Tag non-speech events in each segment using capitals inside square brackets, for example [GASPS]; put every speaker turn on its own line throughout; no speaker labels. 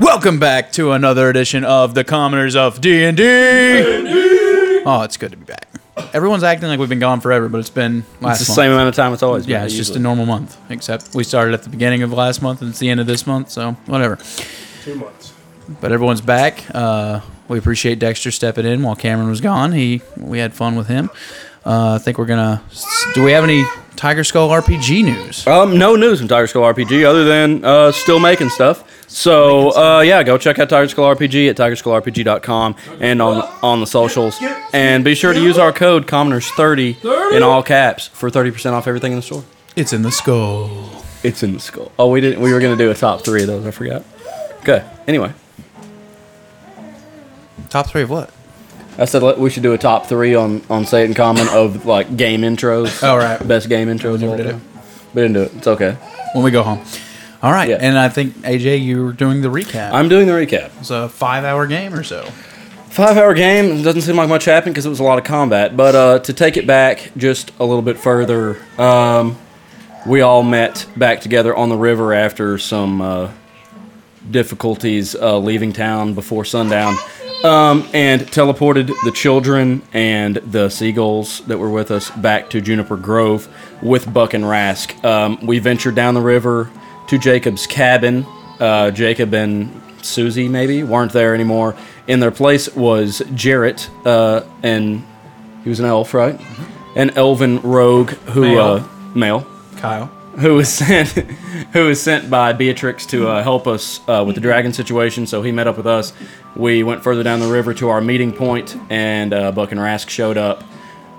Welcome back to another edition of the Commoners of D and D. Oh, it's good to be back. Everyone's acting like we've been gone forever, but it's been last
It's the
month.
same amount of time it's always been.
yeah, it's just a
usually.
normal month, except we started at the beginning of last month and it's the end of this month, so whatever.
Two months.
But everyone's back. Uh, we appreciate Dexter stepping in while Cameron was gone. He we had fun with him. Uh, I think we're gonna. Do we have any Tiger Skull RPG news?
Um, no news from Tiger Skull RPG other than uh, still making stuff. So uh, yeah, go check out Tiger Skull RPG at tigerskullrpg.com and on on the socials. And be sure to use our code Commoners30 in all caps for 30% off everything in the store.
It's in the skull.
It's in the skull. Oh, we didn't. We were gonna do a top three of those. I forgot. Okay. Anyway,
Top three of what?
I said let- we should do a top three on on say it in common of like game intros.
All right.
Best game intros.
never
of all
did it.
time. We didn't do it. It's okay.
When we go home. All right,
Yeah.
and I think AJ, you were doing the recap.
I'm doing the recap.
It's a five-hour game or so.
Five hour game doesn't seem like much happened because it was a lot of combat. But uh, to take it back just a little bit further, um, we all met back together on the river after some uh, difficulties uh, leaving town before sundown, um, and teleported the children and the seagulls that were with us back to Juniper Grove with Buck and Rask. Um, we ventured down the river to Jacob's cabin. Uh, Jacob and Susie maybe weren't there anymore. In their place was Jarrett, uh, and he was an elf, right? An elven rogue who
Male.
Uh, male
Kyle,
who was [LAUGHS] sent who was sent by Beatrix to uh, help us uh, with the dragon situation. So he met up with us. We went further down the river to our meeting point, and uh, Buck and Rask showed up.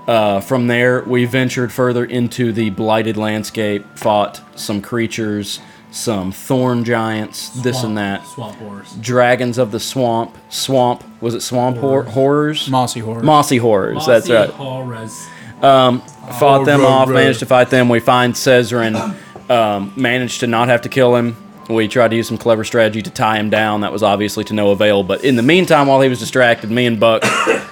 Uh, from there, we ventured further into the blighted landscape, fought some creatures, some thorn giants, this and that,
Swamp Wars.
dragons of the swamp. Swamp was it swamp hor- horrors?
Mossy Horror.
Mossy horrors. that's
Aussie
right
Horrors.
fought them
road,
off,
road.
managed to fight them. We find Cesarin, um, managed to not have to kill him. We tried to use some clever strategy to tie him down. That was obviously to no avail. But in the meantime, while he was distracted, me and Buck,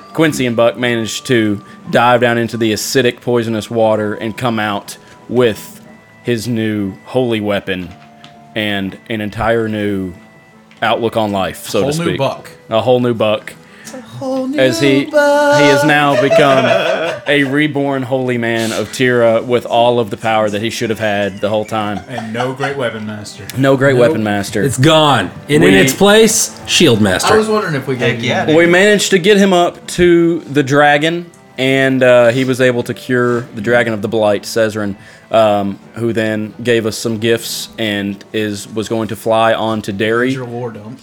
[COUGHS] Quincy and Buck, managed to dive down into the acidic, poisonous water and come out with his new holy weapon and an entire new outlook on life, so
Whole
to
new
speak.
buck.
A whole new Buck. As he he has now become a reborn holy man of Tira with all of the power that he should have had the whole time.
and no great weapon master.
No great weapon master.
It's gone. And in
We-
its place, Shield Master.
I was wondering if we could.
yeah,
we managed to get him up to the dragon, and uh, he was able to cure the dragon of the blight, Cesarin, um, who then gave us some gifts and is was going to fly on to Derry.
Your war dump.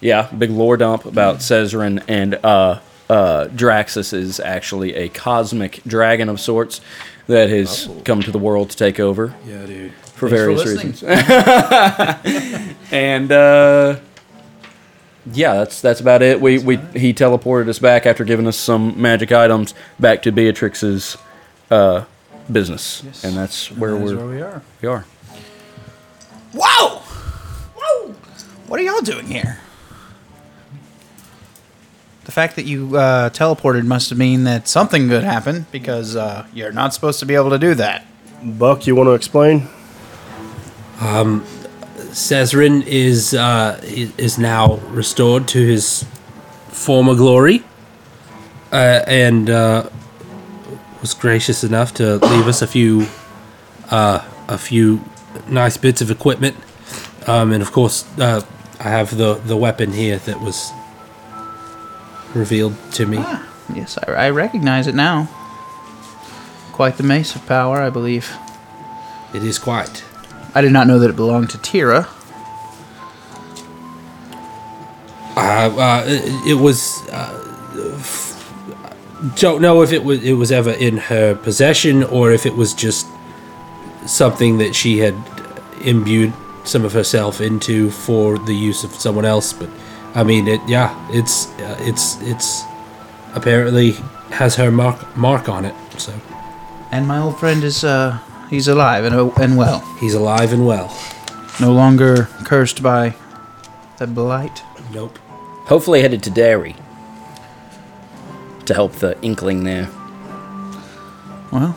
Yeah, big lore dump about Cesarin and uh, uh, Draxus is actually a cosmic dragon of sorts that has come to the world to take over
Oh. Yeah, dude.
for various reasons. And uh, yeah, that's that's about it. We we he teleported us back after giving us some magic items back to Beatrix's uh, business, and that's where
That's
we're
where we are.
we are.
Whoa! Whoa! What are y'all doing here? The fact that you uh, teleported must mean that something good happened because uh, you're not supposed to be able to do that.
Buck, you want to explain?
Cesarin is uh, i- is now restored to his former glory, uh, and uh, was gracious enough to leave us a few uh, a few nice bits of equipment, um, and of course uh, I have the the weapon here that was revealed to me.
Yes, I, I recognize it now. Quite the mace of power, I believe.
It is quite.
I did not know that it belonged to Tira.
Uh, uh, it, it was. Uh, f- don't know if it was it was ever in her possession or if it was just something that she had imbued some of herself into for the use of someone else. But I mean, it yeah, it's uh, it's it's apparently has her mark mark on it. So
And my old friend is, uh, he's alive and, oh, and well.
he's alive and well.
No longer cursed by the blight.
Nope.
Hopefully headed to Derry to help the Inkling there.
Well,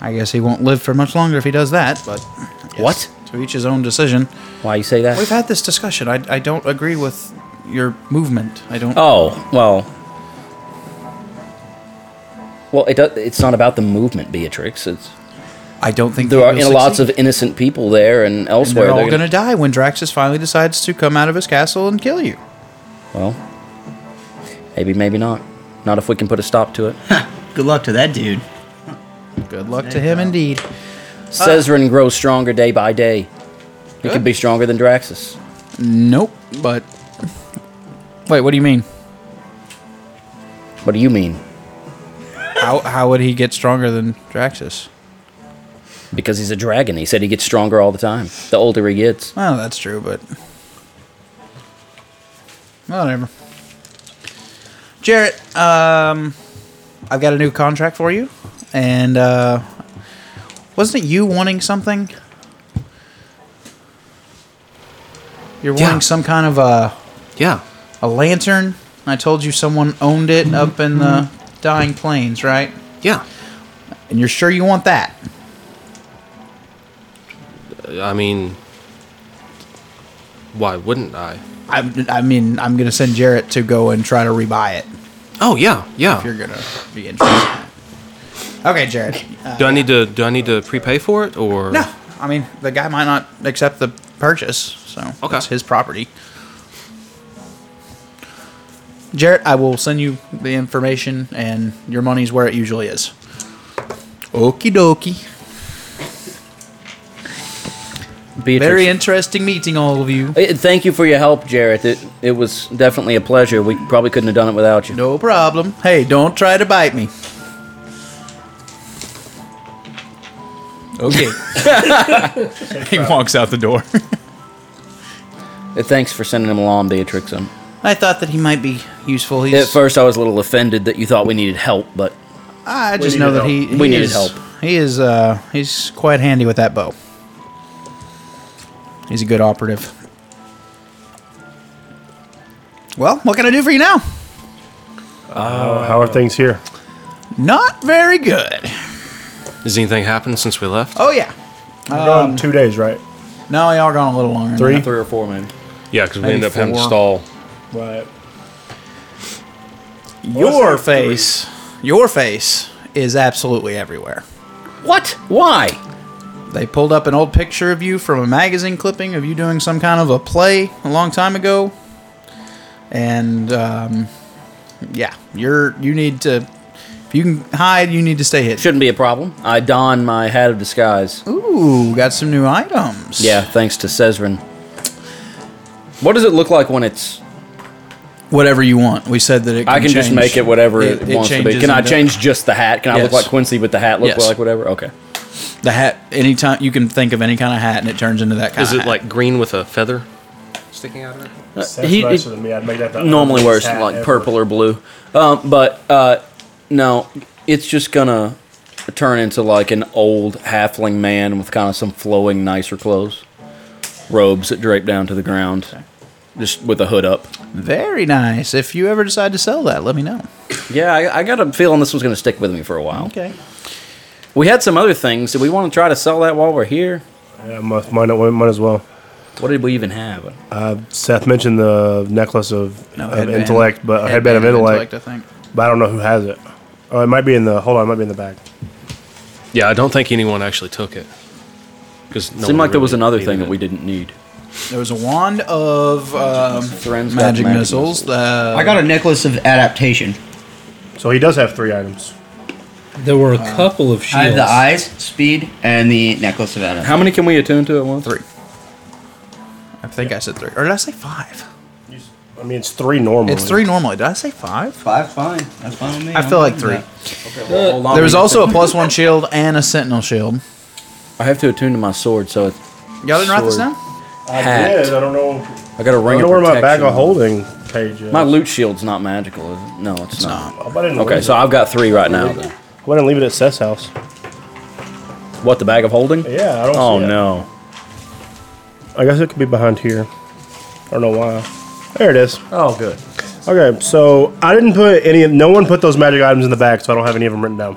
I guess he won't live for much longer if he does that, but
What?
To each his own decision.
Why you say that?
We've had this discussion. I, I don't agree with your movement. I don't.
Oh, well. Well, it does, it's not about the movement, Beatrix. It's
I don't think
there
that
are
you'll
lots
succeed.
of innocent people there and
And
elsewhere.
they're all
They're
going to die when Draxus finally decides to come out of his castle and kill you.
Well, maybe, maybe not. Not if we can put a stop to
[LAUGHS]
it.
Good luck to that dude.
Good luck to him, indeed.
Cezrin grows stronger day by day. He
Good.
could be stronger than Draxus.
Nope. But wait, what do you mean?
What do you mean?
How how would he get stronger than Draxus?
Because he's a dragon. He said he gets stronger all the time. The older he gets.
Well, that's true, but whatever. Jarrett, um, I've got a new contract for you, and uh, wasn't it you wanting something? You're wanting
Yeah.
some kind of a
Yeah.
a lantern. I told you someone owned it up in the Dying Plains, right?
Yeah.
And you're sure you want that?
I mean, why wouldn't I?
I, I mean, I'm gonna send Jarrett to go and try to rebuy it.
Oh yeah, yeah.
you're gonna be interested. okay, Jared. Uh,
Do I need to do I need to prepay for it or
no, I mean the guy might not accept the purchase, so
Okay.
that's his property. Jarrett, I will send you the information, and your money's where it usually is. Okie dokie.
Beatrix.
Very interesting meeting all of you.
Eh, Thank you for your help, Jareth. It, it was definitely a pleasure. We probably couldn't have done it without you.
No problem. Hey, don't try to bite me. Okay. [LAUGHS] he walks out the door.
Eh, Thanks for sending him along, Beatrix. Um,
[LAUGHS] I thought that he might be useful. He's,
at first, I was a little offended that you thought we needed help, but
I just know that he, he
We needed
is,
help.
He is uh, he's quite handy with that bow. He's a good operative. Well, what can I do for you now?
How are things here?
Not very good.
has anything happened since we left?
Oh yeah.
We're gone two days, right?
No, y'all gone a little longer. than
Three?
that.
three or four men.
Yeah, because we
Maybe
ended up having to
four.
stall.
Right.
Your face, your face is absolutely everywhere.
What? Why?
They pulled up an old picture of you from a magazine clipping of you doing some kind of a play a long time ago, and um, yeah, you're you need to if you can hide, you need to stay hidden.
Shouldn't be a problem. I don my hat of disguise.
Ooh, got some new items.
Yeah, thanks to Cezrin. What does it look like when it's?
whatever you want. We said that it. Can
I can just
change.
make it whatever it, wants to be.
changes
Can I
into-
change just the hat? Can I look
Yes.
like Quincy with the hat? Look
Yes.
like whatever? Okay.
the hat anytime you can think of any kind of hat, and it turns into that kind.
Is
of
it
hat.
like green with a feather sticking out of it?
That's
Uh, he-
nicer than me. I'd make that the
normally
ugliest
wears
hat
like
ever.
purple or blue. Um, but uh, no, it's just gonna turn into like an old halfling man with kind of some flowing, nicer clothes, robes that drape down to the ground, just with a hood up.
very nice? If you ever decide to sell that, let me know.
Yeah, I, I got a feeling this was gonna stick with me for a while.
Okay.
We had some other things. Did we want to try to sell that while we're here?
Yeah, must, might, not- might as well. Uh,
What did we even have?
Seth mentioned the necklace of,
No,
of
headband.
intellect, but a headband, of intellect,
I think.
but I don't know who has it. Oh, it might be in the. Hold on, it might be in the bag.
Yeah, I don't think anyone actually took it. Because no
Seemed
one
like there was
really
another
needed
thing that
it.
we didn't need.
There was a wand of um,
Thren's got
magic,
magic
missiles.
missiles.
The,
I got a necklace of adaptation.
So he does have three items.
There were a couple of
I have
shields.
the eyes, speed, and the necklace of adaptation.
How many can we attune to at once?
three. I think I said three, or did I say five?
I mean, it's three normal.
It's three normally. Did I say five?
Five, fine. That's fine with me.
I
I'm
feel like
fine with
three.
that.
Uh,
There was also a plus one shield and a sentinel shield.
I have to attune to my sword, so it's
Y'all didn't write this
Sword.
down?
I
hat.
did. I don't know.
I got a
I
ring.
don't know
of
where my bag
protection.
of holding page is.
My loot shield's not magical, is it? No, it's, not.
I didn't
Okay,
lose
so
it.
I've got three right now. Then.
I didn't leave it at Seth's house.
What, the bag of holding?
Yeah, I don't.
Oh,
see it.
no.
I guess it could be behind here. I don't know why. There it is.
Oh, good.
Okay, so I didn't put any. No one put those magic items in the bag, so I don't have any of them written down.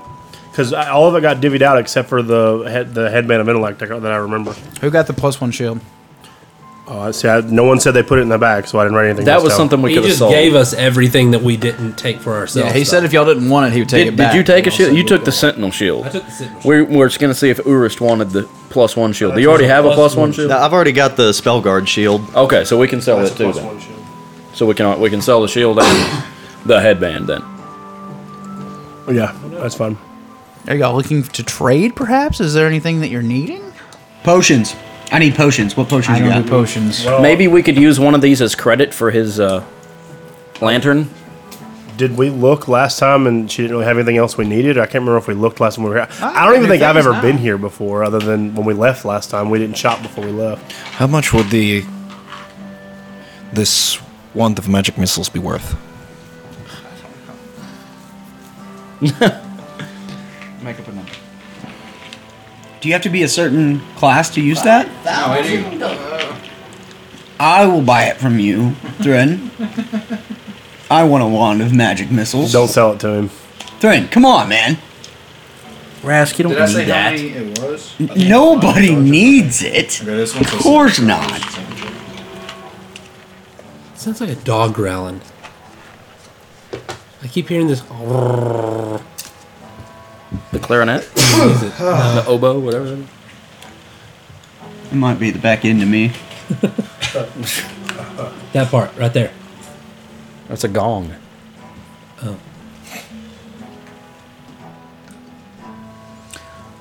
Because because all of it got divvied out except for the head, the headband of intellect I got- that I remember.
Who got the plus one shield?
Oh, I see, I, no one said they put it in the bag, so I didn't write anything.
That
else
was
down.
something we
He
could have
just
sold.
gave us everything that we didn't take for ourselves.
Yeah, he said if y'all didn't want it, he would take
did,
it
did
back.
you take a
Well,
shield?
so
You
we
took
go.
the sentinel shield.
I took the sentinel
We're, we're just gonna see if Urist wanted the plus one shield. Do you already have a plus one shield?
No, I've already got the spell guard shield.
Okay, so we can sell
That's
it
a
too.
plus
Then.
one shield.
So we can we can sell the shield and the headband then.
Yeah, that's fine.
Are y'all looking to trade? Perhaps is there anything that you're needing?
Potions. I need potions. What
I
potions you
don't
got?
do potions.
Maybe we could use one of these as credit for his uh, lantern.
Did we look last time and she didn't really have anything else we needed? I can't remember if we looked last time we were here. I don't
I
even
do
think I've
things
ever
now.
been here before, other than when we left last time. We didn't shop before we left.
How much would the this wand of magic missiles be worth?
Make up a number. Do you have to be a certain class to use that? I will buy it from you, Thren. I want a wand of magic missiles.
Don't sell it to him.
Thren, come on, man. Rask, you don't need that.
it was?
Nobody needs it. Of course not.
Sounds like a dog growling. I keep hearing this.
The clarinet? the oboe, whatever.
It might be the back end of me.
That part right there.
That's a gong.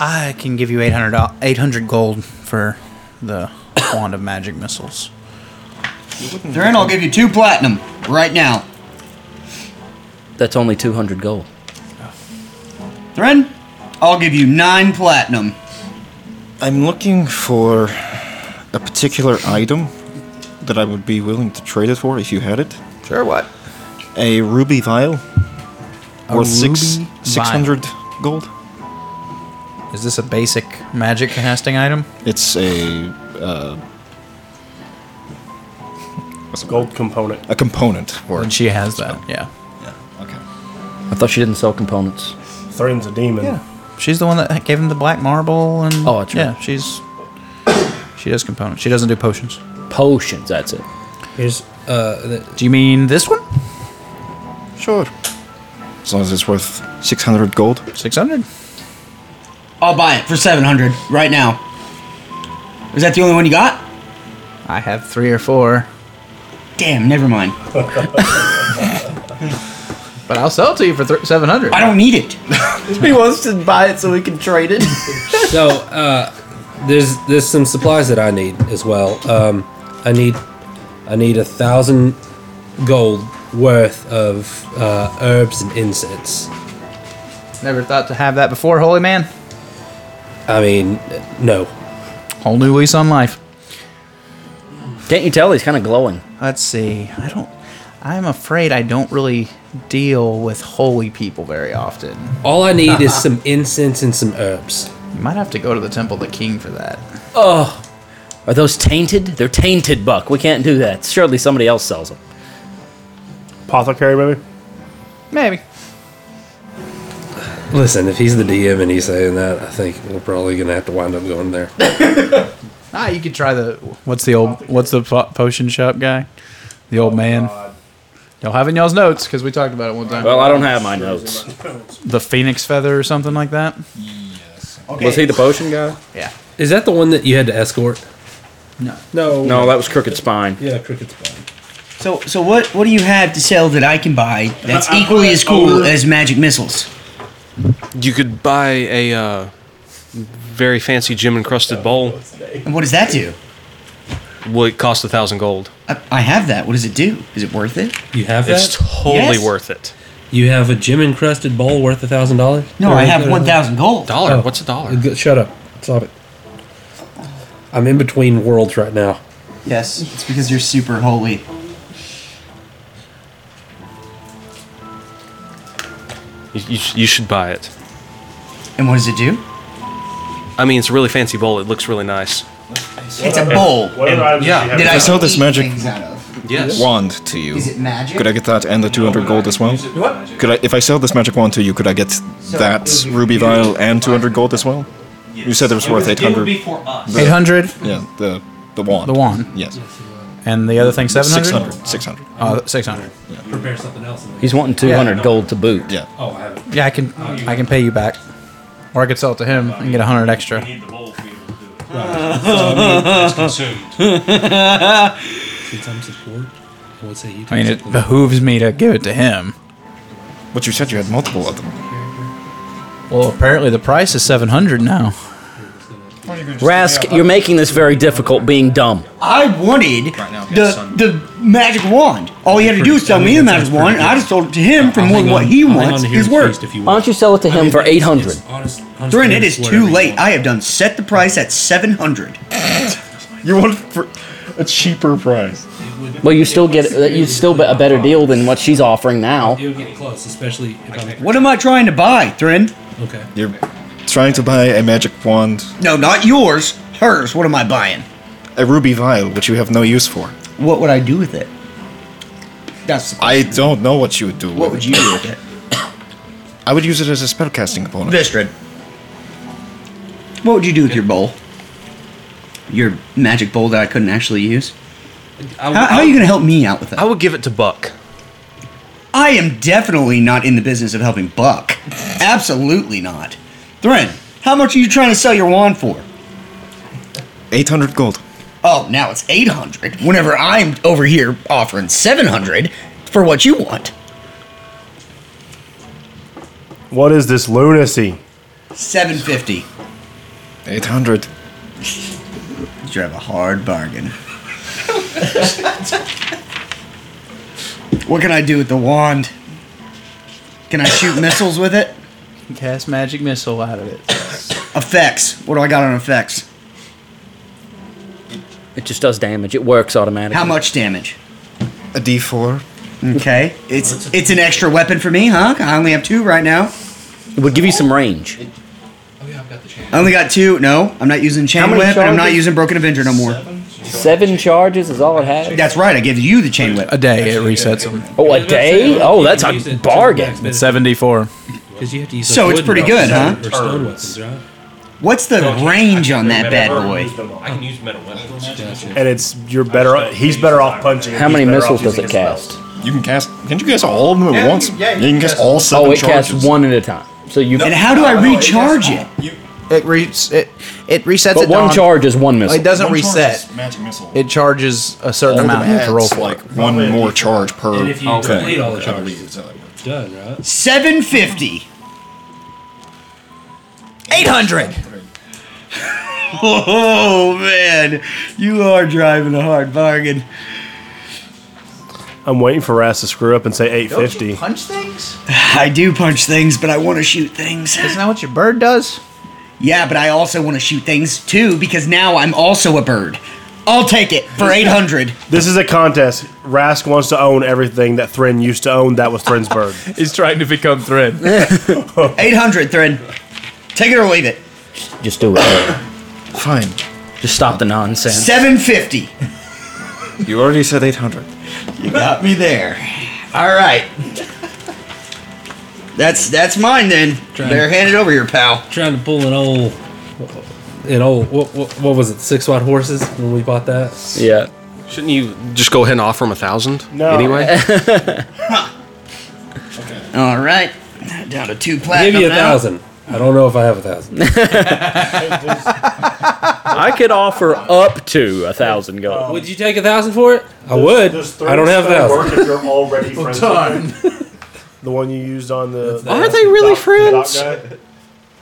I can give you 800, doll- 800 gold for the [COUGHS] wand of magic missiles.
Thren, I'll give you two platinum right now.
That's only 200 gold.
Thren, I'll give you nine platinum.
I'm looking for a particular item that I would be willing to trade it for if you had it.
Sure, what?
A ruby vial worth six
ruby
six hundred gold.
Is this a basic magic casting item?
It's a uh,
Gold component.
a component for
And
it.
she has that. Yeah.
Okay.
I thought she didn't sell components.
Thren's a demon.
She's the one that gave him the black marble and
Oh, that's right.
yeah, she's she does components. She doesn't do potions.
Potions, that's it.
Here's uh, the,
Do you mean this one?
Sure. As long as it's worth six hundred gold.
600.
I'll buy it for 700 right now. Is that the only one you got?
I have 3 or 4,
Damn, never mind.
but I'll sell to you for th- 700.
I don't need it.
[LAUGHS] He wants to buy it so we can trade it.
so uh, there's there's some supplies that I need as well. Um, I need I need a thousand gold worth of uh, herbs and incense.
[LAUGHS] Never thought to have that before, holy man.
I mean, no.
Whole new lease on life.
Can't you tell he's kind of glowing?
Let's see. I don't I'm afraid I don't really deal with holy people very often.
All I need is some [LAUGHS] incense and some herbs.
You might have to go to the temple of the king for that.
Are those tainted? They're tainted, Buck. We can't do that. Surely somebody else sells them.
Apothecary, maybe?
Maybe.
Listen, if he's the DM and he's saying that, I think we're probably gonna have to wind up going there.
Ah, you could try the what's the old what's the po- potion shop guy, the old man. Y'all have in y'all's notes because we talked about it one time.
Well, I don't have my notes.
the phoenix feather or something like that.
Was he the potion guy?
Yeah.
Is that the one that you had to escort?
No.
No.
No, that was Crooked Spine.
Yeah, cricket's fine.
So, so what, what do you have to sell that I can buy that's equally as cool as magic missiles?
You could buy a uh, very fancy gem encrusted bowl.
And what does that do?
Well, it cost a thousand gold.
I, I have that. What does it do? Is it worth it?
You have that?
It's totally
Yes.
worth it.
You have a gem encrusted bowl worth a thousand dollars?
No, I have 1,000 gold.
Dollar?
Oh.
What's a dollar?
Shut up. Stop it. I'm in between worlds right now.
Yes, it's because you're super holy.
You, you, sh- you should buy it.
And what does it do?
I mean, it's a really fancy bowl. It looks really nice.
It's a bowl.
What other items
yeah.
do you have?
Did
I sell this
eat
magic-
things out of?
Yes.
wand to you.
Is it magic? Oh,
Could I get that and the 200 gold as well?
What?
Could I, if I sell this magic wand to you, could I get that
it would be-
ruby vial and 200 gold as well? You said it was worth 800.
for us.
The-
Eight hundred
Yeah, the the wand.
the wand,
Yes.
and the other thing seven hundred.
600. 600.
Oh, six hundred.
Prepare something else. In
He's wanting 200
Yeah.
gold to boot.
Yeah.
oh, I haven't.
Yeah, I can I can pay you back, or I could sell it to him and get a hundred extra.
Since I'm support, I would say you.
I mean, it behooves me to give it to him.
But you said you had multiple of them.
Well, apparently the price is seven hundred now.
Rask, you're making this very difficult being dumb.
I wanted
now, I've got
the,
sun.
the magic wand. All he had to do was tell me the magic wand, and I just sold it to him for more than what he wants is worth.
If you
Why don't you sell it to him for 800?
Honest,
Thrin, it is too late. I have done set the price at 700.
You want for a cheaper price.
Well, you still get uh, you still be- a better deal than what she's offering now.
It'll get close, especially if I'm
What am I trying to buy, Thrin?
okay.
You're trying to buy a magic wand,
No, not yours. Hers. What am I buying?
a ruby vial, which you have no use for.
What would I do with it? That's
I don't know what you would do.
what
with
would
it.
you do with it?
I would use it as a spellcasting component.
Vistrid. What would you do with your bowl? Your magic bowl that I couldn't actually use?
I,
How, how are you going to help me out with
I
that?
would give it to Buck.
I am definitely not in the business of helping Buck.
[LAUGHS]
Absolutely not. Thrin, how much are you trying to sell your wand for?
800 gold.
Oh, now it's 800. Whenever I'm over here offering 700 for what you want.
What is this lunacy?
750.
800.
You have a hard bargain. what can I do with the wand? Can I shoot missiles with it?
Cast magic missile out of it.
Effects. What do I got on effects?
It just does damage. It works automatically.
How much damage?
A d4.
Okay. It's it's an extra weapon for me, huh? I only have two right now.
It would give you some range.
I only got two. No, I'm not using chain
many
whip, and I'm not
charges?
using broken avenger no more.
Seven charges is all it has.
That's right. I give you the chain whip.
A day it resets them.
Oh, a day? Oh, that's a bargain.
It's seventy four.
Because you have to use.
So
like
it's
wood
pretty
weapons
good, huh?
Or stone weapons, right?
What's the range on that bad boy?
I can use metal weapons.
And it's you're better. off- He's better off punching.
How
He's
many
better
missiles
off
does
using
it
his spells.
cast?
You can cast. Can't you cast all of them at
you-
once?
yeah, you
you can
can
cast,
cast-
all seven
Oh, it
charges.
casts one at a time. So you.
And how do I recharge it?
It re- it it resets
But
at
one
dawn.
charge is one missile.
It doesn't
One charge
reset.
is Magic missile.
It charges a certain amount. You have to roll
adds
for
like
it.
one more charge per.
And if you
thing.
complete all the
I
charges.
believe it's how that works.
Done, right?
750.
800.
Oh man, you are driving a hard bargain.
I'm waiting for Ras to screw up and say
Don't you
850.
punch things?
I do punch things, but I want to shoot things.
Isn't that what your bird does?
Yeah, but I also want to shoot things too because now I'm also a bird. I'll take it for 800.
This is a contest. Rask wants to own everything that Thren used to own. That was Thren's bird.
He's trying to become thread.
800, Thrin. Take it or leave it.
Just do it.
Fine.
Just stop the nonsense.
750.
You already said 800.
You got me there. All right. That's that's mine then. There, hand it over here, pal.
Trying to pull an old, an old. What, what, what was it? Six watt horses when we bought that.
Yeah.
Shouldn't you just go ahead and offer him a thousand?
[LAUGHS] No.
Anyway,
All right. Down to two platinum.
Give you a
now.
thousand. I don't know if I have a thousand.
I could offer up to a thousand gold.
would you take a thousand for it? I would.
[LAUGHS]
I don't have a thousand.
if you're already friends The one you used on the. the
Are they
really
doc- the doc
friends?
guy?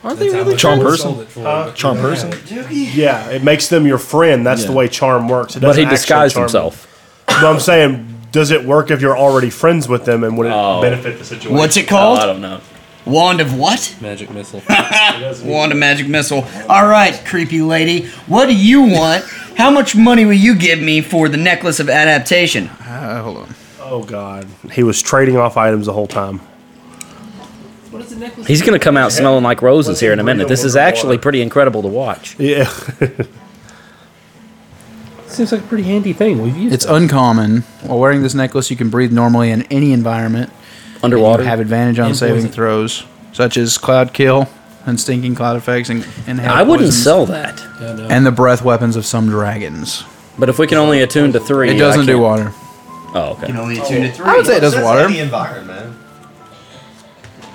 Aren't they
really
Charm person?
Charm person.
Yeah, it makes them your friend. That's the
Yeah.
way charm works. It
But
doesn't
he
actually
disguised
charm-
himself.
But I'm saying, does it work if you're already friends with them and would it
Oh.
benefit the situation?
What's it
Oh, I
called?
don't know.
Wand of what?
Magic missile.
Wand of magic missile. All right, creepy lady. What do you want? How much money will you give me for the necklace of adaptation?
Uh, hold on.
Oh God, he was trading off items the whole time.
[LAUGHS] He's gonna come out smelling like roses
[LAUGHS]
here in a minute. This is actually pretty incredible to watch.
Yeah,
Seems like a pretty handy thing. We've used
It's
it.
uncommon. While wearing this necklace, you can breathe normally in any environment. and
Underwater.
You have advantage on
And
saving
poison.
throws, such as cloud kill and stinking cloud effects, and, and
I wouldn't
poisons,
sell that.
Yeah, no.
And the breath weapons of some dragons.
But if we can only attune to three,
It
I
doesn't do
can't-
water.
Oh, okay.
You can only attune to three.
I would say it does water.
Any environment.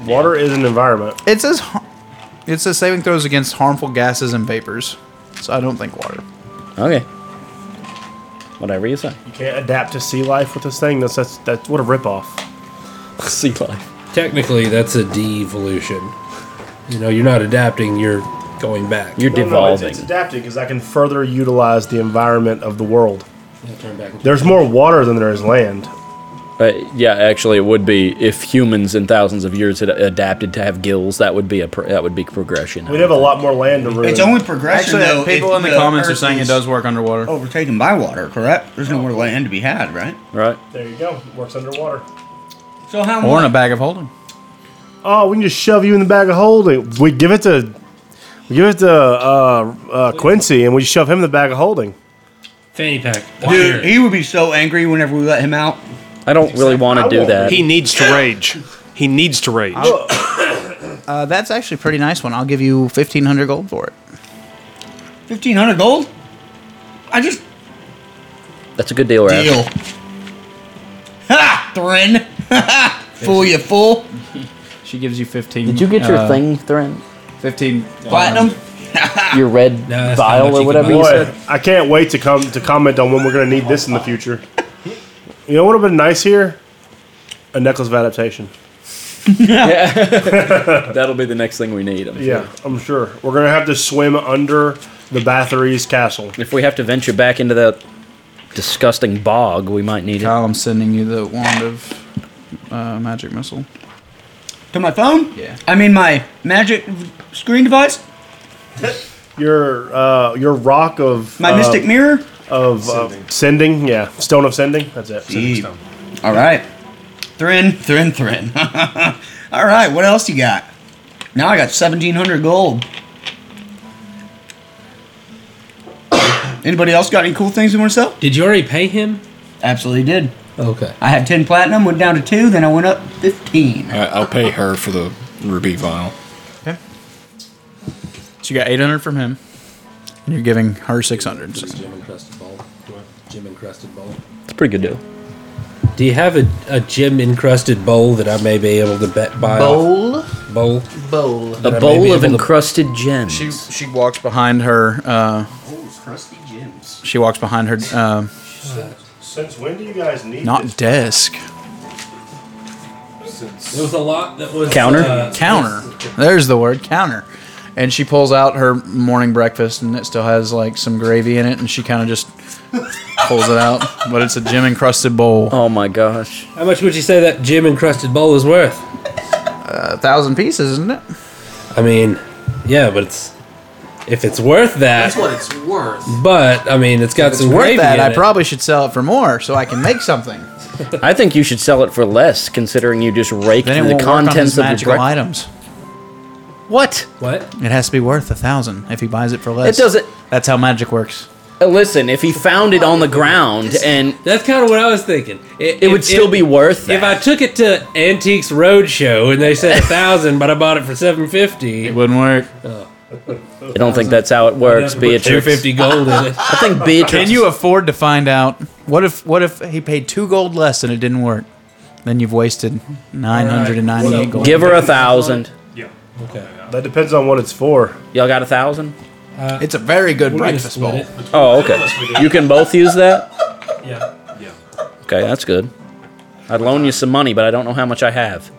Water is an environment.
It says har- it says saving throws against harmful gases and vapors. So I don't think water.
Okay. Whatever you say.
You can't adapt to sea life with this thing. That's that's, that's what a ripoff.
Sea life.
Technically, that's a devolution. You know, you're not adapting, you're going back.
You're
it's,
devolving.
it's adapting because I can further utilize the environment of the world.
You turn back and-
There's more water than there is land.
Uh, yeah, actually, it would be if humans in thousands of years had adapted to have gills. That would be a pro- that would be progression.
We'd have a lot more land to ruin.
It's only progression
Actually,
though.
people
if
in the,
the
comments are
Earth
saying it
is
does work underwater.
Overtaken by water, correct? There's no more land to be had, right?
right.
there you go. Works underwater.
So how
Or in a
much?
bag of holding.
Oh, we can just shove you in the bag of holding. We give it to, we give it to uh, uh, Quincy, and we shove him in the bag of holding.
Fanny pack.
Dude, he would be so angry whenever we let him out.
I don't really want to do that.
He needs to rage. He needs to rage.
Uh, that's actually a pretty nice one. I'll give you fifteen hundred gold for it.
Fifteen hundred gold. I just
That's a good deal, Raph.
deal. Ha, Thren. [LAUGHS] fool you, fool.
She gives you fifteen.
Did you get your
uh,
thing, Thren?
Fifteen
Platinum.
Your red
No, that's not
vial
what
or
you
whatever
can
you
buy.
said?
[LAUGHS] Boy, I can't wait to come to comment on when we're gonna need this in the future. You know what would have been nice here? A necklace of adaptation.
That'll be the next thing we need. I'm sure.
Yeah, I'm sure we're gonna have to swim under the Bathory's castle.
If we have to venture back into that disgusting bog, we might need it.
Kyle, I'm sending you the wand of uh, magic missile.
To my phone.
Yeah.
I mean my magic screen device.
Your uh, your rock of
My
uh,
mystic mirror.
of uh, sending. Yeah, stone of sending. That's it. Sending
Deep.
stone.
All right. Thren, Thren, Thren. [LAUGHS] All right, what else you got? Now I got 1700 gold. Anybody else got any cool things they want to sell?
Did you already pay him?
Absolutely did.
Okay.
I had 10 platinum, went down to 2, then I went up 15.
I, I'll pay her for the ruby vial.
So you got eight hundred from him, and you're giving her six hundred. So.
Jim encrusted ball. Jim encrusted ball.
It's a pretty good deal.
Do you have a, a gem encrusted bowl that I may be able to bet buy? Bowl?
Oh.
Bowl?
bowl.
A
may be
bowl
able
of
to-
encrusted gems.
She she walks behind her. Uh,
Crusty gems.
she walks behind her. Uh,
Since when do you guys need
not desk
There was a lot that was.
Counter?
uh,
counter. There's the word counter. And she pulls out her morning breakfast, and it still has like some gravy in it, and she kind of just pulls it out. But it's a gem encrusted bowl.
oh my gosh.
How much would you say that gem encrusted bowl is worth?
A thousand pieces, isn't it?
I mean, yeah, but it's. If it's worth that.
what it's worth.
But, I mean, it's got
It's
some
worth
gravy
that.
in
I
it.
probably should sell it for more so I can make something.
I think you should sell it for less, considering you just raked
Then it
the
won't work on his
contents of
magical
your breakfast.
items.
What?
What?
It has to be worth a thousand if he buys it for less.
It doesn't.
That's how magic works.
uh, Listen, if he found it on the ground and
That's kind of what I was thinking. It,
it would still be worth
If I
that.
took it to Antiques Roadshow and they said a thousand, but I bought it for seven fifty,
Wouldn't work.
I, don't think that's how it works,
two
Beatrix.
fifty gold in [LAUGHS] it.
I think Beatrix.
Can you afford to find out? What if what if he paid two gold less and it didn't work? Then you've wasted nine hundred and ninety-eight
Well,
gold.
give her a thousand?
Okay,
That depends on what it's for.
Y'all got a thousand?
It's a very good
We're gonna
breakfast
split
bowl.
it.
Oh, okay. You can both use that.
Yeah.
Okay, that's good. I'd loan you some money, but I don't know how much I have.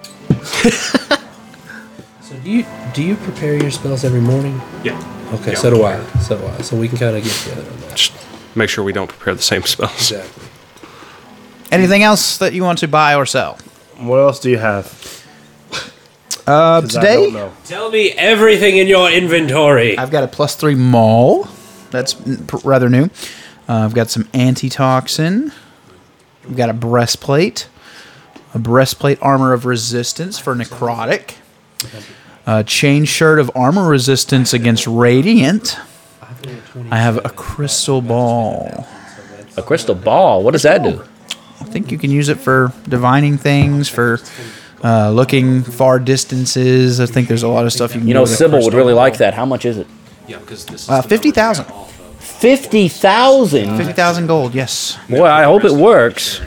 So do you do you prepare your spells every morning?
Yeah.
Okay, so do I. So do I. So we can kind of get together on that.
Just make sure we don't prepare the same spells.
Exactly.
Anything else that you want to buy or sell?
What else do you have?
Uh,
'Cause I don't
today,
know.
Tell me everything in your inventory.
I've got a plus three maul. That's n- pr- rather new. Uh, I've got some antitoxin. I've got a breastplate, a breastplate armor of resistance for necrotic, a chain shirt of armor resistance against radiant. I have a crystal ball.
A crystal ball. What does that do?
I think you can use it for divining things, for uh, looking far distances. I think there's a lot of stuff you can. do
You know,
with a
Sybil would
crystal
really
ball.
like that. How much is it?
Yeah, because this is
Uh, fifty thousand.
Fifty thousand.
Fifty thousand gold. Yes.
Boy, I hope it works.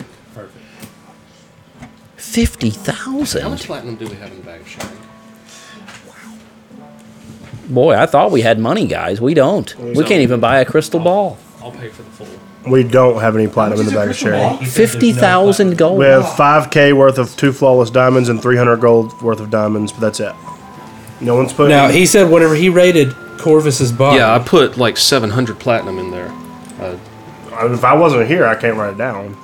Fifty thousand.
platinum do we have in the bag of sharing?
Boy, I thought we had money, guys. We don't. We can't even buy a crystal ball.
I'll pay for the full.
We don't have any platinum in the bag of sharing.
Fifty thousand gold.
We have 5K worth of two flawless diamonds and 300 gold worth of diamonds, but that's it. No one's putting.
Now he said whenever he raided Corvus's bar.
Yeah, I put like 700 platinum in there.
I mean, if I wasn't here, I can't write it down.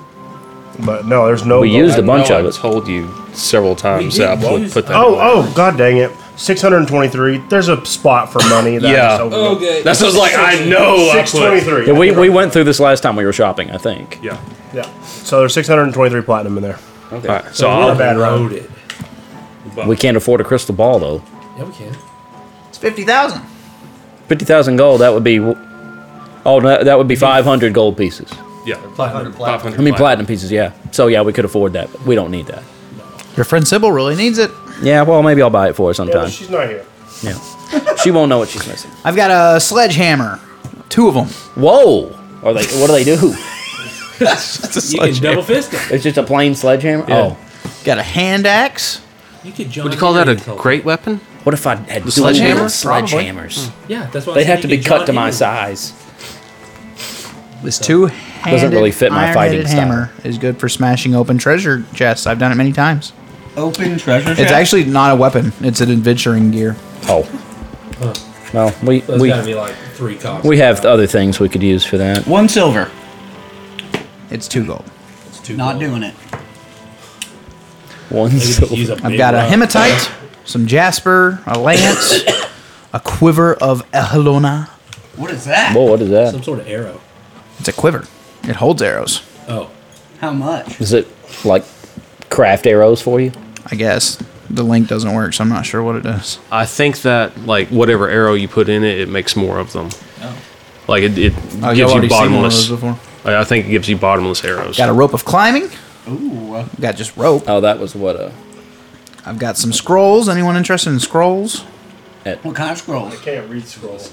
But no, there's no.
We
gold.
used a bunch
know
of
I
it.
told you several times
did
that I put,
use-
put that.
Oh,
in there.
oh, god dang it. 623. There's a spot for money. That
Yeah.
I just overlooked.
That's what I was like. I know. I put.
623.
Yeah, we, we went through this last time we were shopping, I think.
Yeah.
Yeah. So there's 623 platinum in there.
All right. So I'll,
bad road.
Loaded.
We can't afford a crystal ball though.
Yeah, we can.
It's fifty thousand.
Fifty thousand gold. That would be. Oh, no, that would be five hundred gold pieces.
yeah.
500
500
I mean platinum pieces. Yeah. So yeah, we could afford that. But we don't need that.
Your friend Sybil really needs it.
Yeah. Well, maybe I'll buy it for her
Yeah, but
sometime.
she's not here.
Yeah. she won't know what she's missing.
I've got a sledgehammer. Two of them.
Whoa. Are they? What do they do?
You can double fist it.
It's just a plain sledgehammer. Oh.
Got a hand axe.
You could John
Would you call that a
Henry Cole.
great weapon?
What if I had dual
sledgehammer?
wielded sledgehammers?
Yeah, that's why I
They'd
said
have to
Hmm. you
be
could
cut
John
to my
Henry.
size.
This two handed
Doesn't really fit my fighting style.
hammer is good for smashing open treasure chests. I've done it many times.
Open treasure
It's
chest?
actually not a weapon. It's an adventuring gear.
Oh. Well, we
That's
we
gotta be like three cops.
we have other things we could use for that.
One silver.
It's two gold.
Not doing it.
One. silver.
I've got a hematite, some jasper, a
[COUGHS]
lance, a quiver of ehelona.
What is that?
Whoa, what is that?
Some sort of arrow.
It's a quiver. It holds arrows,
Oh,
How much?
Is it like craft arrows for you?
I guess. The link doesn't work, so I'm not sure what it does.
I think that like whatever arrow you put in it, it makes more of them. Like it, it
Oh, y'all
gives
already
you
seen one of those
bottomless.
before.
I I think it gives you bottomless arrows.
Got a rope of climbing.
Ooh.
Got just rope.
Oh, that was what a.
I've got some scrolls. Anyone interested in scrolls?
What kind of scrolls?
Can't read scrolls.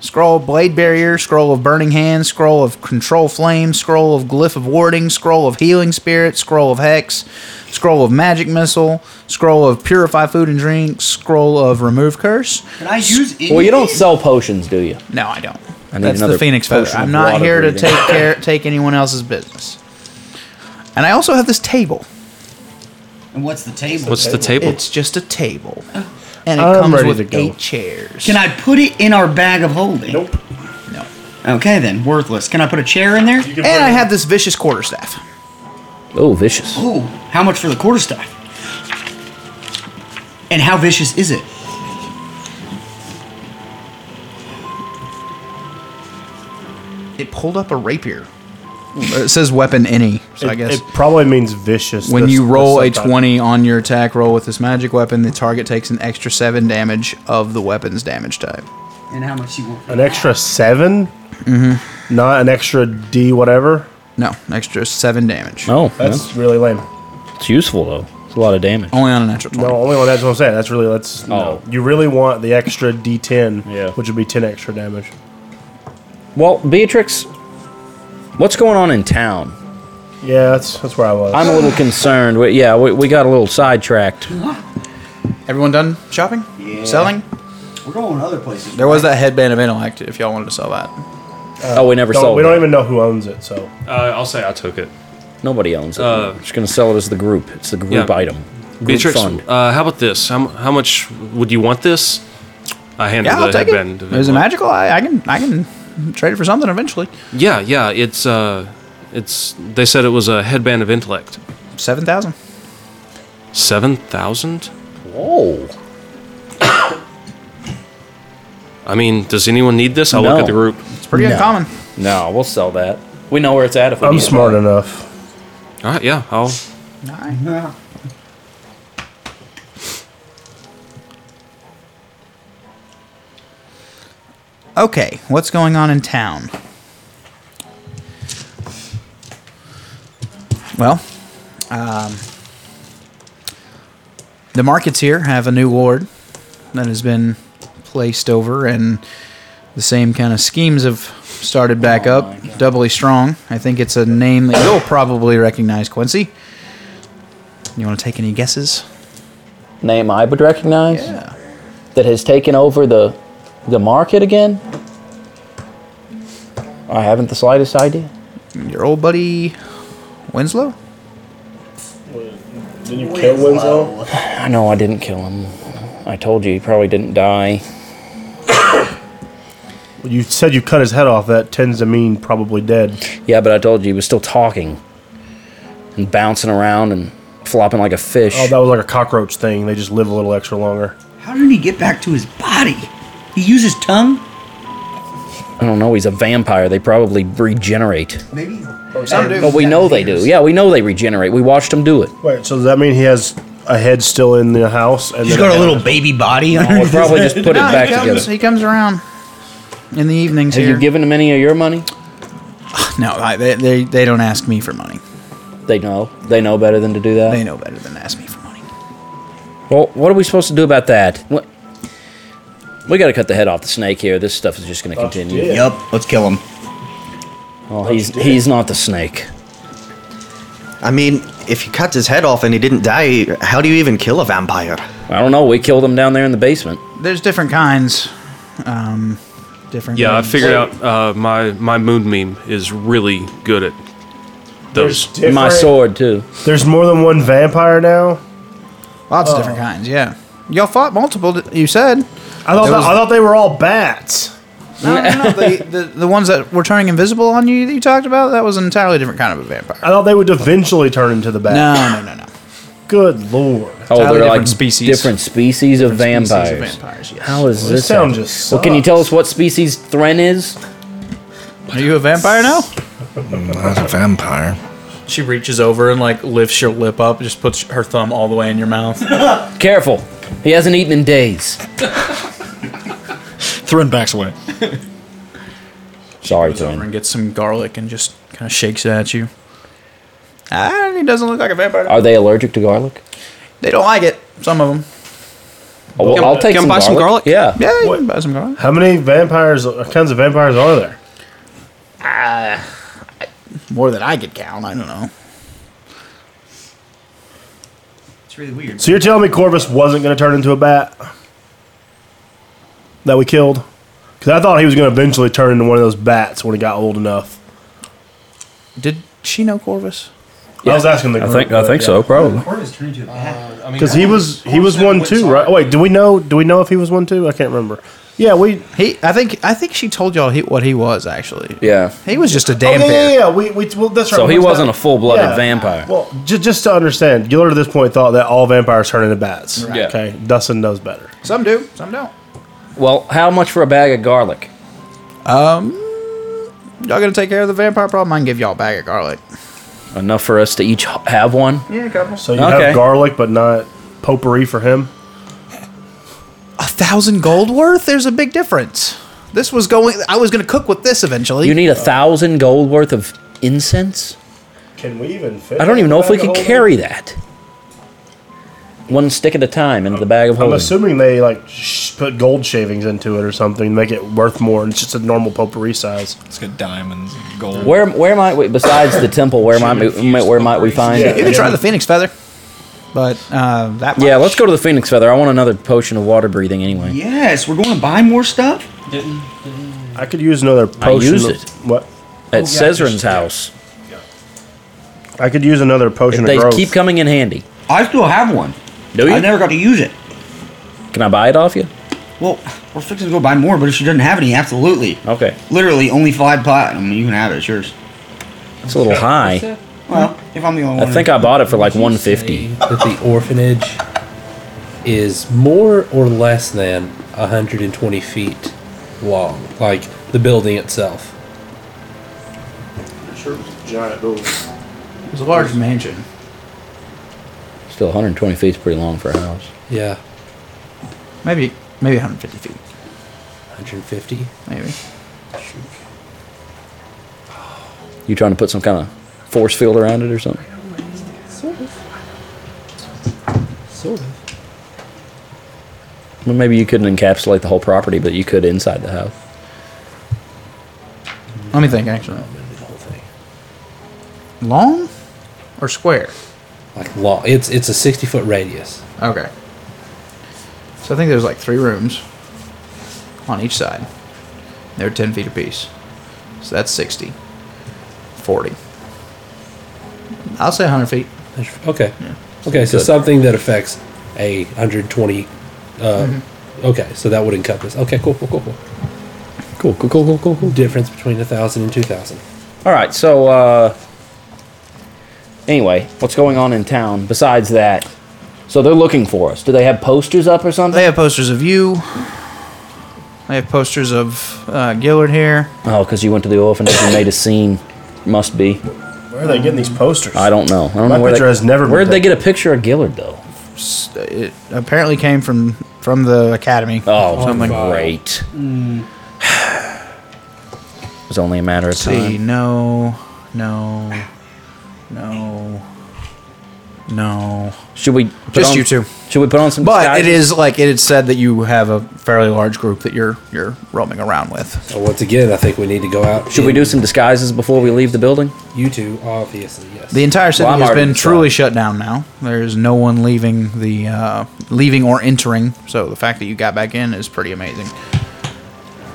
Scroll blade barrier, scroll of burning hand, scroll of control flame, scroll of glyph of warding, scroll of healing spirit, scroll of hex, scroll of magic missile, scroll of purify food and drink, scroll of remove curse.
Can I use it?
Well, you don't sell potions, do you?
No, I don't.
I need
That's the
another
phoenix feather.
potion of
I'm not
water
here to
breathing.
take
[LAUGHS]
care, take anyone else's business. And I also have this table.
And what's the table?
What's the table?
It's just a table, and it
I'm
comes
ready
with
to go.
eight chairs.
Can I put it in our bag of holding?
Nope.
No.
Okay then, worthless. Can I put a chair in there?
And I have this vicious quarterstaff.
Oh, vicious.
Ooh, how much for the quarterstaff? And how vicious is it?
It pulled up a rapier. It says weapon any, so I
It-
guess.
It probably means vicious.
When
this-
you
this
roll a
subtitle.
20 on your attack roll with this magic weapon, the target takes an extra 7 damage of the weapon's damage type.
And how much you want?
An extra 7? Mm-hmm. Not an extra D whatever?
No, an extra 7 damage.
Oh,
That's really lame.
yeah. it's useful though. It's a lot of damage.
Only on a natural 20.
No, only one. That's what I'm saying. That's really that's.
Oh.
No. You really want the extra D10,
Yeah.
which would be 10 extra damage.
Well, Beatrix, what's going on in town?
Yeah, that's that's where I was.
I'm a little concerned. We, yeah, we, we got a little sidetracked.
Everyone done shopping? Selling?
We're going other places.
There was that headband of intellect if y'all wanted to sell that.
oh, we never
Don't-
sold
we don't
it.
even know who owns it, so
Uh, I'll say I took it.
Nobody owns it.
Uh,
We're just gonna sell it as the group. It's the group
Yeah.
item. Group
Beatrix,
fund.
uh, how about this? How, m- how much would you want this? I handed
Yeah, I'll
the
take
headband.
it.
to
It was a
Vimla.
magical. I, I can I can trade it for something eventually.
Yeah, yeah. It's uh, it's. They said it was a headband of intellect.
7,000.
Seven thousand.
Whoa.
I mean, does anyone need this? I'll look
No.
at the group.
It's pretty uncommon.
No, we'll sell that. We know where it's at if we
I'm
need it.
smart enough.
All right. Yeah. I'll.
Okay, what's going on in town? Well, um, the markets here have a new ward that has been placed over, and the same kind of schemes have started back up. Doubly strong. I think it's a name that you'll probably recognize, Quincy. You want to take any guesses?
Name I would recognize. That has taken over the the market again. I haven't the slightest idea.
Your old buddy Winslow?
Did you kill Winslow?
I know I didn't kill him. I told you he probably didn't die.
You said you cut his head off. That tends to mean probably dead.
Yeah, but I told you he was still talking and bouncing around and flopping like a fish.
Oh, that was like a cockroach thing. They just live a little extra longer.
How did he get back to his body? He uses tongue?
I don't know. He's a vampire. They probably regenerate.
Maybe.
Some do. But we know they do. Yeah, we know they regenerate. We watched them
[LAUGHS]
do it.
Wait, so does that mean he has a head still in the house? And
He's
then
got a little baby body.
No, we probably just
[LAUGHS]
put it
No,
back
he comes,
together.
He comes around in the evenings
Have
here.
you given them any of your money?
no, I, they, they, they don't ask me for money.
They know. They know better than to do that.
They know better than to ask me for money.
Well, what are we supposed to do about that? What? We got to cut the head off the snake here. This stuff is just going to continue.
yeah.
Yep, let's kill him.
Well, he's he's not the snake.
I mean, if you cut his head off and he didn't die, how do you even kill a vampire?
I don't know. We killed him down there in the basement.
There's different kinds. Um, different.
Yeah, I
names.
figured out uh, my my moon meme is really good at those.
Different-
My sword too. Oh,
There's more than one vampire now.
Lots of different kinds. Yeah. Y'all fought multiple. di- You said.
I thought, I thought they were all bats.
No, no, no. [LAUGHS] the, the the ones that were turning invisible on you that you talked about that was an entirely different kind of a vampire.
I thought they would eventually turn into the bat.
No, no, no, no.
Good lord.
Oh,
Entirely
they're like
different species.
Different species of
Species of
vampires.
vampires. Yes.
How is this?
Well, this sound
happen?
just
Well, can you
sucks.
tell us what species Thren is?
Are you a vampire now?
Not a vampire.
She reaches over and like lifts your lip up, and just puts her thumb all the way in your
[LAUGHS]
mouth.
Careful. He hasn't eaten in days.
Thrun backs away.
Sorry,
Goes over
Thren.
and gets some garlic and just kind of shakes it at you.
Ah, he doesn't look like a vampire.
Are they allergic to garlic?
They don't like it. Some of them.
Oh, well, I'll take
can I
some,
buy
garlic.
some
Yeah.
garlic?
Yeah, you can buy some garlic.
How many vampires, what kinds of vampires are there?
More than I could count. I don't know.
It's really weird.
So you're telling me Corvus wasn't going to turn into a bat that we killed? Because I thought he was going to eventually turn into one of those bats when he got old enough.
Did she know Corvus?
I was asking the group.
Probably.
Because he was he was one too, right? Oh, wait, do we know? Do we know if he was one too? I can't remember. Yeah, we.
He, I think, I think she told y'all he, what he was actually.
Yeah.
He was just a
Oh, yeah,
damn
yeah,
bear.
yeah. We, we, well, that's right.
So he
What's
wasn't
that?
a full-blooded
Yeah.
vampire.
Well, just, just to understand, Gillard at this point thought that all vampires turn into bats.
Yeah.
Okay, Dustin knows better.
Some do, some don't.
Well, how much for a bag of garlic?
Y'all gonna take care of the vampire problem? I can give y'all a bag of garlic.
Enough for us to each h- have one?
Yeah, a couple.
So you
Okay.
have garlic, but not potpourri for him.
A thousand gold worth? There's a big difference. This was going. I was gonna cook with this eventually.
You need a thousand gold worth of incense?
Can we even fit?
I don't even know if we could carry that. One stick at a time into the bag of
I'm
holding.
assuming they like sh- put gold shavings into it or something, make it worth more, and it's just a normal potpourri size.
It's got diamonds, and gold.
Where where might we besides the temple? Where might we might- where might we find
Yeah.
you
it?
can try the phoenix feather, but uh, that.
Yeah,
much-
let's go to the phoenix feather. I want another potion of water breathing anyway.
Yes, we're going to buy more stuff?
I could use another
I
potion.
used
of-
it.
What?
At Cezrin's house,
I could use another potion
they
of growth.
keep coming in handy.
I still have one.
Do you?
I never got to use it.
Can I buy it off you?
Well, we're fixing to go buy more, but if she doesn't have any, absolutely.
Okay,
Literally, only five platinum. You can have it. It's yours.
it's a little high.
Well,
Mm-hmm.
if I'm the only
I
one.
think I bought it for like 150.
That the orphanage is more or less than 120 feet long, like the building itself.
It was a large mansion.
Still, 120 feet is pretty long for a house.
Yeah,
Maybe, maybe 150 feet.
150.
Maybe.
You trying to put some kind of force field around it or something?
Sort of.
Well, maybe you couldn't encapsulate the whole property, but you could inside the house.
Let me think, actually. Long or square?
Like long. It's it's a sixty foot radius.
Okay. So I think there's like three rooms on each side. They're 10 feet apiece. So that's 60. 40. I'll say 100 feet.
Okay. Okay, so
Good.
something that affects a hundred twenty. Uh,
Mhm.
Mm-hmm.
Okay, so that would encompass. Okay, cool, cool, cool, cool. Cool, cool, cool, cool, cool, cool. Difference between a thousand and two thousand.
All right, so uh, anyway, what's going on in town besides that? So they're looking for us. Do they have posters up or something?
They have posters of you. They have posters of uh, Gillard here.
Oh, because you went to the orphanage and made a scene. Must be.
Where are they getting these posters?
I don't know. I don't
My
know where
picture
they,
has never been
Where'd they get a picture of Gillard though?
S- It apparently came from from the academy.
Oh,
something.
great.
hmm.
[SIGHS] It was only a matter of
Let's see.
time.
No, no, no, no.
Should we put
Just
on-
you two.
Should we put on some?
But it
disguises?
is like it is said that you have a fairly large group that you're you're roaming around with.
So once again, I think we need to go out.
Should we do some disguises before we leave the building?
You two, obviously, yes.
The entire city
Well, I'm
has
already
been
inside.
truly shut down now. There is no one leaving the uh, leaving or entering. So the fact that you got back in is pretty amazing.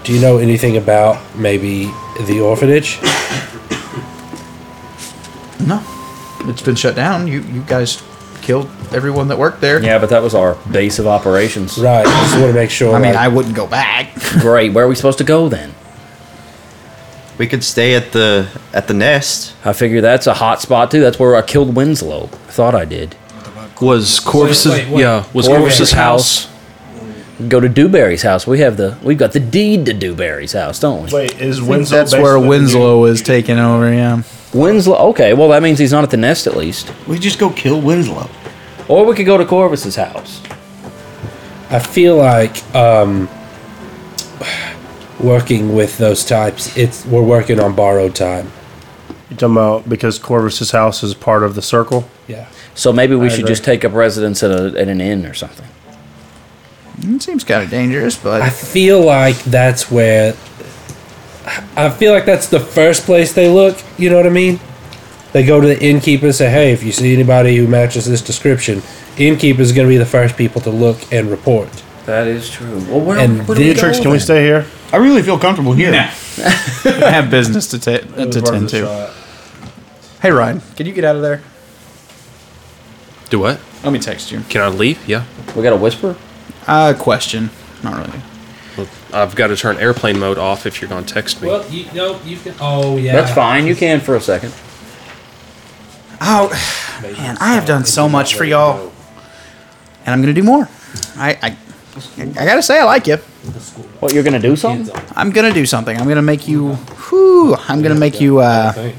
Do you know anything about maybe the orphanage?
No, it's been shut down. You you guys killed everyone that worked there.
Yeah, but that was our base of operations.
Right. Just want to make sure.
I mean,
like-
I wouldn't go back.
Great. Where are we supposed to go then?
We could stay at the at the nest.
I figure that's a hot spot too. That's where I killed Winslow. I thought I did.
Was Corvus's
Wait, wait.
yeah? Was
Corvus's
Corvus's house?
Go to Dewberry's house. We have the we've got the deed to Dewberry's house, don't we?
Wait, is
I think [LAUGHS]
Winslow?
that's
based
where
in the
Winslow is taking over. Yeah.
Winslow. Okay, well that means he's not at the nest at least.
We just go kill Winslow.
Or we could go to Corvus's house.
I feel like um, [SIGHS] working with those types, it's we're working on borrowed time.
You're talking about because Corvus's house is part of the circle.
Yeah.
So maybe we
I
should
agree.
just take up residence at, a, at an inn or something.
It seems kind of dangerous,
I
but
feel like that's where. I feel like that's the first place they look. You know what I mean? They go to the innkeeper and say, "Hey, if you see anybody who matches this description, innkeeper's going to be the first people to look and report."
That is true. Well, where,
And
where do we
Beatrix,
go
Can we
then?
stay here?
I really feel comfortable here.
I [LAUGHS] have business to, ta- to tend to. Hey, Ryan, can you get out of there?
Do what?
Let me text you.
Can I leave? Yeah.
We got a whisper.
Uh, question. Not really.
Well, I've got to turn airplane mode off if you're going to text me.
you no, you can. Oh yeah,
That's fine. You can for a second.
Oh, man, I have done so much for y'all, and I'm gonna do more. I, I, I gotta say, I like you.
What you're gonna do something?
I'm gonna do something. I'm gonna make you. Whew, I'm gonna make you uh,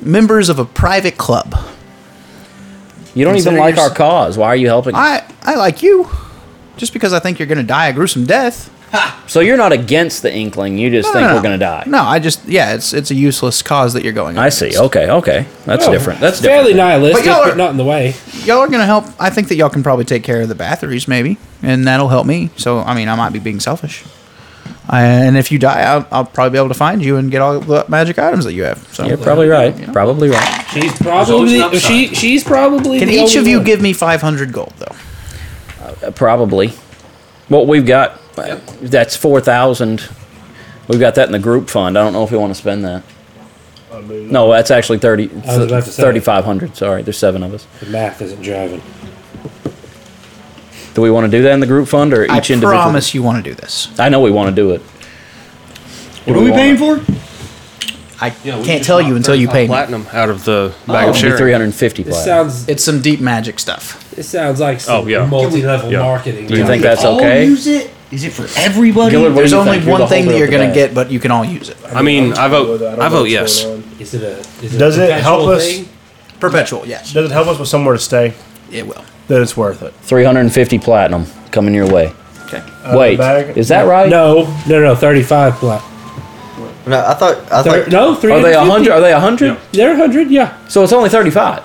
members of a private club.
You don't even
Consider
like our
yours-
cause. Why are you helping? us?
I, I like you, just because I think you're gonna die a gruesome death.
so you're not against the Inkling. You just
No,
think
no, no.
we're gonna die.
No, I just yeah, it's it's a useless cause that you're going.
I
against.
see. Oh. Okay. Okay. That's
Oh.
different. That's different.
fairly nihilistic,
But y'all
but,
are-
not in the way.
Y'all are gonna help. I think that y'all can probably take care of the batteries, maybe, and that'll help me. So I mean, I might be being selfish. And if you die, I'll, I'll probably be able to find you and get all the magic items that you have. So
You're probably right. Probably right.
She's
always an
probably
upside.
she she's probably.
Can
the
each
only
of you
one.
give me 500 gold, though?
Uh, probably. What we've got, uh, that's four thousand. We've got that in the group fund. I don't know if we want to spend that. No, that's actually thirty.
I was about to say.
Thirty-five hundred. Sorry, there's seven of us.
The math isn't driving.
Do we want to do that in the group fund or each
I
individual?
promise you want to do this.
I know we want to do it.
What are we paying for?
I
Yeah, we
can't
just
tell
knocked
you until you
35
pay me.
platinum out of the bag of
Three
sharing.
hundred and fifty.
This sounds
It's some deep magic stuff.
this sounds like some
Oh, yeah.
multi-level
Yeah.
marketing.
Do you think that's
All
okay?
use it? Is it for everybody?
Gilbert, what
There's
do you
only
think? You're the
one thing that
holder
you're
of the
going to
bag.
get, but you can all use it.
I mean, I vote. I, vote yes.
Is it a? Is it
Does
a
it help
perpetual
us?
thing?
Perpetual, yes.
Does it help us with somewhere to stay?
It will.
Then it's worth it.
Three hundred and fifty platinum coming your way.
Okay.
Wait,
bag-
is that right?
No, no, no. Thirty-five black.
No, I thought I
Thir-
thought
no, three.
Are they a hundred? Are they a hundred?
They're a hundred. Yeah.
So it's only thirty-five.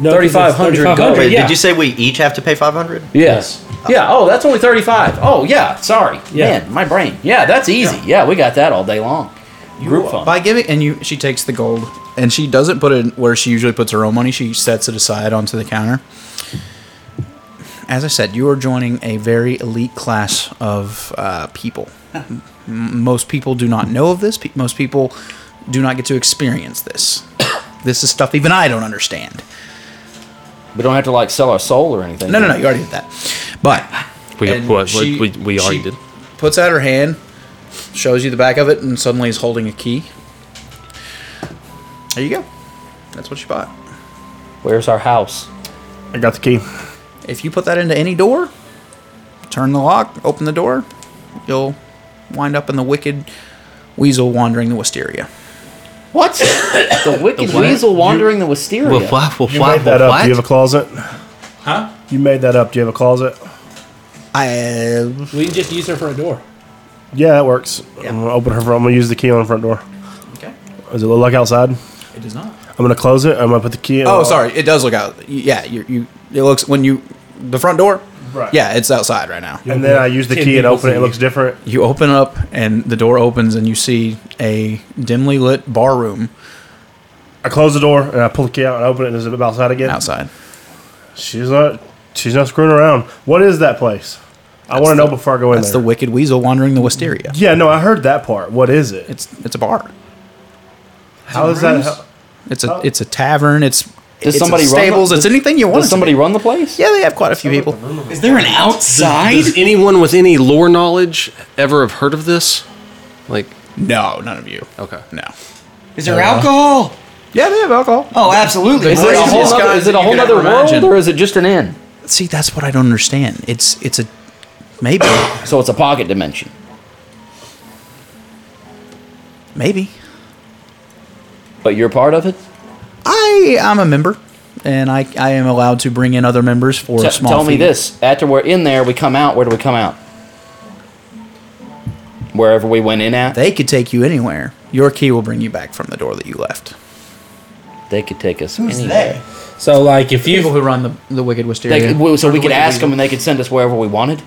No, 'cause it's
3,500 gold.
Wait,
Yeah.
Did you say we each have to pay 500?
Yes. Yeah. Oh, that's only 35. Oh, yeah. Sorry.
Yeah.
Man, my brain. Yeah, that's easy. Yeah, we got that all day long. Group fun.
By giving, and you, she takes the gold, and she doesn't put it where she usually puts her own money. She sets it aside onto the counter. As I said, you are joining a very elite class of uh, people. M- most people do not know of this. Pe- most people do not get to experience this. this is stuff even I don't understand.
We don't have to like sell our soul or anything.
No, no,
do
no.
we?
You already did that. But
We-
and
what- what- we- we already
she
did.
Puts out her hand, shows you the back of it, and suddenly is holding a key. There you go. That's what she bought.
Where's our house?
I got the key.
If you put that into any door, turn the lock, open the door, you'll wind up in the wicked weasel wandering the wisteria.
What? the wicked
The what?
weasel wandering the wisteria.
you made that up. Do you have a closet?
Huh?
You made that up. Do you have a closet?
I.
We can just use her for a door.
Yeah, that works. I'm gonna open her. Front, I'm gonna use the key on the front door.
Okay.
Does it look like outside?
It does not.
I'm gonna close it. I'm gonna put the key.
Oh, sorry. It does look out. y- Yeah, you. you it looks when you the front door.
Right.
Yeah, it's outside right now.
And then I use the key and open it. It looks different.
You open up, and the door opens, and you see a dimly lit bar room.
I close the door and I pull the key out and open it. and Is it outside again?
Outside.
She's not. She's not screwing around. What is that place? I want to know before I go in
That's
there.
the wicked weasel wandering the wisteria.
yeah, no, I heard that part. What is it?
It's it's a bar.
How is that? how-
It's
Oh.
a it's a tavern. It's
Does
it's
somebody
a
run the-
stables. it's
does-
anything you
does
want. it to
somebody
be.
run the place?
Yeah, they have quite a few people.
Is there an outside?
Does, does anyone with any lore knowledge ever have heard of this? Like,
no, none of you.
Okay,
no.
Is there alcohol?
Yeah, they have alcohol.
Oh, absolutely.
Is it a
Craziest
whole nother,
guys
is it
that
a
you
whole
could
nother
ever
world
imagine.
or is it just an inn?
See, that's what I don't understand. It's it's a maybe
So it's a pocket dimension.
maybe
But you're part of it?
I am a member, and I I am allowed to bring in other members for
T-
a small.
tell me
fee.
this. After we're in there, we come out. Where do we come out? Wherever we went in at?
They could take you anywhere. Your key will bring you back from the door that you left.
They could take us
Who's
anywhere.
they?
So, like, if you
People who run the the wicked wisteria.
They could- w- so
Or
we
the
could
wicked
ask
weasel.
them and they could send us wherever we wanted?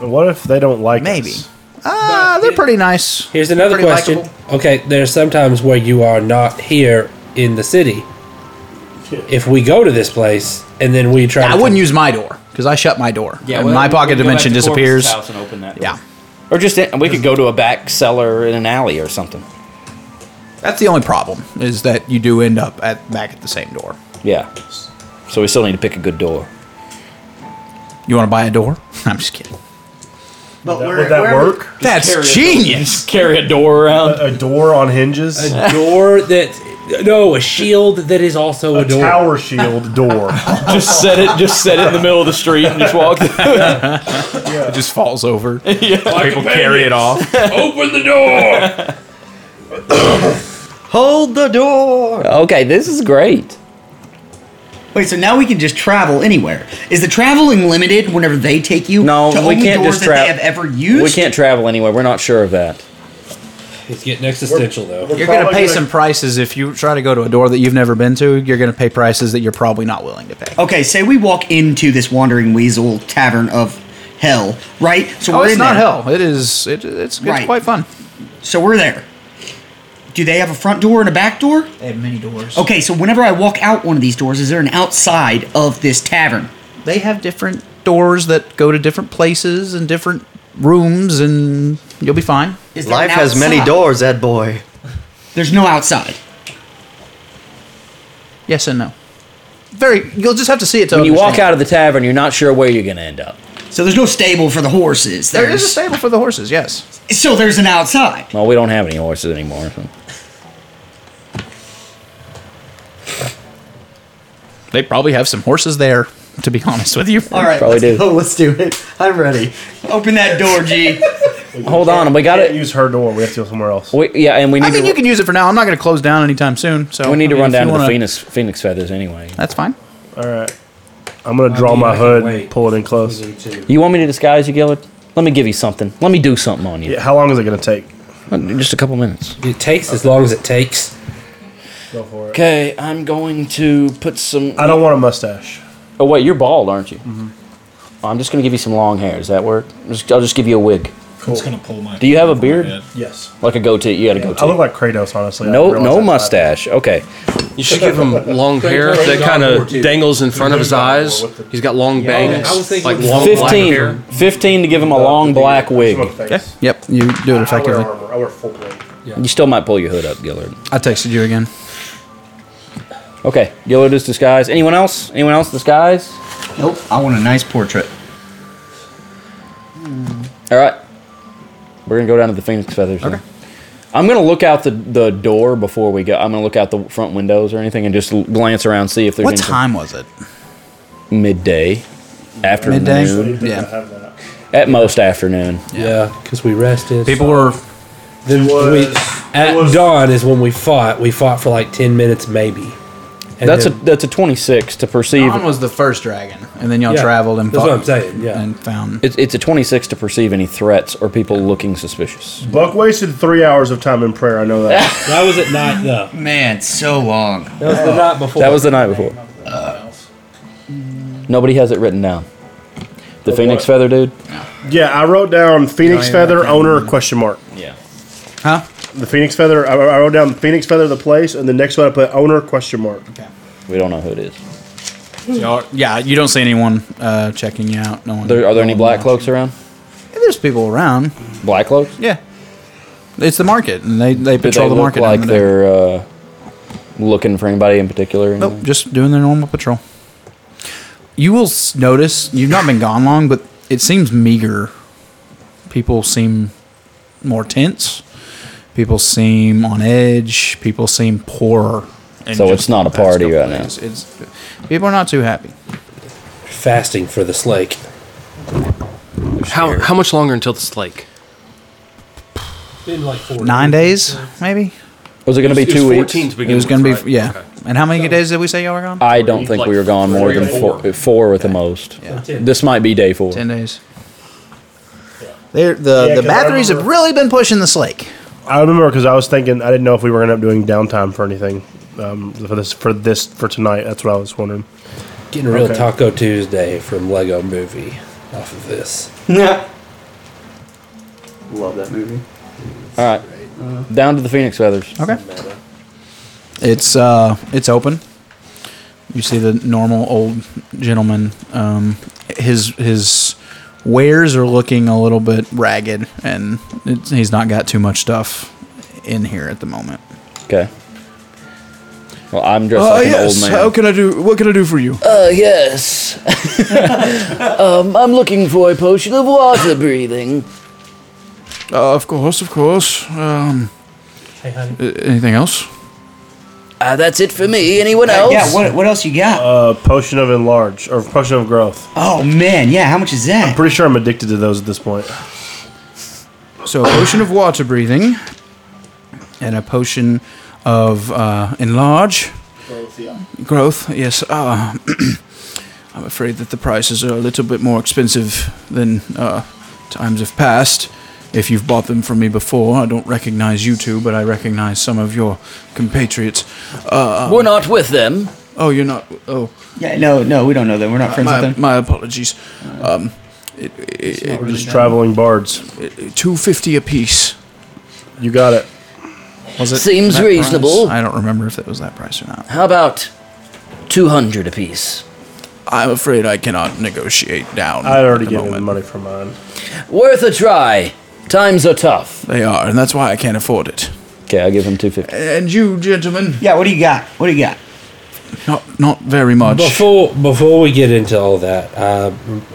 What if they don't like?
Maybe.
us?
Ah, they're pretty nice.
Here's another
Pretty
question. Okay, there's sometimes where you are not here in the city. If we go to this place and then we try,
I
to
wouldn't use my door because I shut my door. Yeah,
well,
my
we
pocket
can go
dimension
back to Corvus's
disappears.
house and open that door.
Yeah,
Or just in, we could go to a back cellar in an alley or something.
that's the only problem is that you do end up at back at the same door.
Yeah. So we still need to pick a good door.
You want to buy a door? [LAUGHS] I'm just kidding.
But where,
Would that
where-
work?
That's genius.
Carry a door around.
A door on hinges.
a door that no, a shield that is also a,
a
door.
tower shield door.
just set it. Just set it in the middle of the street and just walk.
It just falls over.
People carry it off.
Open the door.
Hold the door.
okay, this is great.
Wait, so now we can just travel anywhere. Is the traveling limited whenever they take you?
No,
to
we
only
can't
doors
just
that
travel.
they have ever used.
We can't travel anywhere. We're not sure of that.
It's getting existential though.
[LAUGHS] You're gonna
Probably
pay
gonna-
some prices if you try to go to a door that you've never been to. You're gonna pay prices that you're probably not willing to pay.
Okay, say we walk into this wandering weasel tavern of hell, right? So
Oh,
we're
it's
in
not
there.
hell. It is. It, it's it's
Right.
quite fun.
So we're there. Do they have a front door and a back door?
They have many doors.
Okay, so whenever I walk out one of these doors, is there an outside of this tavern?
They have different doors that go to different places and different rooms, and you'll be fine.
Is there an
Life has many
outside?
doors, that boy.
There's no outside.
Yes and no. Very. You'll just have to see it to
When you walk
understand.
out of the tavern, you're not sure where you're going to end up.
So there's no stable for the horses.
There is a stable for the horses. Yes.
So there's an outside.
Well, we don't have any horses anymore. so.
They probably have some horses there. To
[LAUGHS]
be honest with you.
All right,
Probably do.
let's go. Let's do it. I'm ready. Open that door, G.
Hold on, we got
Can't
it.
use her door. We have to go somewhere else.
We, yeah, and we need
I mean,
to.
you can use it for now. I'm not going to close down anytime soon. So
we need to
I mean,
run
if
down
you
to the
wanna-
phoenix phoenix feathers anyway.
That's fine.
All right. I'm gonna draw
mean, I
my
can
hood,
wait.
pull it in close.
You want me to disguise you, Gillard? Let me give you something. Let me do something on you.
Yeah, how long is it gonna take?
Just a couple minutes.
It takes as long as it takes. Go for it.
Okay, I'm going to put some.
I don't want a mustache.
Oh wait, you're bald, aren't you? I'm just gonna give you some long hair. Does that work? Just- I'll just give you a wig.
Cool.
It's gonna pull my.
Do you have a beard?
Yes.
Like a goatee? You had a
Oh,
goatee.
I look like Kratos, honestly. I
no,
realize
no
that.
mustache. Okay.
[LAUGHS] You should give him long hair that kind of dangles in front of his eyes. He's got long bangs, like long black
15,
hair.
15 to give him a long black wig.
Yeah. Yep. You do it effectively.
I wear full plate.
You still might pull your hood up, Gillard.
I texted you again.
Okay, Gillard is disguised. Anyone else? Anyone else disguised?
Nope. I want a nice portrait.
All right. We're gonna go down to the Phoenix Feathers. Okay. I'm gonna look out the, the door before we go. I'm gonna look out the front windows or anything and just l- glance around see if there's
What
anything-
time was it?
midday, afternoon,
Midday. Yeah.
at most afternoon.
Yeah, because we rested.
People were
Then we,
was-
at dawn is when we fought. We fought for like ten minutes, maybe. And
that's a
then-
that's a 26 to perceive.
Dawn was the first dragon, and then y'all
Yeah.
traveled and
That's what
fought-
I'm saying, yeah.
and found.
It's, it's a 26 to perceive any threats or people looking suspicious.
Buck wasted three hours of time in prayer. I know
[LAUGHS]
that.
[LAUGHS] that was at night though.
Man, so long.
That was the night before.
That was the night before. Nobody has it written down. The Phoenix Feather dude.
yeah, I wrote down Phoenix
yeah,
Feather owner question mark.
Yeah.
Huh?
The Phoenix Feather. I, I wrote down Phoenix Feather the place, and the next one I put owner question mark.
We don't know who it is.
Yeah. You don't see anyone uh, checking you out. No one.
There, are there
no
any
one
black
watching.
cloaks around?
Yeah, there's people around.
Black cloaks?
Yeah. It's the market, and they they
Do they
patrol the
look
market.
like
down there.
they're uh, looking for anybody in particular? or
Nope,
anything?
just doing their normal patrol. You will s- notice you've not been gone long, but it seems meager. People seem more tense. People seem on edge. People seem poorer. in
So
just
it's not a
the past
party
couple
right now.
days. It's, people are not too happy.
fasting for the slake.
How, how much longer until this lake?
Been like four
Nine days, maybe.
Was it going to be two weeks?
It was going to be yeah. And how many days did we say y'all were gone?
I don't think
Like
we were gone more
three or
than four, four at the most. This might be day four.
Ten days. They're, the
Yeah,
the
'cause I
batteries have
remember-
really been pushing the slake.
I remember because I was thinking I didn't know if we were gonna end up doing downtime for anything um, for this for this for tonight. That's what I was wondering.
Getting a real
Okay.
Taco Tuesday from Lego Movie off of this.
Love that movie.
All right. Down to the Phoenix Feathers.
Okay. It's uh, it's open. You see the normal old gentleman. Um, his his wares are looking a little bit ragged, and it's, he's not got too much stuff in here at the moment.
Okay. Well, I'm dressed
Oh,
like an old man.
Uh, can I do? What can I do for you?
Uh, yes. [LAUGHS] um, I'm looking for a potion of water breathing.
Uh, of course, of course. Um,
Hey, honey.
anything else?
Uh, that's it for me. Anyone
Uh, yeah. What What else you got?
Uh, potion of enlarge or potion of growth.
oh man. Yeah. How much is
I'm
that?
pretty sure I'm addicted to those at this point.
So, a potion of water breathing, and a potion of uh, enlarge. Growth, yes. Uh, [CLEARS THROAT] I'm afraid that the prices are a little bit more expensive than uh, times have passed. If you've bought them from me before, I don't recognize you two, but I recognize some of your compatriots. Uh,
We're not with them.
Oh, you're not. Oh,
Yeah. No. No. We don't know that. We're not friends
my,
with them.
my apologies. Um, it, it,
We're just traveling bards.
it, two fifty apiece.
You got it.
Was it
Seems
that price?
reasonable.
I don't remember if it was that price or not.
How about 200 apiece?
I'm afraid I cannot negotiate down.
I'd
at the
already given
moment.
him money for mine.
Worth a try. Times are tough.
They are, and that's why I can't afford it.
Okay, I'll give him 250.
And you, gentlemen,
Yeah. What do you got? What do you got?
not not very much.
Before before we get into all that, uh,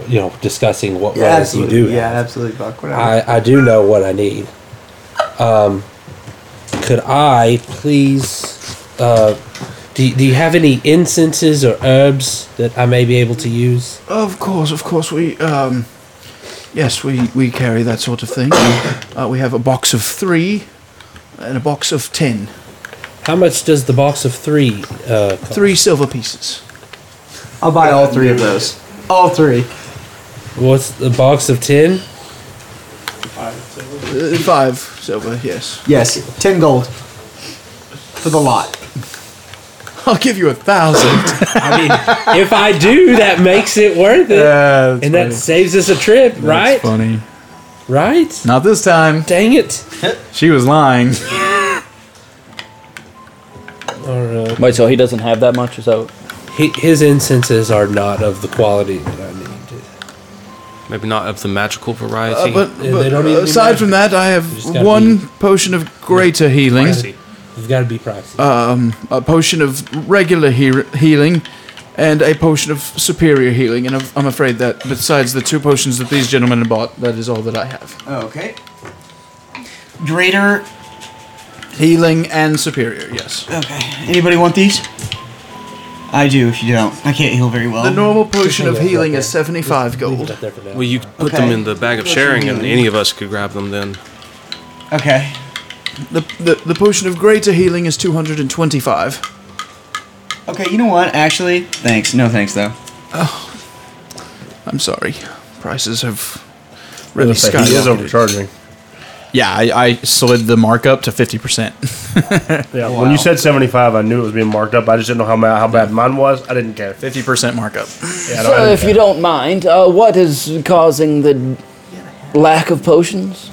you know, discussing what roles you do,
Yeah,
have,
absolutely, Buck. Whatever.
I I do know what I need. Um, could I please? Uh, do Do you have any incenses or herbs that I may be able to use?
Of course, of course, we um, yes, we we carry that sort of thing. uh, we have a box of three, and a box of ten.
How much does the box of three? Uh, cost?
Three silver pieces.
I'll buy all three of those. All three.
What's the box of ten?
Uh, five silver, yes. [LAUGHS]
Yes, ten gold for the lot.
I'll give you a thousand.
I
[LAUGHS]
mean, if I do, that makes it worth it,
Yeah,
and that saves us a trip, right?
funny.
Right?
Not this time.
Dang it!
She was lying.
All right.
Wait, so he doesn't have that much? Is that
He, uh, his incenses are not of the quality that I need.
Maybe not of the magical
Uh,
variety.
but
They
but
don't even
aside
matter.
from that, I
just
have
gotta
one potion of greater healing,
You've got to be pricey.
um, a potion of regular he- healing, and a potion of superior healing. And I'm- I'm afraid that besides the two potions that these gentlemen have bought, that is all that I have.
Okay. Greater.
Healing and superior, yes.
Okay. Anybody want these? I do. If you don't, I can't heal very well.
The normal potion
hang
of
it right
healing
there.
is 75 gold.
There for now.
well, you could put them
Okay.
in the bag of sharing, and any of us could grab them then.
Okay.
The, the, the potion of greater healing is 225.
Okay. You know what? Actually, thanks. No thanks though.
I'm sorry. Prices have really
He is
skyrocketed.
overcharging.
Yeah, I, I slid the markup to 50%.
Yeah. When you said seventy five, I knew it was being marked up. I just didn't know how ma- how bad mine was. I didn't care.
50% markup.
Yeah, I don't, I didn't care.
don't mind, uh, what is causing the lack of potions?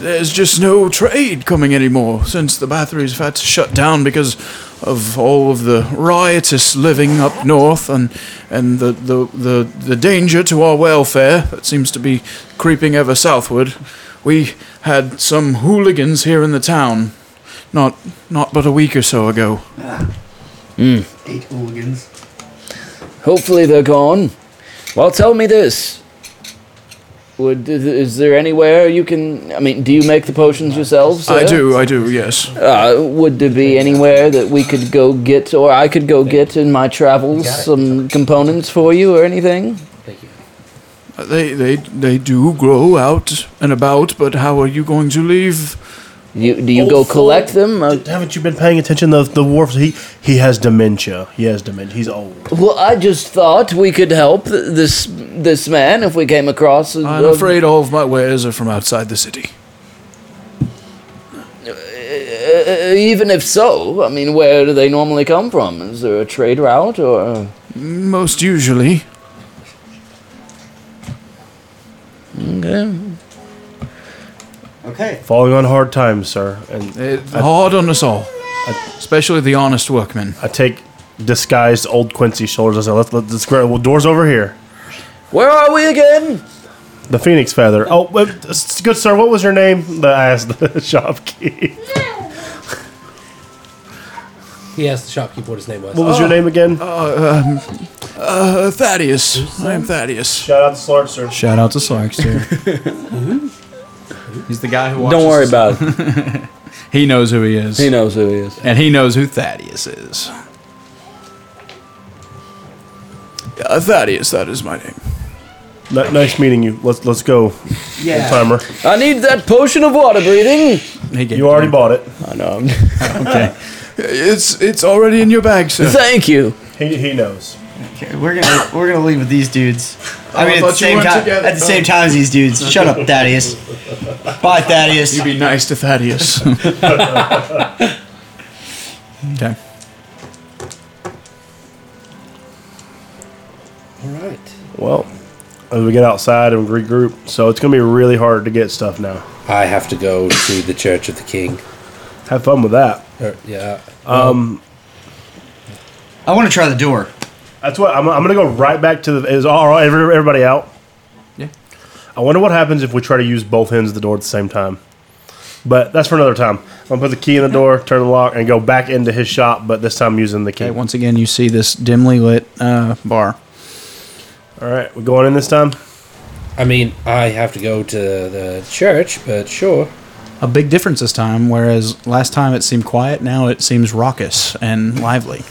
There's just no trade coming anymore since the batteries have had to shut down because of all of the riotous living up north and and the, the, the, the danger to our welfare that seems to be creeping ever southward. We had some hooligans here in the town not not but a week or so ago.
Eight hooligans.
Hopefully they're gone. Well, tell me this. Would, is there anywhere you can? I mean, do you make the potions yourselves?
I
sir?
do, I do, yes.
Uh, would there be anywhere that we could go get, or I could go get in my travels some components for you or anything?
They they they do grow out and about, but how are you going to leave?
You, do you go collect them? Uh,
Haven't you been paying attention? The the wharf. He he has dementia. He has dementia. He's old.
well, I just thought we could help th- this this man if we came across. a-
I'm
a-
afraid all of my wares are from outside the city.
uh, even if so, I mean, where do they normally come from? Is there a trade route or?
Most usually.
Okay.
Okay.
Falling on hard times, sir. And
It's hard on us all. Especially the honest workmen.
I take disguised old Quincy shoulders. I say, let's let this well, doors over here.
Where are we again?
The phoenix feather. Oh, well, s- good sir. What was your name? The I asked the [LAUGHS] shopkeep.
He asked the shopkeeper what his name was.
What was your name again?
Uh, Thaddeus. I am Thaddeus.
Shout out to Slark, sir.
Shout out to
[LAUGHS]
Slarkster. Mm-hmm. He's the guy who watches.
Don't worry about [LAUGHS] it.
He knows who he is.
He knows who he is.
And he knows who Thaddeus is. Uh, Thaddeus, that is my name.
N- nice meeting you. Let's let's go. Yeah. Timer.
I need that potion of water breathing.
He gave
You already bought it.
I know. [LAUGHS]
It's it's already in your bag, sir.
Thank you.
He, he knows.
Okay. We're gonna we're gonna leave with these dudes. I
Oh,
mean,
I
at
thought
the
you
same
weren't
time,
together.
at the same time as these dudes. Shut up, Thaddeus. Bye, Thaddeus.
You be nice to [LAUGHS] Thaddeus. okay.
Well, as we get outside and regroup, so it's gonna be really hard to get stuff now.
I have to go to the Church of the King.
Have fun with that.
Or- Uh, yeah.
I want to try the door.
That's what I'm, I'm gonna go right back to the. Is all right, every- everybody out?
Yeah.
I wonder what happens if we try to use both ends of the door at the same time. But that's for another time. I'm gonna put the key in the door, turn the lock, and go back into his shop. But this time using the key.
Okay. Once again, you see this dimly lit uh, bar.
All right, we're going in this time.
I mean, I have to go to the church, but sure.
A big difference this time, whereas last time it seemed quiet, now it seems raucous and lively.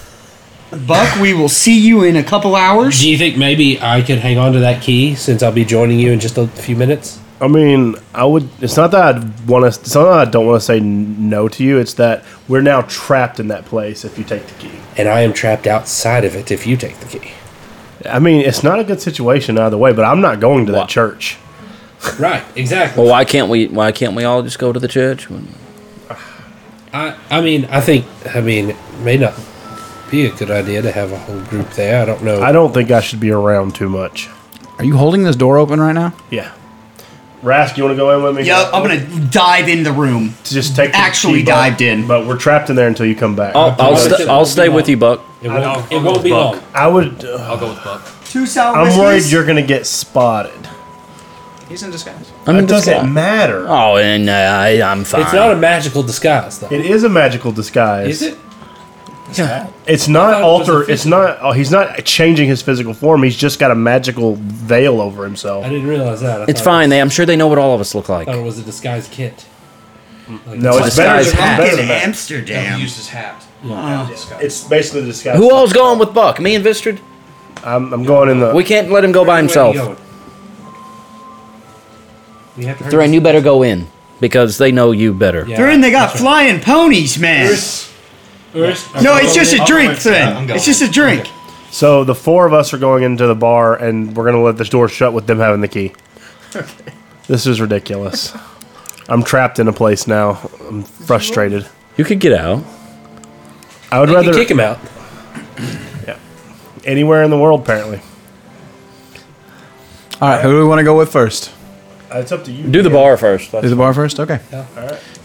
Buck, we will see you in a couple hours.
Do you think maybe I could hang on to that key since I'll be joining you in just a few minutes?
I mean, I would. It's not that I'd want to. It's not that I don't want to say n- no to you. It's that we're now trapped in that place. If you take the key,
And I am trapped outside of it if you take the key.
I mean, it's not a good situation either way. But I'm not going to that church.
Right, exactly.
Well, why can't we? Why can't we all just go to the church?
I, I mean, I think, I mean, may not. be a good idea to have a whole group there. I don't know.
I don't think I should be around too much.
Are you holding this door open right now?
Yeah. Rask, you want to go in with me?
Yup, I'm gonna dive in the room.
To just take the
Actually
key, bud.
dived in.
But we're trapped in there until you come back.
I'll, I'll, st- I'll stay with you, Buck.
It won't, it won't be long.
I would. uh,
I'll go with Buck.
Two sour
I'm worried
whiskeys?
you're gonna get spotted.
He's in disguise.
I'm
It
in
doesn't
disguise.
matter.
Oh, and uh, I, I'm fine.
It's not a magical disguise, though.
It is a magical disguise.
Is it?
It's not
I thought it was
alter.
a
It's not. Oh, he's not changing his physical form. He's just got a magical veil over himself.
I didn't realize that. I
It's
thought-
fine. They, I'm sure they know what all of us look like.
thought it was a disguise kit. Like
No, it's better,
disguise
than-
hat.
better
in
than that.
Amsterdam.
his hat.
It's basically the disguise.
Who all's going with Buck? Me and Vistred?
I'm, I'm going in the.
We can't let him go by himself.
We have to hurry.
Thorane, you better go in because they know you better.
Yeah,
They're in. They got
that's right.
flying ponies, man.
Urs-
No,
okay.
it's just a drink thing.
going.
It's just a drink.
so the four of us are going into the bar, and we're gonna let this door shut with them having the key. This is ridiculous. I'm trapped in a place now. I'm frustrated.
You could get out.
I would
You can
rather
kick him out.
anywhere in the world. Apparently,
All right, who do we want to go with first?
Uh, it's up to you.
Do the bar first.
Is the bar first? Okay.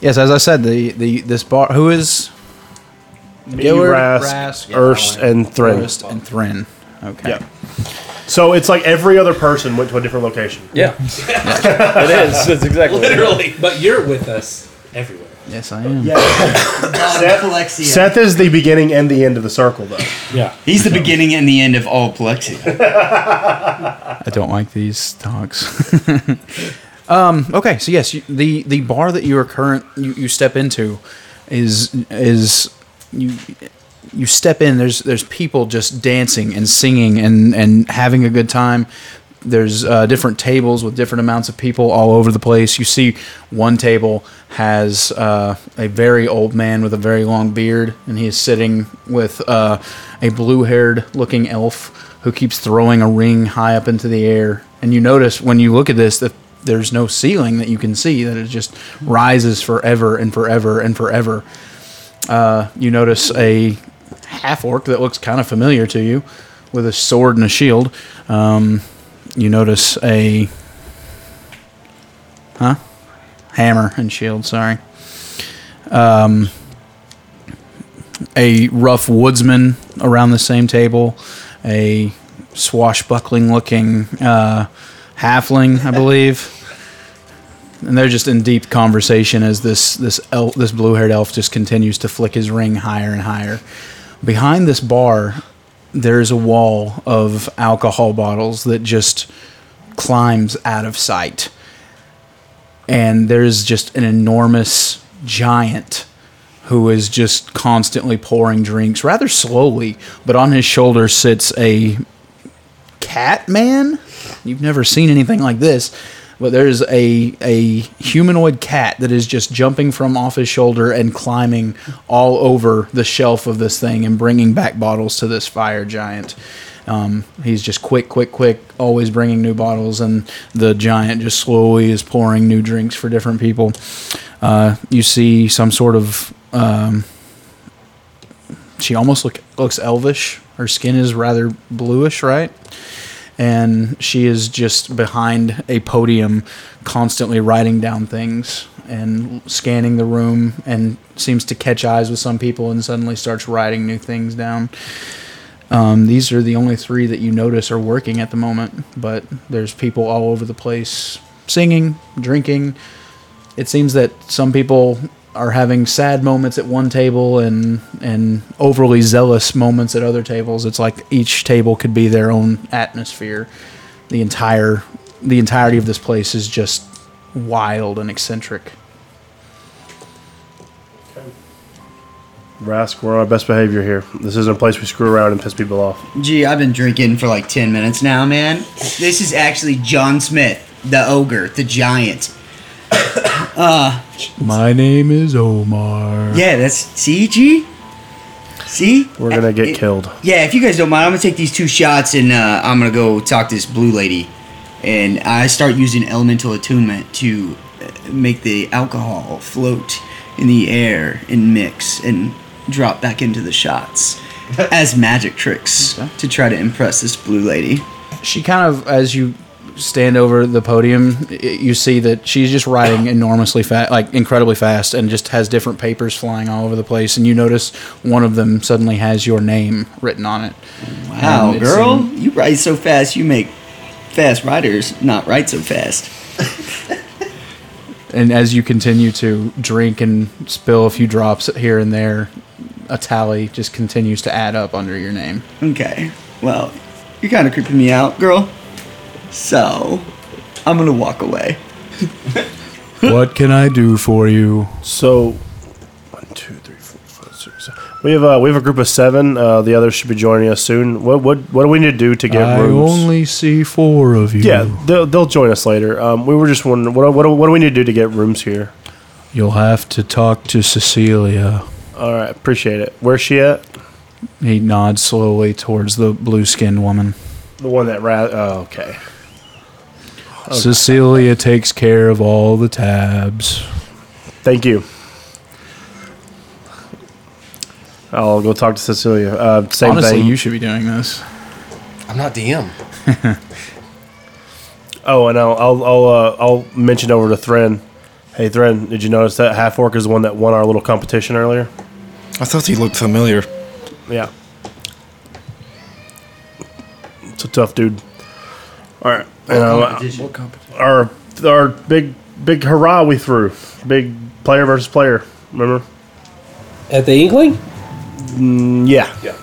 Yes, as I said, the, the this bar. Who is
Me,
Gillard,
Rask,
Rask,
Erst, and Thrin.
first and Thrin? Okay.
Yep. So it's like every other person went to a different location.
Yeah,
It is. [LAUGHS] That's exactly.
literally.
But you're with us everywhere.
Yes, I am.
God, Plexia.
Seth is the beginning and the end of the circle, though.
Yeah.
He's the beginning and the end of all Plexia.
I don't like these talks. [LAUGHS] um, okay, so yes, you, the the bar that you are current you, you step into is is you you step in. There's there's people just dancing and singing and and having a good time. There's uh, different tables with different amounts of people all over the place. You see, one table has uh, a very old man with a very long beard, and he is sitting with uh, a blue-haired looking elf who keeps throwing a ring high up into the air. And you notice when you look at this that there's no ceiling that you can see; that it just rises forever and forever and forever you notice a half orc that looks kind of familiar to you with a sword and a shield. Um, you notice a. Huh? Hammer and shield, sorry. Um, a rough woodsman around the same table. A swashbuckling looking uh, halfling, I believe and they're just in deep conversation as this this elf, this blue haired elf just continues to flick his ring higher and higher. Behind this bar, there's a wall of alcohol bottles that just climbs out of sight, and there's just an enormous giant who is just constantly pouring drinks rather slowly, but on his shoulder sits a cat man. You've never seen anything like this. But there's a a humanoid cat that is just jumping from off his shoulder and climbing all over the shelf of this thing and bringing back bottles to this fire giant. Um, he's just quick, quick, quick, always bringing new bottles, and the giant just slowly is pouring new drinks for different people. Uh, you see some sort of um, she almost look, looks elvish. Her skin is rather bluish, right? And she is just behind a podium, constantly writing down things and scanning the room, and seems to catch eyes with some people and suddenly starts writing new things down. Um, these are the only three that you notice are working at the moment, but there's people all over the place singing, drinking, it seems that some people are having sad moments at one table and and overly zealous moments at other tables. It's like each table could be their own atmosphere. The entire the entirety of this place is just wild and eccentric.
Rask, we're on our best behavior here. This isn't a place we screw around and piss people off.
Gee, I've been drinking for like 10 minutes now, man. This is actually John Smith, the ogre, the giant.
My name is Omar.
Yeah, that's. See, G? See?
Uh-huh. We're gonna get
It-
killed.
Yeah, if you guys don't mind, I'm gonna take these two shots and uh, I'm gonna go talk to this blue lady. And I start using elemental attunement to uh, make the
[LAUGHS]
alcohol float in the air and mix and drop back into the shots. as magic tricks to try to impress this blue lady.
She kind of, as you stand over the podium, y- you see that she's just writing enormously fast, like incredibly fast, and just has different papers flying all over the place. And you notice one of them suddenly has your name written on it.
Wow,
And it
girl,
seemed-
you ride so fast, you make fast riders not ride so fast.
and as you continue to drink and spill a few drops here and there, a tally just continues to add up under your name.
Okay, well, you're kind of creeping me out, girl. So, I'm gonna walk away.
[LAUGHS] what can I do for you?
So, one, two, three, four, five, six, seven. We have uh, we have a group of seven. Uh, the others should be joining us soon. What what what do we need to do to get
I
rooms?
only see four of you.
yeah, they'll, they'll join us later. Um, we were just wondering what, what what do we need to do to get rooms here?
You'll have to talk to Cecilia.
All right, appreciate it. Where's she at?
He nods slowly towards the blue skinned woman.
The one that ra- oh, okay.
Cecilia takes care of all the tabs.
Thank you. I'll go talk to Cecilia. Uh, same
Honestly,
thing.
you should be doing this.
I'm not DM.
Oh, and I'll I'll I'll, uh, I'll mention over to Thren. Hey, Thren, did you notice that half orc is the one that won our little competition earlier?
I thought he looked familiar.
Yeah. It's a tough dude. All right. And, uh, our our big big hurrah we threw. Big player versus player. Remember?
At the Inkling?
Mm, yeah. Yeah.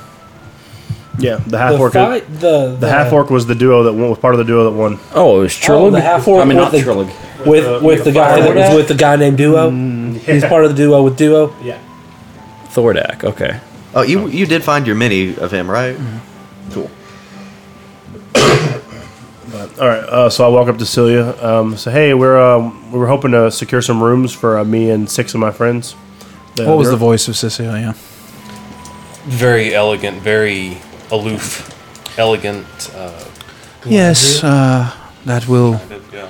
Yeah. The half
the
orc.
fight, the, the,
The half orc was the duo that won. Was part of the duo that won.
Oh, it was Trillig.
the half-orc
I mean,
with
not
the-
Trillig.
with with the guy that was with the guy named Duo. He's part of the duo with Duo.
Yeah.
Thordak. Okay.
Oh, you you did find your mini of him, right? Cool.
All right. Uh, so I walk up to Celia. Um, so hey, we're um, we were hoping to secure some rooms for uh, me and six of my friends. The-
What was the voice of Cecilia?
Very elegant, very aloof, elegant. Uh,
Yes, uh, that will.
yeah,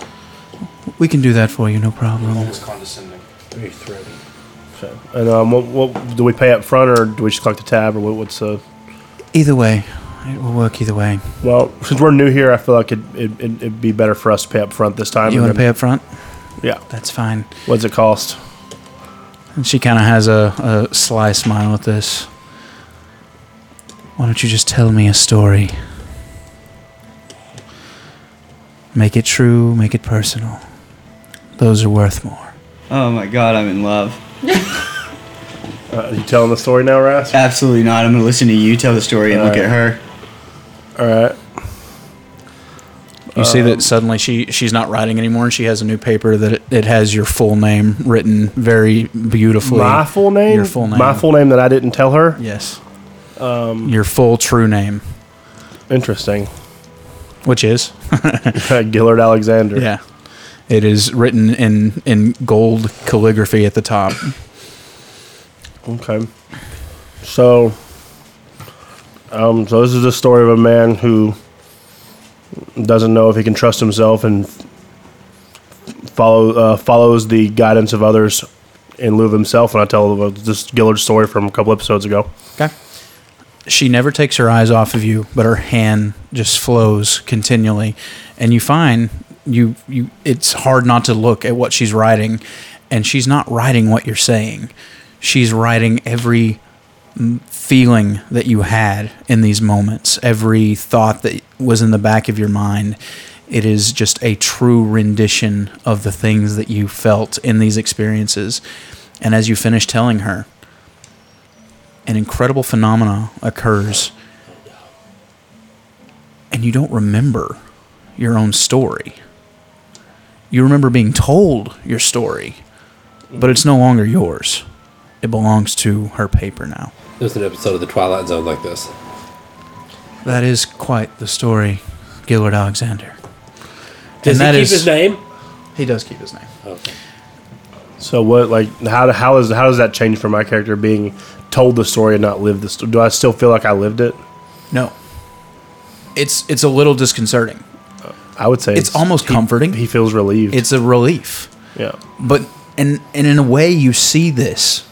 We can do that for you, no problem.
almost condescending. Very threatening.
And um, what, what do we pay up front, or do we just collect the tab, or what, what's uh, the?
Either way, it will work either way.
Well, since we're new here, I feel like it, it, it, it'd be better for us to pay up front this time.
You want to pay
than-
up front?
Yeah.
That's fine.
What's it cost?
And she kind of has a, a sly smile at this. Why don't you just tell me a story? Make it true, make it personal. Those are worth more.
Oh my god, I'm in love.
Uh, are you telling the story now, Ras?
Absolutely not. I'm gonna listen to you tell the story and look
Alright.
at her.
All right.
You see that suddenly she, she's not writing anymore and she has a new paper that it, it has your full name written very beautifully.
My full name.
Your full name.
My full name that I didn't tell her.
Yes. Um, your full true name,
Interesting. [LAUGHS]
which is?
Gillard Alexander.
Yeah. It is written in, in gold calligraphy at the top.
Okay. So, um, so this is the story of a man who doesn't know if he can trust himself and follow uh, follows the guidance of others in lieu of himself. And I tell uh, this Gillard story from a couple episodes ago.
Okay. She never takes her eyes off of you, but her hand just flows continually, and you find you you it's hard not to look at what she's writing, and she's not writing what you're saying. She's writing every mm, feeling that you had in these moments, every thought that was in the back of your mind. It is just a true rendition of the things that you felt in these experiences. And as you finish telling her, an incredible phenomena occurs and you don't remember your own story. You remember being told your story, but it's no longer yours. It belongs to her paper now.
There's an episode of the Twilight Zone like this.
That is quite the story, Gilbert Alexander.
Does he
that
keep
is-
his name?
He does keep his name.
So what, like, how how is how does that change for my character being told the story and not live the story? Do I still feel like I lived it?
No. It's it's a little disconcerting.
I would say
It's almost
he-
comforting.
He feels relieved.
It's a relief.
yeah.
but and and in a way you see this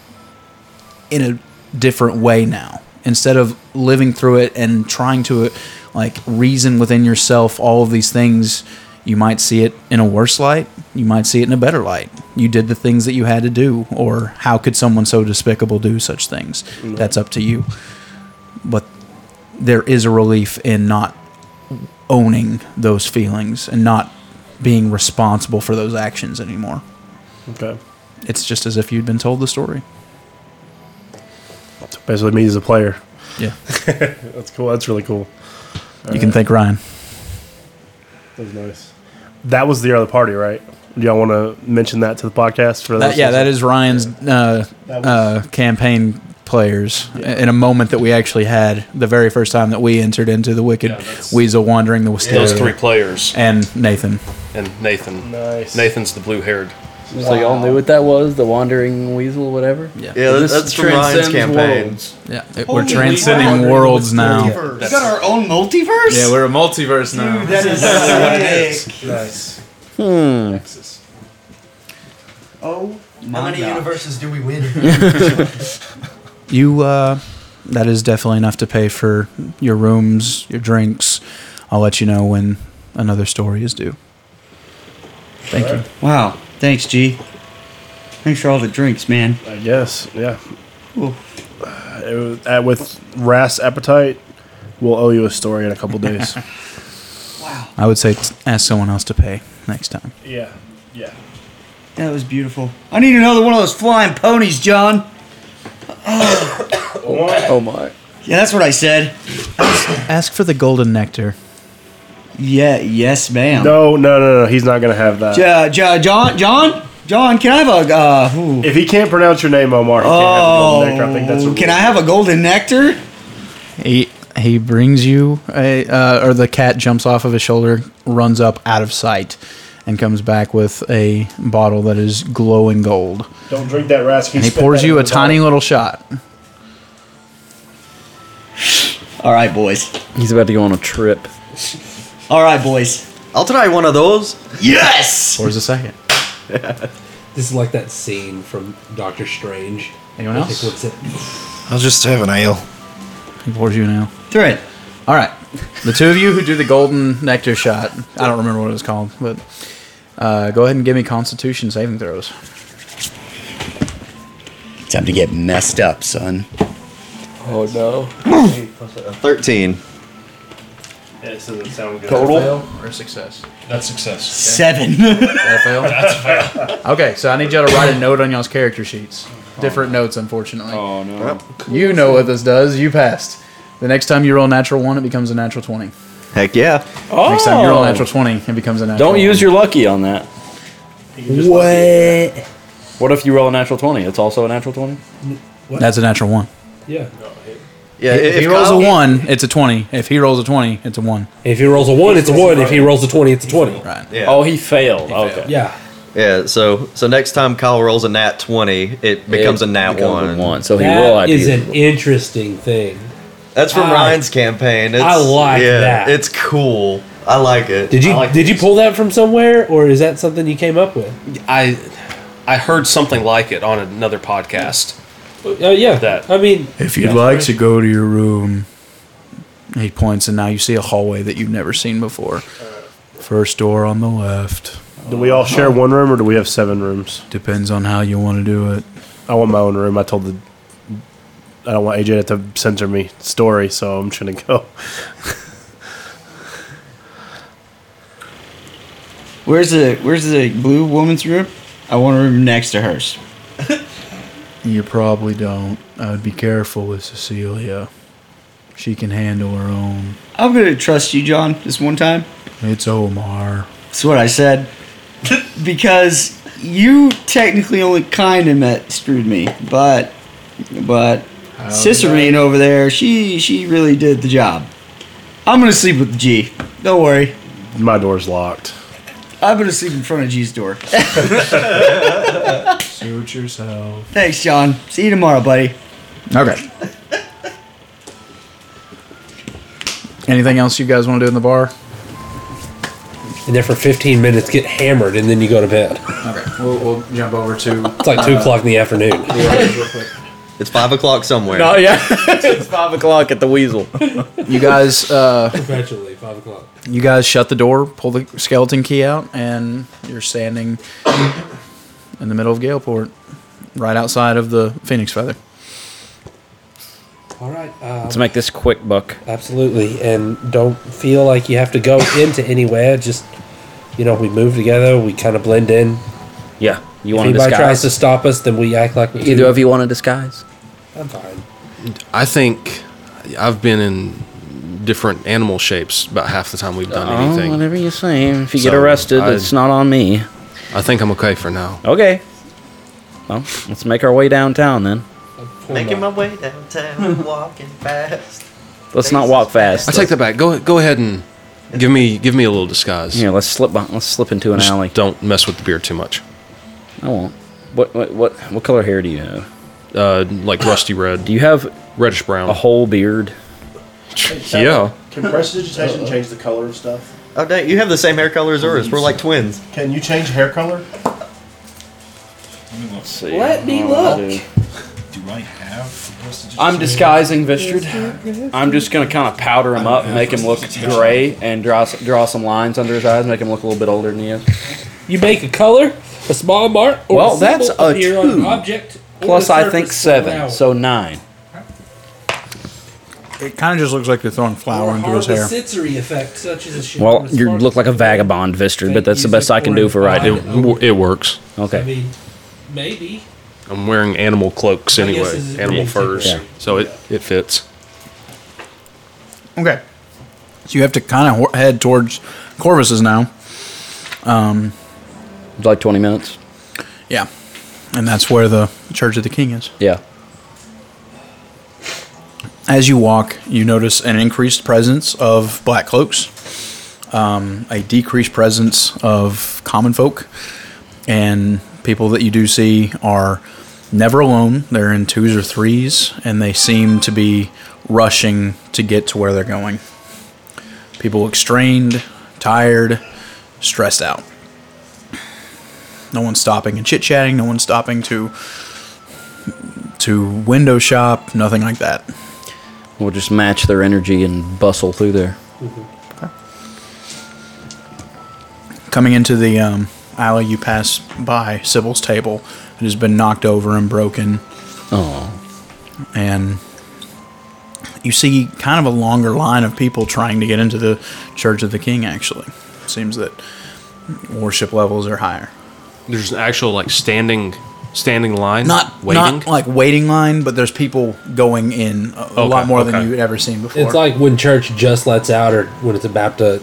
in a different way now instead of living through it and trying to like reason within yourself all of these things you might see it in a worse light you might see it in a better light you did the things that you had to do or how could someone so despicable do such things that's up to you but there is a relief in not owning those feelings and not being responsible for those actions anymore
Okay.
it's just as if you'd been told the story
Basically, me as a player.
Yeah.
that's cool. That's really cool.
you can thank ryan
That was nice. That was the other party, right? Do y'all want to mention that to the podcast for
That,
those-
yeah, that is Ryan's uh,
That
uh, campaign players in a moment that we actually had the very first time that we entered into the Wicked Weasel Wandering the Wisteria.
Those three players.
And Nathan.
And Nathan. Nathan's the blue haired.
So y'all knew what that was? The wandering weasel, whatever?
Yeah.
Yeah,
This
that's from Ryan's
transcends
campaign.
worlds.
Yeah, it- we're transcending worlds now.
We got our own multiverse.
Yeah, we're a multiverse now.
that is sick.
Nice.
Hmm.
Oh,
How many universes do we win?
You, uh, that is definitely enough to pay for your rooms, your drinks. I'll let you know when another story is due. Thank you.
Wow. Thanks, G. Thanks for all the drinks, man.
I guess. Yeah. It was- uh, with Ras appetite, we'll owe you a story in a couple days.
I would say t- ask someone else to pay next time.
[LAUGHS] yeah. Yeah.
That was beautiful. I need another one of those flying ponies, John. Oh,
Oh my.
yeah, that's what I said.
Ask for the golden nectar.
Yeah. Yes, ma'am.
No, no, no, no. He's not gonna have that.
Ja- Ja- John, John, John, can I have a? Uh, ooh.
If he can't pronounce your name, Omar, he
oh,
can't have the golden nectar. I think that's a
can I have a golden nectar?
He he brings you a uh, or the cat jumps off of his shoulder, runs up out of sight, and comes back with a bottle that is glowing gold.
Don't drink that Ras.
and he
spit
pours
that
you
in
a
the
tiny little shot.
All right, boys.
He's about to go on a trip.
All right, boys.
I'll try one of those.
Yes.
Pours a second.
This is like that scene from Doctor Strange.
Anyone
Where
else?
he puts it-
I'll just have an ale.
He pours you now.
Through it.
All right, the two of you who do the golden nectar shot. I don't remember what it was called, but uh, go ahead and give me Constitution saving throws.
Time to get messed up, son.
Oh no.
13.
bottle. Yeah, so that sound good.
Oh, or a success.
That's success.
Seven.
That's fail.
Okay, so I need y'all to write a note on y'all's character sheets. Different notes, unfortunately. Oh no. You know what this does. You passed. The next time you roll a natural one, it becomes a natural twenty.
[LAUGHS] Heck yeah.
Oh.
Next time you roll a natural twenty, it becomes a natural.
Don't use your lucky on that.
What?
What if you roll a natural 20? It's also a natural 20?
That's a natural one.
Yeah.
Yeah,
if,
if
he rolls a
Kyle-
one, it's a twenty. If he rolls a twenty, it's a one.
If he rolls a one, it's a one. If he rolls a twenty, it's a twenty.
Right.
Yeah.
Oh, he failed. okay.
Yeah.
Yeah, so so next time Kyle rolls a nat 20, it becomes a nat
becomes a
1.
one, so
That
he
is
roll ID.
an interesting thing.
That's from
I-
Ryan's campaign. It's,
Ah. I like
yeah,
that.
It's cool. I like it.
Did you
I like
did you pull that from somewhere, or is that something you came up with?
I I heard something like it on another podcast.
Uh, yeah.
That.
I mean,
If you'd like to go to your room, he points, and now you see a hallway that you've never seen before. First door on the left.
Do we all share one room or do we have seven rooms?
Depends on how you want to do it.
I want my own room. I told the. I don't want AJ to have to censor me story, so I'm trying to go. [LAUGHS]
Where's the Where's the blue woman's room? I want a room next to hers.
You probably don't. I would be careful with Cecilia. She can handle her own.
I'm gonna trust you, John, this one time.
It's Omar.
That's what I said. [LAUGHS] because you technically only kind of met screwed me, but but Cicerine over there, she she really did the job. I'm gonna sleep with G. Don't worry.
My door's locked.
I'm gonna sleep in front of G's door.
Suit yourself.
Thanks, John. See you tomorrow, buddy.
Okay. Anything else you guys want to do in the bar?
and there for fifteen minutes, get hammered, and then you go to bed. [LAUGHS]
We'll, we'll jump over to
It's like two o'clock in the afternoon.
It's five o'clock somewhere.
No, yeah, it's five o'clock at the Weasel.
[LAUGHS] You guys, uh,
Eventually, five o'clock.
you guys shut the door, pull the skeleton key out, and you're standing in the middle of Galeport, right outside of the Phoenix Feather.
All right. Um,
Let's make this quick, Buck.
Absolutely, and don't feel like you have to go into anywhere. Just you know, we move together. We kind of blend in.
Yeah, you
if
want to
anybody
disguise?
tries to stop us, then we act like we
Either of you want to disguise?
I'm fine.
I think I've been in different animal shapes about half the time we've done
Oh,
anything.
whatever you say. If you get
So,
arrested,
I-
it's not on me.
I think I'm okay for now.
Okay. Well, let's make our way downtown then.
Making my way downtown, walking fast.
Let's not walk fast.
I take that back. Go go ahead and give me give me a little disguise.
Here, let's slip. Behind, let's slip into an
Just
alley.
Don't mess with the beard too much.
I won't. What, what? What? What color hair do you have?
Uh, like rusty red.
Do you have
reddish brown?
a whole beard?
yeah.
Can prestidigitation change the color of stuff?
Oh, dang, you have the same hair color as Urus. We're like twins.
Can you change hair color?
Let's see.
Let me look.
Do I have?
Oh, I'm disguising Vistred. I'm just gonna kind of powder him up, make him look gray, and draw s- draw some lines under his eyes, make him look a little bit older than he is.
You make a color, a small mark, or
Well,
a
that's
symbol
a
appear on an
two.
object. or
Plus,
the
I think
surface of an
seven,
hour.
so nine.
It kind of just looks like they're throwing flour into his hair.
Sensory effect, such as a shape
Well,
or a
you
spark.
look like a vagabond, Vistred, but that's the best I can do for right now.
It, it works.
I
Okay.
mean, maybe.
I'm wearing animal cloaks
I guess
anyway,
this is-
animal
Yeah.
furs,
Yeah.
so it, it fits.
Okay. So you have to kind of head towards Corvus's now. Um,
Like twenty minutes.
yeah, and that's where the Church of the King is.
Yeah.
As you walk, you notice an increased presence of black cloaks, um, a decreased presence of common folk, and people that you do see are never alone. They're in twos or threes, and they seem to be rushing to get to where they're going. People look strained, tired, stressed out. No one's stopping and chit chatting. No one's stopping to to window shop. Nothing like that.
We'll just match their energy and bustle through there.
Coming into the um, alley, you pass by Sybil's table. It has been knocked over and broken.
Oh.
And you see kind of a longer line of people trying to get into the Church of the King, actually. Seems that worship levels are higher.
There's an actual like standing standing line.
Not,
waiting.
not like waiting line, but there's people going in a, a lot
Okay,
more
okay.
than you'd ever seen before.
It's like when church just lets out, or when it's about to.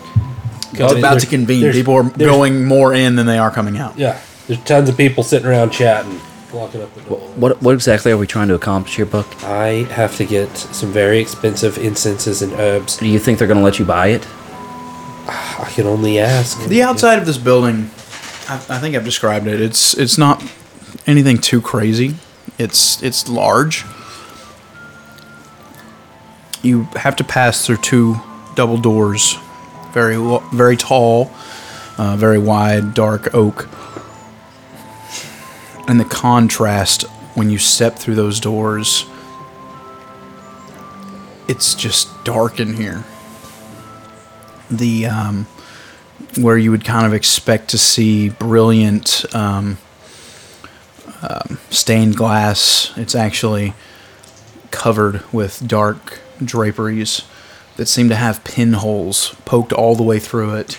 it's about to convene.
There's-
People are
there's-
going more in than they are coming out.
Yeah, there's tons of people sitting around chatting, blocking up the door.
What what exactly are we trying to accomplish here, Buck?
I have to get some very expensive incenses and herbs.
Do you think they're gonna let you buy it?
I can only ask.
The outside of this building, I, I think I've described it. It's it's not anything too crazy. It's it's large. You have to pass through two double doors, very lo- very tall, uh, very wide, dark oak, and the contrast when you step through those doors. It's just dark in here. The um, where you would kind of expect to see brilliant um, um, stained glass. It's actually covered with dark draperies that seem to have pinholes poked all the way through it,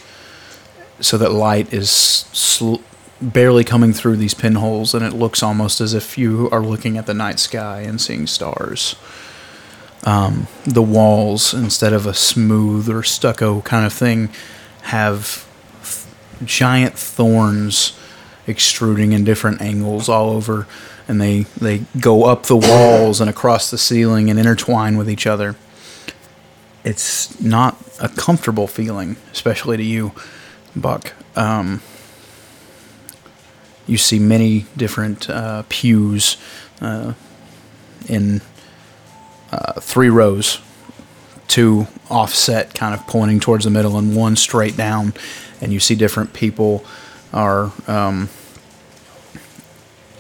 so that light is sl- barely coming through these pinholes, and it looks almost as if you are looking at the night sky and seeing stars um, the walls instead of a smooth or stucco kind of thing have th- giant thorns extruding in different angles all over and they they go up the walls and across the ceiling and intertwine with each other it's not a comfortable feeling especially to you buck um, you see many different uh, pews uh, in uh, three rows, two offset, kind of pointing towards the middle, and one straight down. And you see different people are um,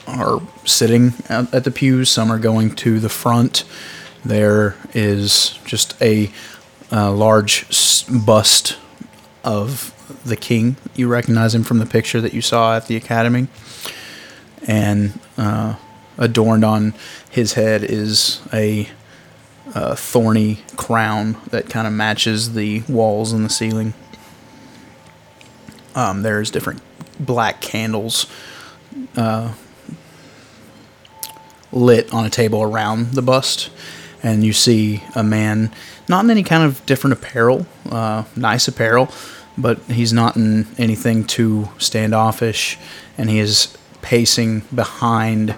are sitting out at the pews, some are going to the front. There is just a uh, large s- bust of the king. You recognize him from the picture that you saw at the academy. And uh, adorned on his head is a uh, thorny crown that kind of matches the walls and the ceiling. Um, there's different black candles uh, lit on a table around the bust, and you see a man, not in any kind of different apparel, uh, nice apparel, but he's not in anything too standoffish, and he is pacing behind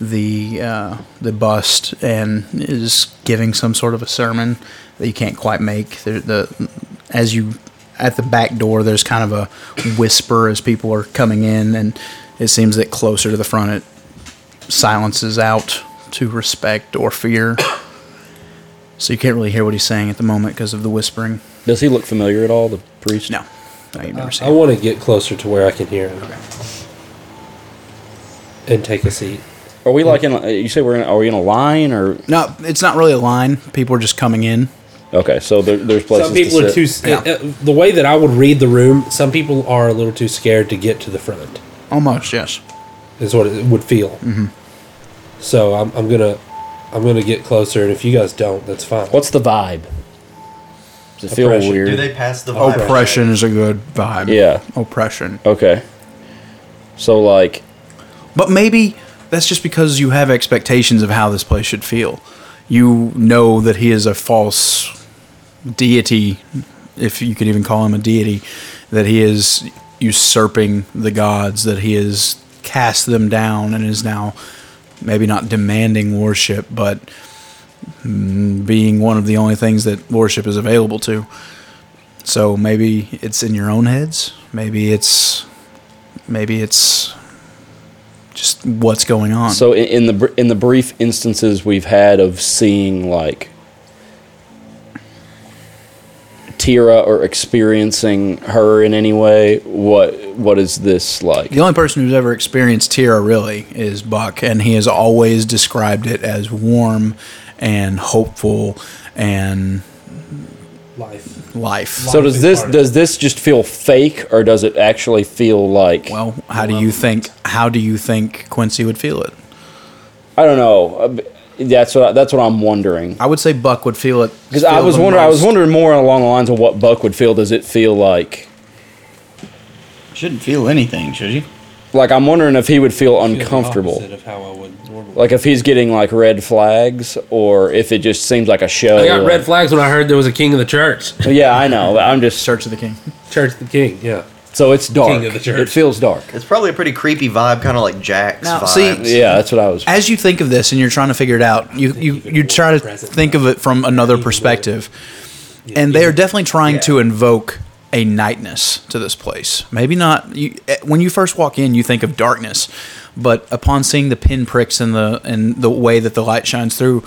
the uh, the bust and is giving some sort of a sermon that you can't quite make. The, the as you at the back door, there's kind of a whisper as people are coming in, and it seems that closer to the front, it silences out to respect or fear. So you can't really hear what he's saying at the moment because of the whispering.
Does he look familiar at all, the priest?
No. No, you've never seen
I want to get closer to where I can hear him. And take a seat.
Are we like in? a- You say we're in? Are we in a line or?
No, it's not really a line. People are just coming in.
Okay, so there, there's places.
some people
to
are
sit.
too. s- uh, uh, the way that I would read the room, some people are a little too scared to get to the front.
Almost, yes.
Is what it would feel.
Mhm.
So I'm, I'm gonna, I'm gonna get closer, and if you guys don't, that's fine.
What's the vibe? Does it feel weird?
Do they pass the
Oh,
vibe?
Oppression is a good vibe.
Yeah.
Oppression.
Okay. So like,
But maybe that's just because you have expectations of how this place should feel. You know that he is a false deity, if you could even call him a deity, that he is usurping the gods, that he has cast them down and is now maybe not demanding worship, but mm, being one of the only things that worship is available to. So maybe it's in your own heads. Maybe it's maybe it's just what's going on.
So in, in the br- in the brief instances we've had of seeing like Tira or experiencing her in any way, what what is this like?
the only person who's ever experienced Tira really is Buck, and he has always described it as warm and hopeful and life. Life.
So does this does this just feel fake or does it actually feel like?
Well, how do you think? How do you think Quincy would feel it?
I don't know. Uh, b- That's what I, that's what I'm wondering.
I would say Buck would feel it
because I
feel
was
the
wondering. I was
most.
wondering more along the lines of what Buck would feel. Does it feel like?
Shouldn't feel anything, should you?
Like I'm wondering if he would feel uncomfortable. Like if he's getting like red flags, or if it just seems like a show.
I got
like-
red flags when I heard there was a king of the church.
[LAUGHS] Yeah, I know. but I'm just
Church of the King.
Church of the King, yeah.
So it's dark.
King of the church.
It feels dark.
It's probably a pretty creepy vibe, kind of like Jack's
Now,
vibes.
see-
Yeah, that's what I was.
As you think of this and you're trying to figure it out, you you, you try to think of it from another perspective. And they are definitely trying to invoke a nightness to this place. Maybe not you, eh, when you first walk in, you think of darkness, but upon seeing the pinpricks and the and the way that the light shines through,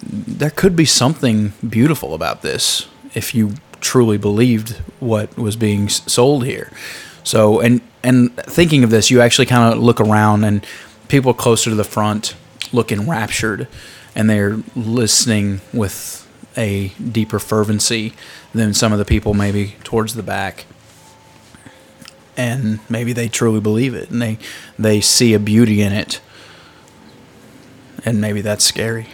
there could be something beautiful about this if you truly believed what was being s- sold here. So, and and thinking of this, you actually kind of look around, and people closer to the front look enraptured, and they're listening with a deeper fervency than some of the people maybe towards the back. And maybe they truly believe it, and they they see a beauty in it, and maybe that's scary.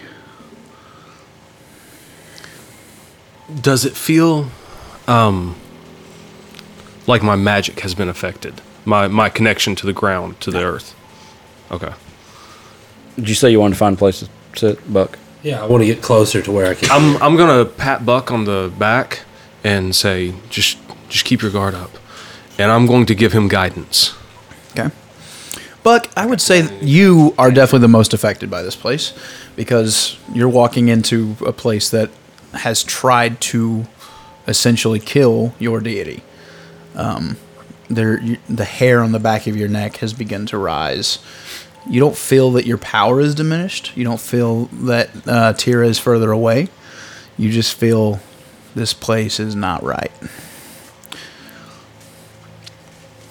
Does it feel um, like my magic has been affected? My my connection to the ground, to the earth. Okay.
Did you say you wanted to find a place to sit, Buck?
Yeah, I want to get closer to where I can.
I'm I'm gonna pat Buck on the back and say just just keep your guard up, and I'm going to give him guidance.
Okay. Buck, I would say that you are definitely the most affected by this place because you're walking into a place that has tried to essentially kill your deity. Um, there, you, the hair on the back of your neck has begun to rise. You don't feel that your power is diminished. You don't feel that uh, Tira is further away. You just feel this place is not right.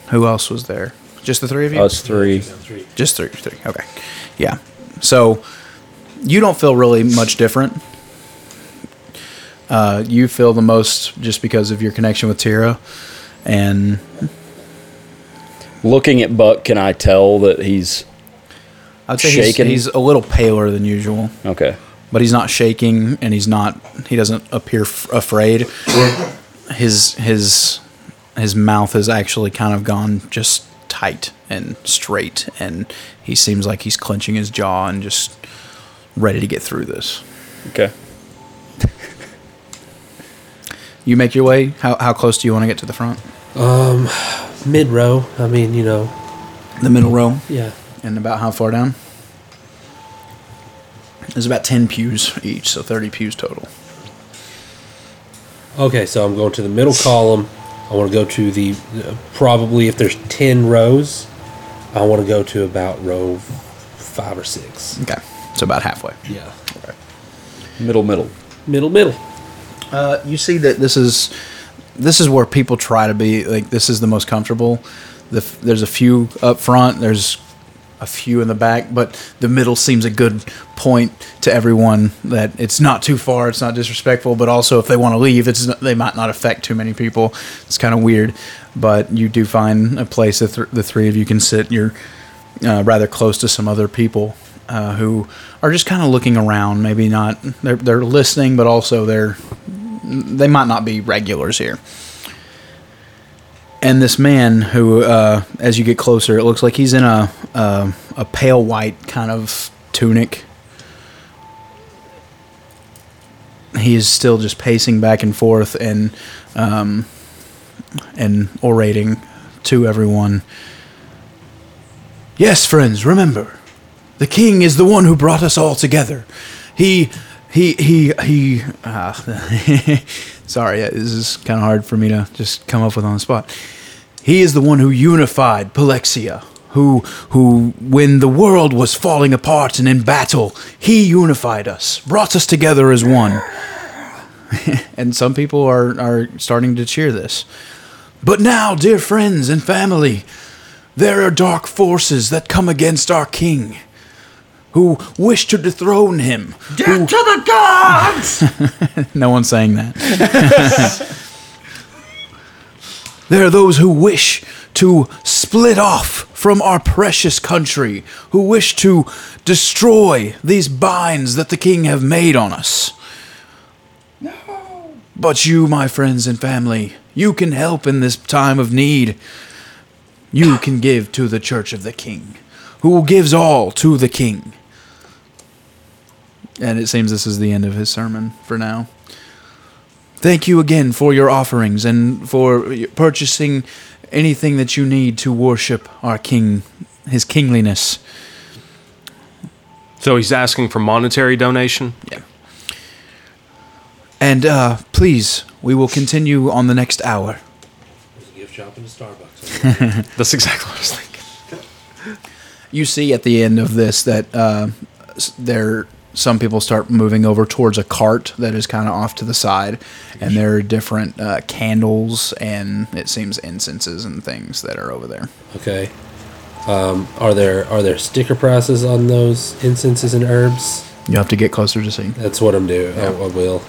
Who else was there? Just the three of you?
Uh,
Us three.
Just three. Three. Okay. Yeah. So you don't feel really much different. Uh, you feel the most just because of your connection with Tira, and
Looking at Buck, can I tell that he's
I'd say
shaken?
He's, he's a little paler than usual.
Okay.
But he's not shaking, and he's not. He doesn't appear f- afraid. his his his mouth has actually kind of gone just tight and straight, and he seems like he's clenching his jaw and just ready to get through this.
Okay.
you make your way. How how close do you want to get to the front?
Um, mid row. I mean, you know,
The middle row.
Yeah.
And about how far down? There's about ten pews each, so thirty pews total.
Okay, so I'm going to the middle column. I want to go to the uh, probably if there's ten rows, I want to go to about row five or six.
Okay, so about halfway.
Yeah.
Middle, middle.
Middle, middle.
Uh, you see that this is this is where people try to be. Like this is the most comfortable. The, f- there's a few up front. There's a few in the back, but the middle seems a good point to everyone. That it's not too far. It's not disrespectful, but also if they want to leave, it's not, they might not affect too many people. It's kind of weird, but you do find a place that th- the three of you can sit. You're uh, rather close to some other people uh, who are just kind of looking around. Maybe not they're they're listening, but also they're they might not be regulars here. And this man, who uh, as you get closer, it looks like he's in a a, a pale white kind of tunic. He is still just pacing back and forth and um, and orating to everyone. Yes, friends, remember, the king is the one who brought us all together. He, he, he, he. Uh, [LAUGHS] sorry, uh, this is kind of hard for me to just come up with on the spot. He is the one who unified Palexia, who, who, when the world was falling apart and in battle, he unified us, brought us together as one. [LAUGHS] and some people are, are starting to cheer this. But now, dear friends and family, there are dark forces that come against our king, who wish to dethrone him.
Death to the gods!
[LAUGHS] no one's saying that. [LAUGHS] there are those who wish to split off from our precious country, who wish to destroy these binds that the king have made on us. But you, my friends and family, you can help in this time of need. You can give to the church of the king, who gives all to the king. And it seems this is the end of his sermon for now. Thank you again for your offerings and for purchasing anything that you need to worship our king, his kingliness.
So he's asking for monetary donation.
Yeah. And uh, please, we will continue on the next hour.
Gift shop in Starbucks.
That's exactly what I was thinking. You see at the end of this that uh, s- there some people start moving over towards a cart that is kind of off to the side, and there are different uh, candles and it seems incenses and things that are over there.
Okay. Um, are there are there sticker prices on those incenses and herbs?
You have to get closer to see.
That's what I'm doing. I, I will.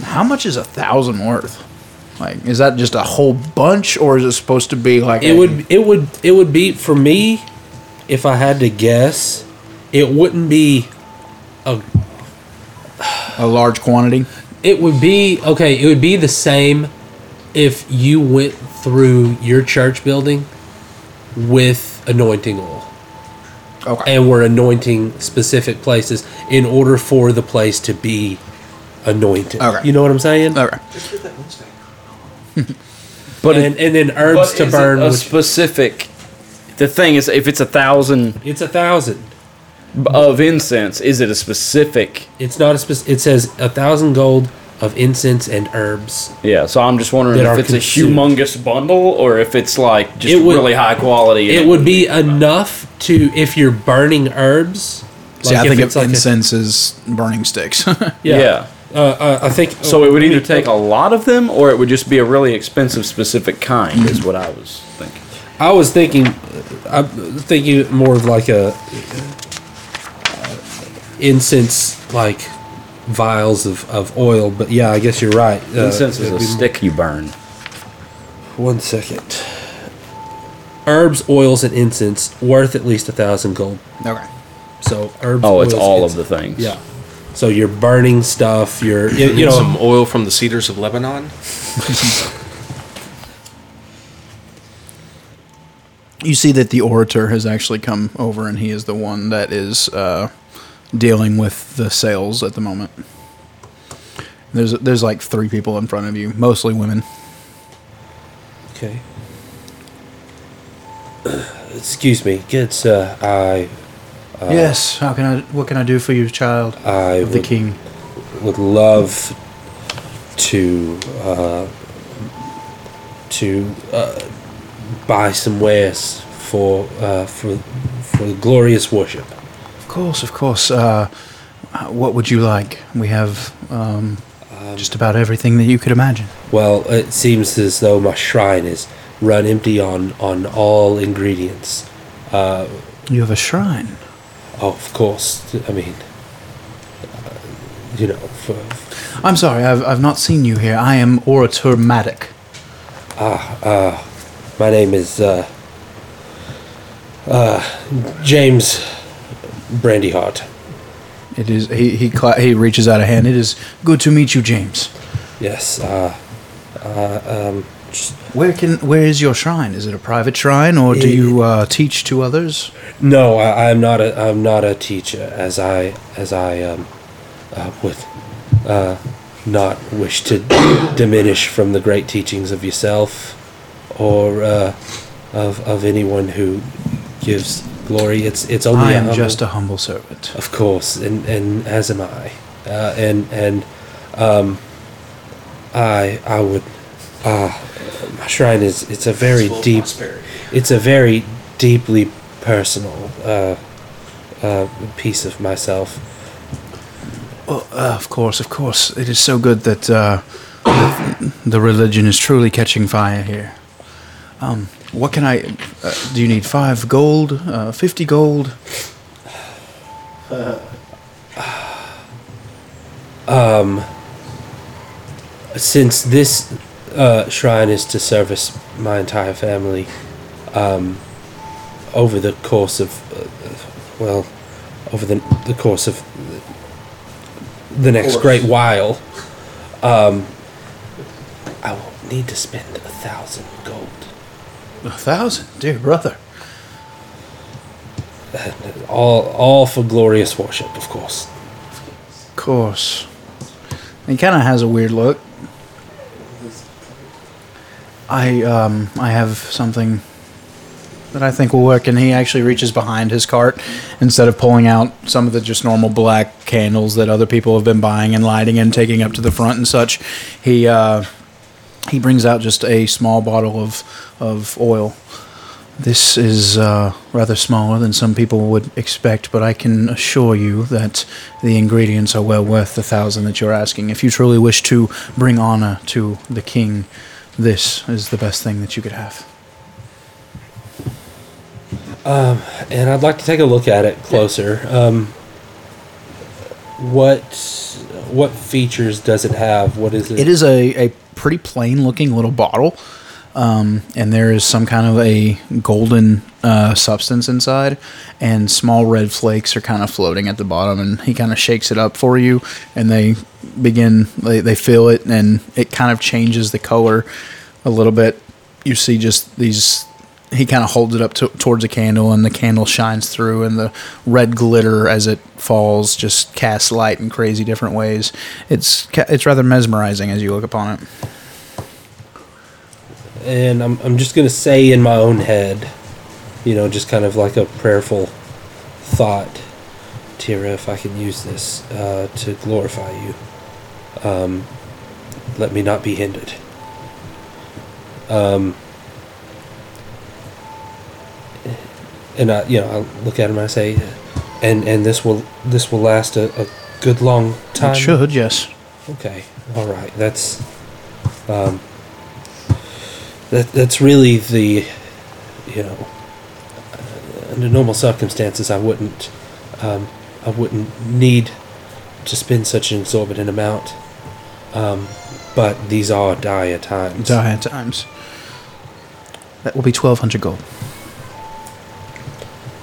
How much is a thousand worth? Like, is that just a whole bunch, or is it supposed to be like
It would it would it would be for me, if I had to guess, it wouldn't be a
a large quantity.
It would be okay. It would be the same if you went through your church building with anointing oil.
Okay.
And we're anointing specific places in order for the place to be anointed.
Okay.
You know what I'm saying?
Okay.
But
and, and then herbs
But
to
is
burn.
it a
which-
specific. The thing is, if it's a thousand,
it's a thousand
of incense. Is it a specific?
It's not a specific. It says a thousand gold of incense and herbs.
Yeah, so I'm just wondering
That
if
are
it's a
consumed.
humongous bundle or if it's like just
It would-
really high quality.
It would be enough to if you're burning herbs.
See, I
if
think
it's
of
like a-
incense is burning sticks. [LAUGHS]
Yeah.
Uh, I think
so. It would either take a lot of them, or it would just be a really expensive specific kind. Is what I was thinking.
I was thinking, I'm thinking more of like a uh, incense, like vials of, of oil. But yeah, I guess you're right. Uh,
Incense is
it'd
a
be-
stick you burn.
One second. Herbs, oils, and incense worth at least a thousand gold.
Okay.
So herbs.
Oh, it's
oils,
all of
incense.
the things.
Yeah. So you're burning stuff. You're you, you [COUGHS] know
some oil from the cedars of Lebanon.
you see that the orator has actually come over and he is the one that is uh, dealing with the sales at the moment there's there's like three people in front of you mostly women
Okay. Excuse me, good sir. I. Uh,
yes how can i what can i do for you child
I
of the
would-
king
Would love to uh, to uh, buy some wares for uh, for for the glorious worship.
of course of course uh, what would you like we have um, just about everything that you could imagine
Well, it seems as though my shrine is run empty on on all ingredients. Uh,
you have a shrine
oh, of course, I mean, uh, you know, for,
i'm sorry i've, I've not seen you here i am orator matic
Ah, uh, my name is uh, uh, James Brandyheart.
it is he he, cla- he reaches out a hand it is good to meet you james
Yes. Uh, uh, um, just-
Where can where is your shrine? Is it a private shrine, or do you uh, teach to others?
no, I, I'm not a I'm not a teacher, as I as I um, uh, would uh, not wish to diminish from the great teachings of yourself or uh, of of anyone who gives glory. It's it's only
I
a
am
humble-
just a humble servant.
Of course, and, and as am I. Uh, and and um, I I would uh, my shrine is it's a very
Full of
deep
prosperity.
it's a very deeply personal uh, uh, piece of myself.
Well, uh, of course, of course. It is so good that uh, the religion is truly catching fire here. Um, what can I? Uh, do you need five gold? Uh, Fifty gold?
Um, since this uh, shrine is to service my entire family, um, over the course of, uh, well, over the, the course of the next
Course.
great while, um, I will need to spend a thousand gold.
A thousand, dear brother.
All, all for glorious worship, of course.
Of course. He kind of has a weird look. I um I have something that I think will work, and he actually reaches behind his cart instead of pulling out some of the just normal black candles that other people have been buying and lighting and taking up to the front and such. He uh, he brings out just a small bottle of of oil. This is uh, rather smaller than some people would expect, but I can assure you that the ingredients are well worth the thousand that you're asking. If you truly wish to bring honor to the king, this is the best thing that you could have.
Um, and I'd like to take a look at it closer. Um, what what features does it have? What is it?
It is a, a pretty plain looking little bottle, um, and there is some kind of a golden uh, substance inside, and small red flakes are kind of floating at the bottom. And he kind of shakes it up for you, and they begin they they feel it, and it kind of changes the color a little bit. You see just these. He kind of holds it up to, towards a candle, and the candle shines through, and the red glitter as it falls just casts light in crazy different ways. It's ca- it's rather mesmerizing as you look upon it.
and I'm I'm just gonna say in my own head, you know, just kind of like a prayerful thought, Tira, if I can use this uh, to glorify you, um, let me not be hindered. Um, and I, you know, I look at him and I say, and and this will this will last a, a good long time.
It should, yes.
Okay. All right. That's um, that that's really the you know, under normal circumstances, I wouldn't, um, I wouldn't need to spend such an exorbitant amount. Um, but these are dire times.
Dire times. That will be 1,200 gold.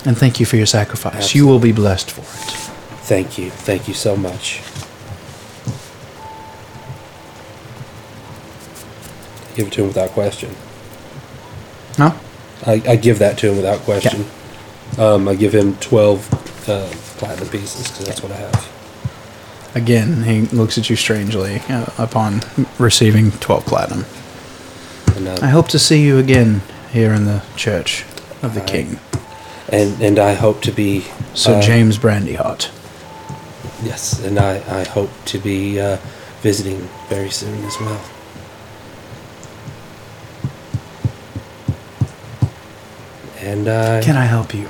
And thank you for your sacrifice. You will be blessed for it.
Thank you. Thank you so much. I give it to him without question.
No?
I, I give that to him without question. Um, I give him 12 uh, platinum pieces because that's what I have.
Again, he looks at you strangely uh, upon receiving 12 platinum.
And, uh,
I hope to see you again here in the church of the
Uh,
king.
And, and I hope to be.
Sir
uh,
James Brandyhart.
Yes, and I, I hope to be uh, visiting very soon as well. And uh, I.
Can I help you?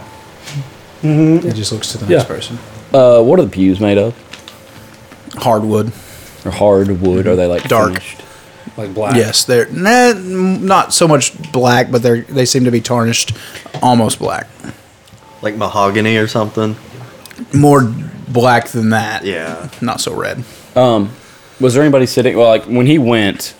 Mm-hmm.
He just looks to the
Yeah.
next person.
Uh, what are the pews made of?
Hardwood.
Or hardwood? Are they like
Dark.
finished?
Like black.
Yes, they're nah, mm, not so much black, but they they seem to be tarnished, almost black.
Like mahogany or something.
More black than that.
Yeah.
Not so red.
Um, was there anybody sitting? Well, like when he went,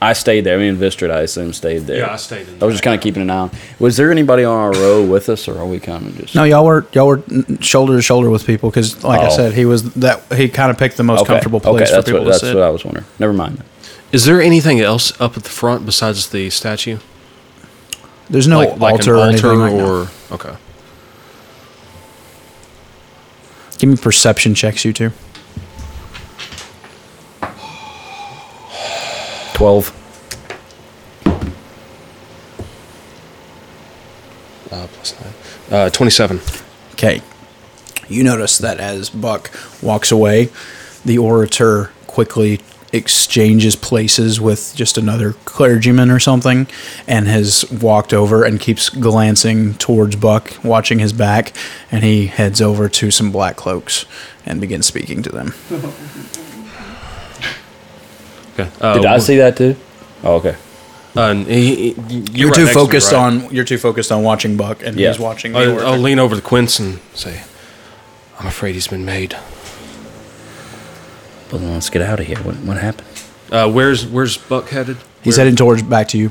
I stayed there. I mean, Vistrid, I assume, stayed there.
Yeah, I stayed in
I was just kind of keeping an eye. on Was there anybody on our row with us, or are we kind of just?
No, y'all were y'all were mm, shoulder to shoulder with people because, like I
Oh.
said, he was that he kind of picked the most
Okay,
comfortable
okay,
place for
that's
people
what-
to
that's
sit.
what I was wondering. Never mind.
Is there anything else up at the front besides the statue?
There's no
Oh, Like- like an
altar, or
altar
anything right now.
or- okay.
Give me perception checks, you two.
Twelve.
Uh, plus nine. Uh, 27.
Okay. You notice that as Buck walks away, the orator quickly exchanges places with just another clergyman or something and has walked over and keeps glancing towards Buck, watching his back, and he heads over to some black cloaks and begins speaking to them.
Okay. Oh,
Did I see that too? Oh, okay.
And he,
You're,
he- right
too
next to me,
focused
right?
on you're too focused on watching Buck and he's watching the
I'll,
orator.
I'll lean over to Quince and say, "I'm afraid he's been made."
Well, then let's get out of here. What, what happened?
Uh, where's Where's Buck headed?
He's heading towards back to you.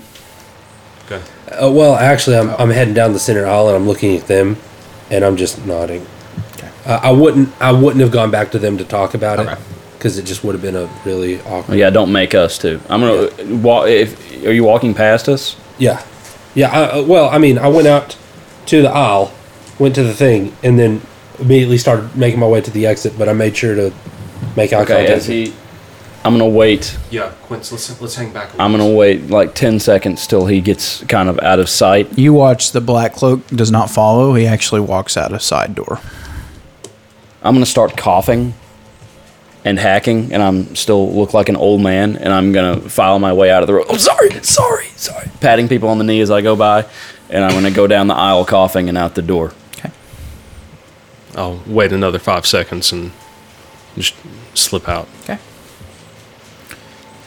Uh, well, actually, I'm, I'm heading down the center aisle and I'm looking at them, and I'm just nodding. Uh, I wouldn't I wouldn't have gone back to them to talk about it because it just would have been a really
Oh,
awkward.
yeah, don't make us too. I'm gonna walk. If are you walking past us?
Yeah, yeah. I, uh, well, I mean, I went out to the aisle, went to the thing, and then immediately started making my way to the exit. But I made sure to make eye
Okay.
contact.
As he, I'm gonna wait.
Yeah, Quince, let's let's hang back.
I'm gonna wait like ten seconds till he gets kind of out of sight.
You watch the black cloak does not follow. He actually walks out a side door.
I'm gonna start coughing and hacking, and I'm still look like an old man, and I'm gonna file my way out of the room. I'm sorry, sorry, sorry. Patting people on the knee as I go by, and I'm gonna go down the aisle coughing and out the door.
I'll wait another five seconds and just slip out.
Okay.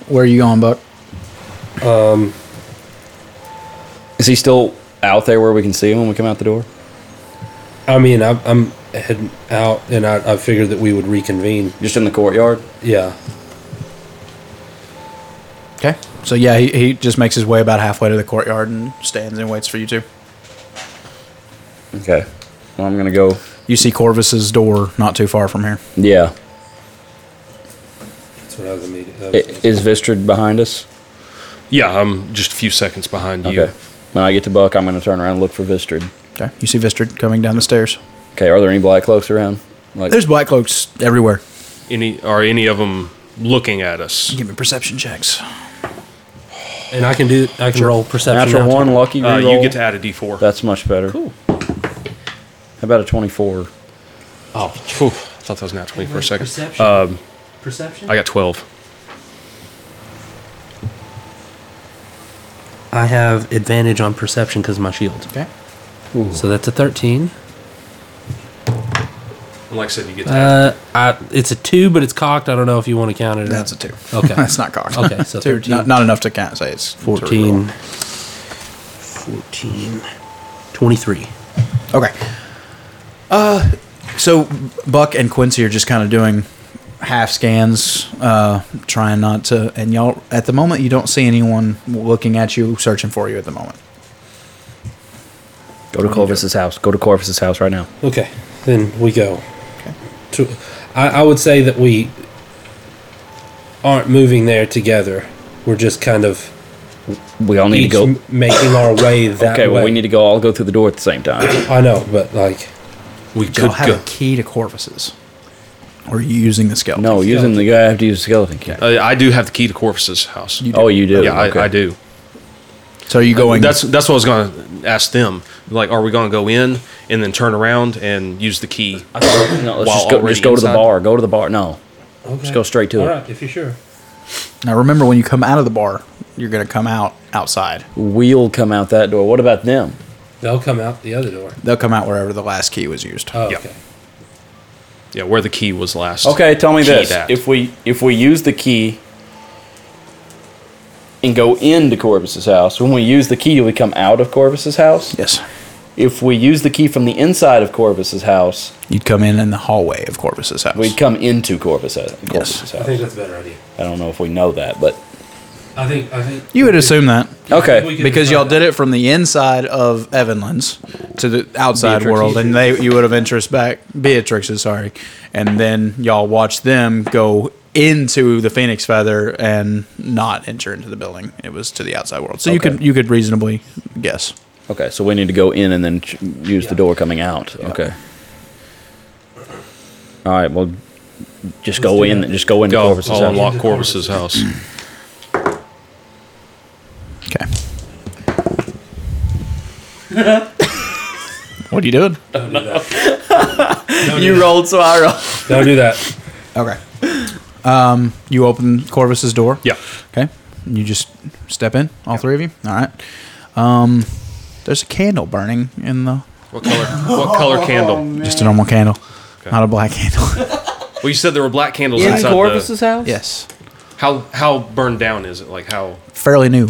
Where are you going, Buck?
Um, is he still out there where we can see him when we come out the door?
I mean, I'm, I'm heading out, and I, I figured that we would reconvene
just in the courtyard.
Yeah.
Okay. So yeah, he, he just makes his way about halfway to the courtyard and stands and waits for you two.
Okay. Well, I'm gonna go.
You see Corvus's door not too far from here.
Yeah.
That's what I was immediately.
I- Is Vistrid behind us?
Yeah, I'm just a few seconds behind you.
When I get to Buck, I'm gonna turn around and look for Vistrid.
Okay. You see Vistrid coming down the stairs.
Okay. Are there any black cloaks around? Like
There's black cloaks everywhere.
Any are any of them looking at us?
Give me perception checks.
And I can do. I can roll perception.
Natural
now.
one, lucky
Uh, you
reroll.
get to add a d4.
That's much better. Cool. How about a twenty-four?
Oh, phew, I thought that was not 20 for a second.
Perception.
Um,
Perception?
I got 12.
I have advantage on perception because my shield.
Okay.
So that's a thirteen.
And like I said, you get to add
Uh, I, it's a two, but it's cocked. I don't know if you want to count it. or
That's a
not.
two.
Oh, Okay,
[LAUGHS]
That's not cocked.
Okay, so
Two,
thirteen.
Not, not enough to count. Say it's
14.
Fourteen.
14. 23.
Okay. Uh, so Buck and Quincy are just kind of doing half scans, uh, trying not to. And y'all, at the moment, you don't see anyone looking at you, searching for you at the moment.
Go to Corvus's house. Go to Corvus's house right now.
Okay, then we go. To, I, I would say that we aren't moving there together. We're just kind of
We all need
each
to go.
m- making our
[COUGHS]
way that
okay, well,
way.
we need to go all go through the door at the same
[COUGHS]
time.
I know, but like
We
Y'all have a key to Corvus's. Or are you using the skeleton?
No, using the guy. I have to use the skeleton key.
Uh, I do have the key to Corvus's house.
You do. Oh, you do,
Yeah,
okay.
I, I do.
So are you going?
That's that's what I was going to ask them. Like, are we going to go in and then turn around and use the key?
No, let's just go, just go to the bar. Go to the bar. No, just go straight to it.
All right, if you're sure.
Now remember, when you come out of the bar, you're going to come out outside.
We'll come out that door. What about them?
They'll come out the other door.
They'll come out wherever the last key was used.
Oh,
Yeah. Yeah, where the key was last.
Okay, tell me
keyed
this:
at.
if we if we use the key and go into Corvus's house, when we use the key, do we come out of Corvus's house?
Yes.
If we use the key from the inside of Corvus's house,
You'd come in in the hallway of Corvus's house.
we'd come into Corvus's, Corvus's
I
house.
think that's a better idea.
I don't know if we know that, but
I think I think
You would assume that.
Okay. We could
Because y'all did it from the inside of Evanlands to the outside
Beatrix.
world, and they you would have interest back Beatrix's, sorry, and then y'all watched them go into the Phoenix Feather and not enter into the building. It was to the outside world, so you
Okay.
could you could reasonably guess.
okay, so we need to go in and then ch- use the door coming out. Okay. All right. Well, just go in. Just go into
Go.
Corvus's
I'll
house.
unlock Corvus's house.
[LAUGHS] What are you doing?
don't do that.
you rolled, so I rolled.
Don't do that.
Okay. Um, you open Corvus's door.
Yeah.
Okay. You just step in, all three of you. All right. Um, there's a candle burning in the
What color? What color candle?
just a normal candle, not a black candle.
Well, you said there were black candles
In
inside
Corvus's
the,
house.
yes.
How how burned down is it? Like how?
Fairly new.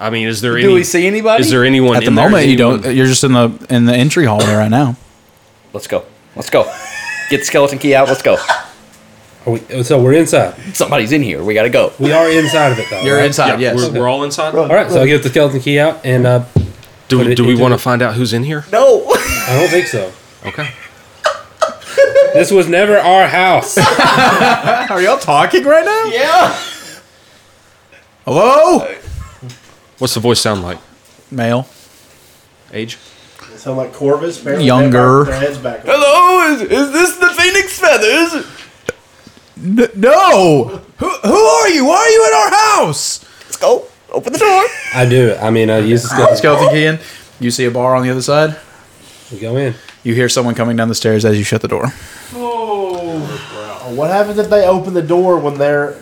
I mean, is there
Do
any?
we see anybody?
Is there anyone
At the
in there?
moment, you
Is anyone-
don't. You're just in the in the entry hallway right now.
Let's go. Let's go. Get the skeleton key out. Let's go.
Are we, so we're inside.
Somebody's in here. We gotta go.
We are inside of it though. right?
Yeah, We're, we're all inside.
All right, so I get the skeleton key out and uh,
Do
Put
we,
it
do we
into
want to
the-
find out who's in here?
[LAUGHS] No.
I don't think so.
Okay.
This was never our house.
Are y'all talking right now?
Yeah.
Hello.
What's the voice sound like?
Male.
Age?
Sound like Corvus? barely
Younger.
their heads back.
Hello. Is, is this the Phoenix Feathers?
N- no. Who, who are you? Why are you in our house?
Let's go. Open the door.
[LAUGHS] I do. I mean, I use the skeleton.
Skeleton key in. You see a bar on the other side.
We go in.
You hear someone coming down the stairs as you shut the door.
What happens if they open the door when they're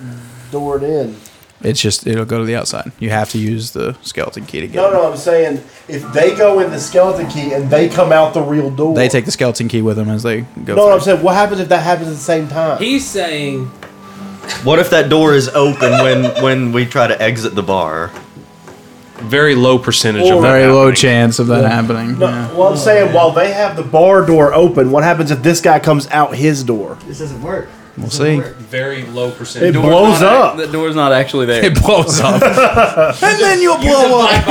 doored in?
It's just it'll go to the outside. You have to use the skeleton key to get.
No,
in.
no, I'm saying if they go in the skeleton key and they come out the real door.
They take the skeleton key with them as they
No,
go.
no, I'm
through.
saying what happens if that happens at the same time?
He's saying
What if that door is open when when we try to exit the bar?
Very low percentage of that.
Very low
happening.
chance of that happening.
No,
yeah.
Well, I'm saying while they have the bar door open, what happens if this guy comes out his door?
This doesn't work.
We'll see.
Very low percentage.
It blows up.
The door's not actually there.
It blows up, and then you'll blow up.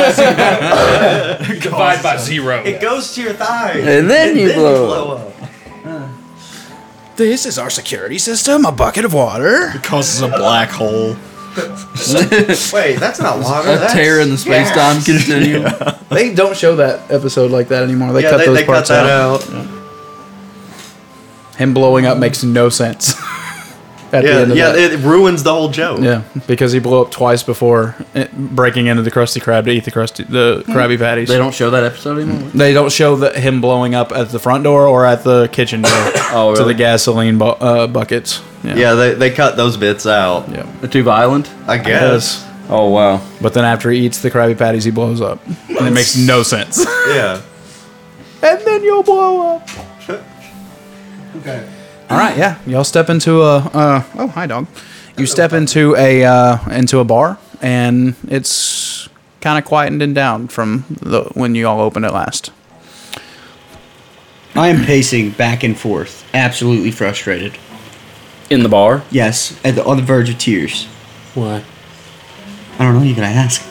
Divide by zero.
It goes to your thighs.
And then you blow
up.
This is our security system. A bucket of water.
causes a black hole.
Wait, that's not water. that's-
[LAUGHS] space-time continuum.
They don't show that episode like that anymore. They
yeah,
cut
they,
those
they cut
parts
that
out.
out.
Him blowing up makes no sense. [LAUGHS] At the end
Yeah,
of
yeah,
that.
it ruins the whole joke.
yeah, because he blew up twice before eh, breaking into the Krusty Krab to eat the Krusty the Krabby Patties.
They don't show that episode anymore.
They don't show the, him blowing up at the front door or at the kitchen door
Oh,
to
really?
the gasoline bu- uh, buckets. Yeah.
Yeah, they, they cut those bits out.
Yeah.
The Tube Island.
I guess.
Oh wow.
But then after he eats the Krabby Patties, he blows up. And it makes no sense.
Yeah.
and then you'll blow up.
Okay.
All right, yeah. Y'all step into a. Uh, oh, hi, dog. You step into a uh, into a bar, and it's kind of quietened and down from the, when you all opened it last.
I am pacing back and forth, absolutely frustrated.
In the bar?
Yes, at the, on the verge of tears.
Why?
I don't know. You gotta ask.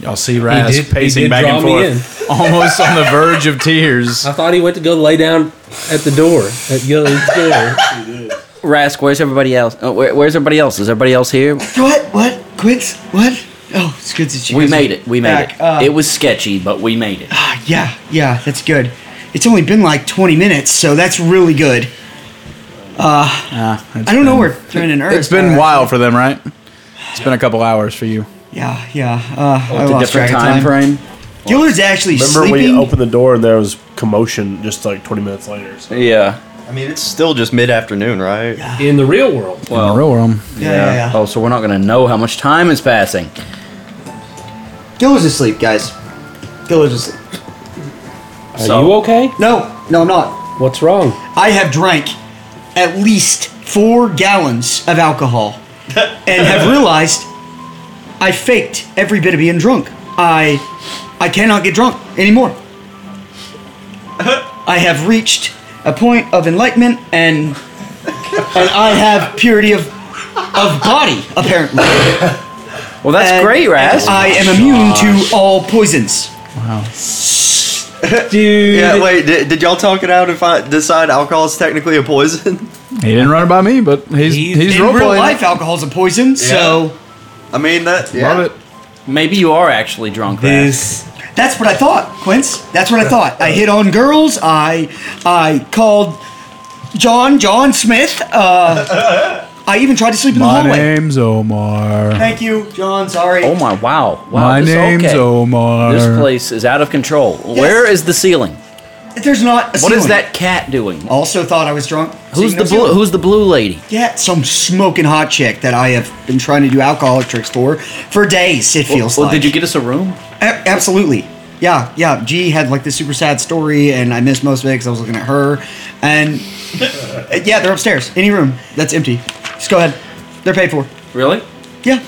Y'all see
He
Raz
did- he
pacing
did
back
draw
and
me
forth, almost on the verge of
[LAUGHS]
tears.
I thought he went to go lay down at the door, [LAUGHS] at Gilly's door.
Rask, where's everybody else? Uh, where, where's everybody else? Is everybody else here?
What? What? Quince? What? Oh, it's good that you.
We
guys
made
are
it. We made
back.
it.
Uh,
it was sketchy, but we made it.
Yeah, yeah, that's good. It's only been like 20 minutes, so that's really good. Uh, I don't know where Thurman and Ernest
Ah, It's been
are,
a while for them, right? It's been a couple hours for you.
Yeah, yeah. Uh,
Oh,
I
it's a
lost
different
track
time
of
frame?
Gillard's actually
Remember when
sleeping.
you opened the door and there was commotion just like 20 minutes later. So.
Yeah.
I mean, it's still just mid afternoon, right?
In the real world.
Well,
real world.
Yeah, yeah, yeah.
Oh, so we're not going to know how much time is passing.
Gillard's asleep, guys. Gillard's asleep.
Are you okay?
No, no, I'm not.
What's wrong?
I have drank at least four gallons of alcohol and have realized I faked every bit of being drunk. I I cannot get drunk anymore. I have reached a point of enlightenment and and I have purity of of body apparently.
Well, that's
Uh,
And-
great, Raz.
and I am immune to all poisons.
Wow.
Dude.
Yeah, wait, did, did y'all talk it out and fi- decide alcohol is technically a
[LAUGHS]
poison?
He didn't run it by me, but he's he's,
In
role
real
playing.
life, alcohol's a poison, so
I mean, that, yeah.
Love
Maybe you are actually drunk,
This.
That's what I thought, Quince. That's what I thought. I hit on girls. I I called John John Smith.
[LAUGHS]
Uh, I even tried to sleep in the
My
hallway.
name's Omar.
Thank you, John. Sorry.
Oh, my. Wow. Wow.
My
this-
name's
okay.
Omar.
This place is out of control. Where is the ceiling?
There's not. A
What is
ceiling.
that cat doing?
Also thought I was drunk.
Who's
Seeing
the
no
blue?
Oh, ceiling.
Who's the blue lady?
Yeah, some smoking hot chick that I have been trying to do alcoholic tricks for for days. It feels
well,
like.
did you get us a room?
A- absolutely. Yeah, yeah. G had like this super sad story, and I missed most of it because I was looking at her. And uh, yeah, they're upstairs. Any room that's empty, just go ahead. They're paid for.
Really?
Yeah.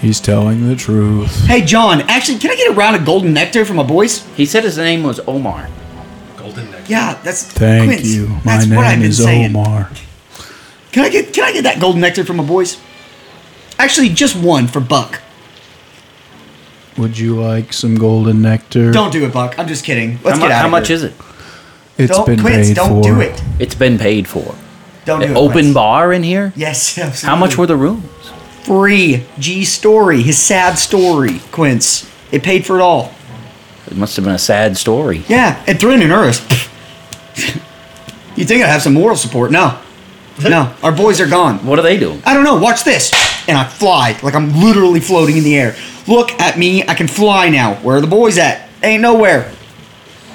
He's telling the truth.
Hey, John. Actually, can I get a round of golden nectar for my boys?
He said his name was Omar.
Golden nectar. Yeah, that's
Thank
Quince,
you. My
that's what I've
name
been
is
saying.
Omar.
Can I get Can I get that golden nectar for my boys? Actually, just one for Buck.
Would you like some golden nectar?
Don't do it, Buck. I'm just kidding.
how
Let's get
mu-
out.
how
of
much
here.
is it?
It's
don't
been
Quince,
paid for.
don't do it.
It's been paid for.
Don't
An
do it, Mm-hmm.
Open
Quince.
bar in here?
Yes. [LAUGHS] Absolutely.
How much were the rooms?
Free G story, his sad story, Quince. It paid for it all.
It must have been a sad story.
Yeah, and Thrin and Urus. [LAUGHS] you think I'd have some moral support?
[LAUGHS]
No, no. Our boys are gone.
What are they doing?
I don't know. Watch this, and I fly like I'm literally floating in the air. Look at me. I can fly now. Where are the boys at? Ain't nowhere.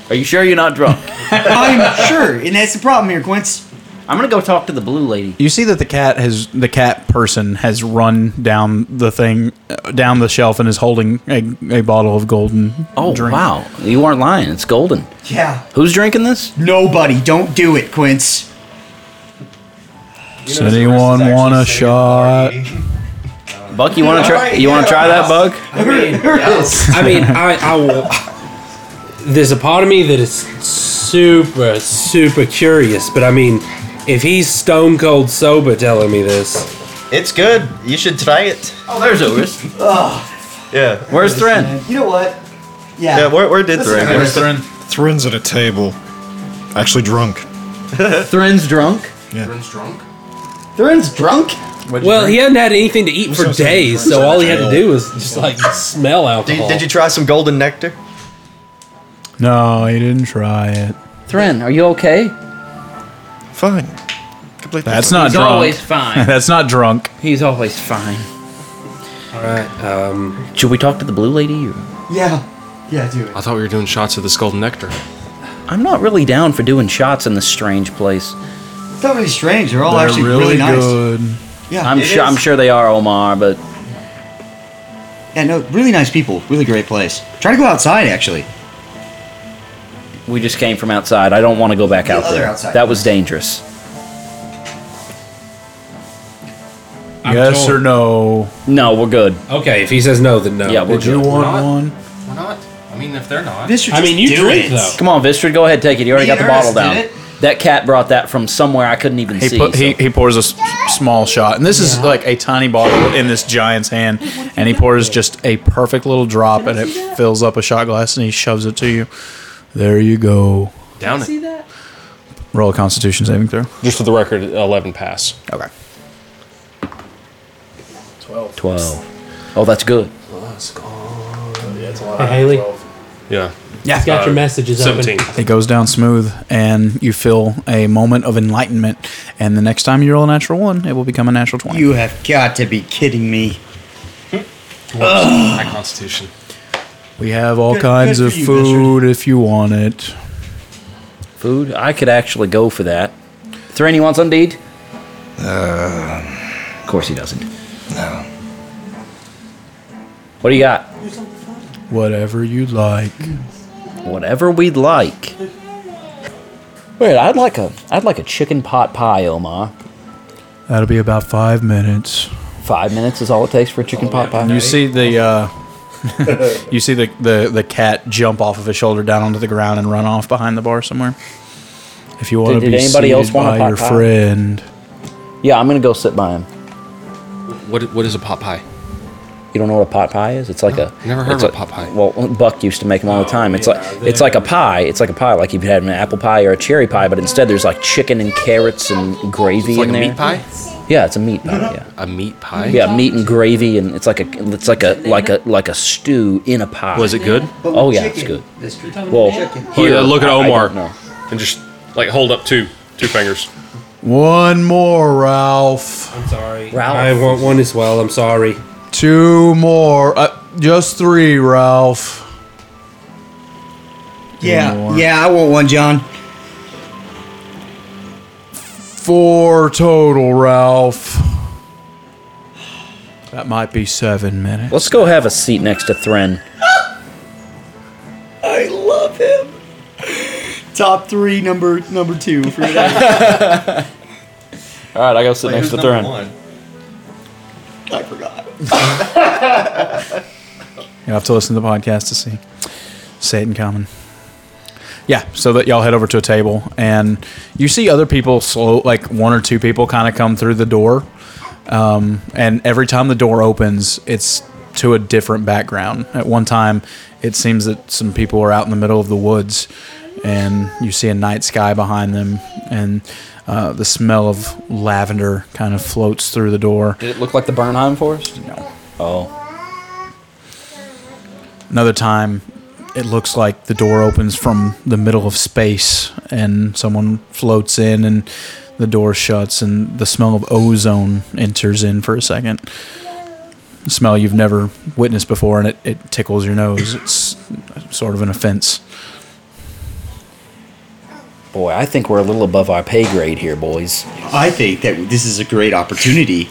Are you sure you're not drunk?
I'm sure, and that's the problem here, Quince.
[LAUGHS] I'm gonna go talk to the blue lady.
You see that the cat has the cat person has run down the thing, uh, down the shelf, and is holding a, a bottle of golden.
Oh
drink.
wow, you aren't lying. It's golden.
Yeah.
Who's drinking this?
Nobody. Don't do it, Quince.
Does anyone want a shot?
Buck, you want to try? You want to try that, Buck?
I
[LAUGHS]
mean, I mean, I, I will. There's a part of me that is super, super curious, but I mean, if he's stone cold sober telling me this,
It's good. You should try it.
Oh, there's Oris.
Oh,
Yeah.
Where's Thren?
you know what? Yeah.
Yeah, where, where did
Listen,
Thrin
Where's
go?
Thrin's at a table, actually drunk.
Thren's drunk.
Yeah.
Thrin's drunk.
Thrin's drunk.
well, he hadn't had anything to eat for
What's that
days,
saying?
so all he had to
Ale.
do was just like smell
Did,
alcohol.
did you try some golden nectar?
No, he didn't try it.
Thren, are you okay?
Fine.
That's not
He's
drunk. [LAUGHS]
always fine.
[LAUGHS]
That's not drunk.
He's always fine.
All right. Um,
Should we talk to the blue lady? Or?
Yeah. Yeah, do it.
I thought we were doing shots of this golden nectar.
I'm not really down for doing shots in this strange place.
It's not really strange. They're all actually really, nice. Yeah,
I'm
it
sure.
is.
I'm sure they are Omar, but
Yeah, no, really nice people. Really great place. Try to go outside, actually.
we just came from outside. I don't want to go back
The
out
other
there.
outside
That was dangerous.
I'm
yes
told-
or no?
No, we're good.
Okay, if he says no, then no.
Yeah, we're
Did you
good.
want
We're not-
one?
We're not. I mean, if they're not.
I mean, you drink though. Come on, Vistrid, go ahead, take it. You already
Me
got the
and
bottle
Ernest
down. That cat brought that from somewhere I couldn't even
He,
see.
put, he, he pours a s- small shot, and this is like a tiny bottle in this giant's hand, and he pours just a perfect little drop, and it fills up a shot glass, and he shoves it to you. There you go.
Down
it. Roll a Constitution saving throw.
Just for the record, 11 pass.
Okay.
12.
Twelve. Oh, that's good.
Let's go.
Hey, Haley.
Yeah.
Yeah.
He's got your messages open.
It goes down smooth, and you feel a moment of enlightenment. And the next time you roll a natural one, it will become a natural twenty.
You have got to be kidding me.
High constitution.
We have all
Good-
kinds
good
of
for you,
food if you want it.
Food? I could actually go for that. Thrain, you want some deed?
Uh,
of course he doesn't. No. What do you got?
Whatever you'd like.
Whatever we'd like. Wait, I'd like a I'd like a chicken pot pie, Omar.
That'll be about five minutes.
Five minutes is all it takes for a chicken pot pie.
You see the uh, [LAUGHS] you see the, the the cat jump off of his shoulder down onto the ground and run off behind the bar somewhere. If you want to
Did-
be
did anybody
seated
else want a
by
pot
your
pie?
friend,
Yeah, I'm gonna go sit by him.
What What is a pot pie?
You don't know what a pot pie is? It's like a
never heard
it's
of a pot
like-
pie. Oh,
Well, Buck used to make them all the time. It's like it's like a pie. It's like a pie, like you've had an apple pie or a cherry pie, but instead there's like chicken and carrots and gravy
It's like
in
a
there.
meat pie?
Yeah, it's a meat pie. Yeah.
A meat pie.
Yeah, meat and gravy, and it's like a it's like a like a like a stew in a pie.
Was it good? Oh,
But
Oh
with
yeah, it's
chicken,
good.
Mister.
Well,
Chicken.
here,
Yeah, look at
Oh, I- I
Omar
don't know.
and just like hold up two two fingers.
one more, Ralph.
I'm sorry.
Ralph.
I want one as well. I'm sorry.
Two more, uh, just three, Ralph.
Yeah, yeah, I want one, John.
Four total, Ralph. That might be seven minutes.
Let's go have a seat next to Thren.
I love him. Top three, number number two for that.
All right, I go sit next to Thren.
I forgot.
You'll have to listen to the podcast to see. Say it in common. Yeah, so that y'all head over to a table and you see other people slow, like one or two people kind of come through the door. Um, and every time the door opens, it's to a different background. At one time, it seems that some people are out in the middle of the woods and you see a night sky behind them and uh, the smell of lavender kind of floats through the door.
Did it look like the Bernheim Forest?
No.
Oh.
Another time, it looks like the door opens from the middle of space and someone floats in and the door shuts and the smell of ozone enters in for a second. A smell you've never witnessed before and it, it tickles your nose. It's sort of an offense.
Boy, I think we're a little above our pay grade here, boys.
[LAUGHS] I think that this is a great opportunity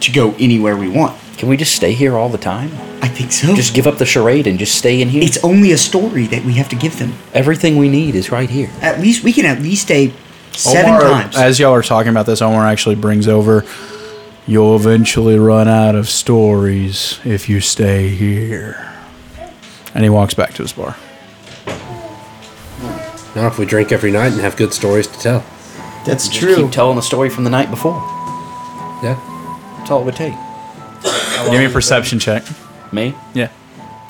to go anywhere we want.
Can we just stay here all the time?
I think so.
Just give up the charade and just stay in here.
It's only a story that we have to give them.
Everything we need is right here.
At least we can at least stay seven
Omar,
times.
As y'all are talking about this, Omar actually brings over you'll eventually run out of stories if you stay here. And he walks back to his bar.
Not if we drink every night and have good stories to tell.
That's
Just Keep telling the story from the night before.
Yeah.
That's all it would take.
Give me a perception check.
Me?
Yeah.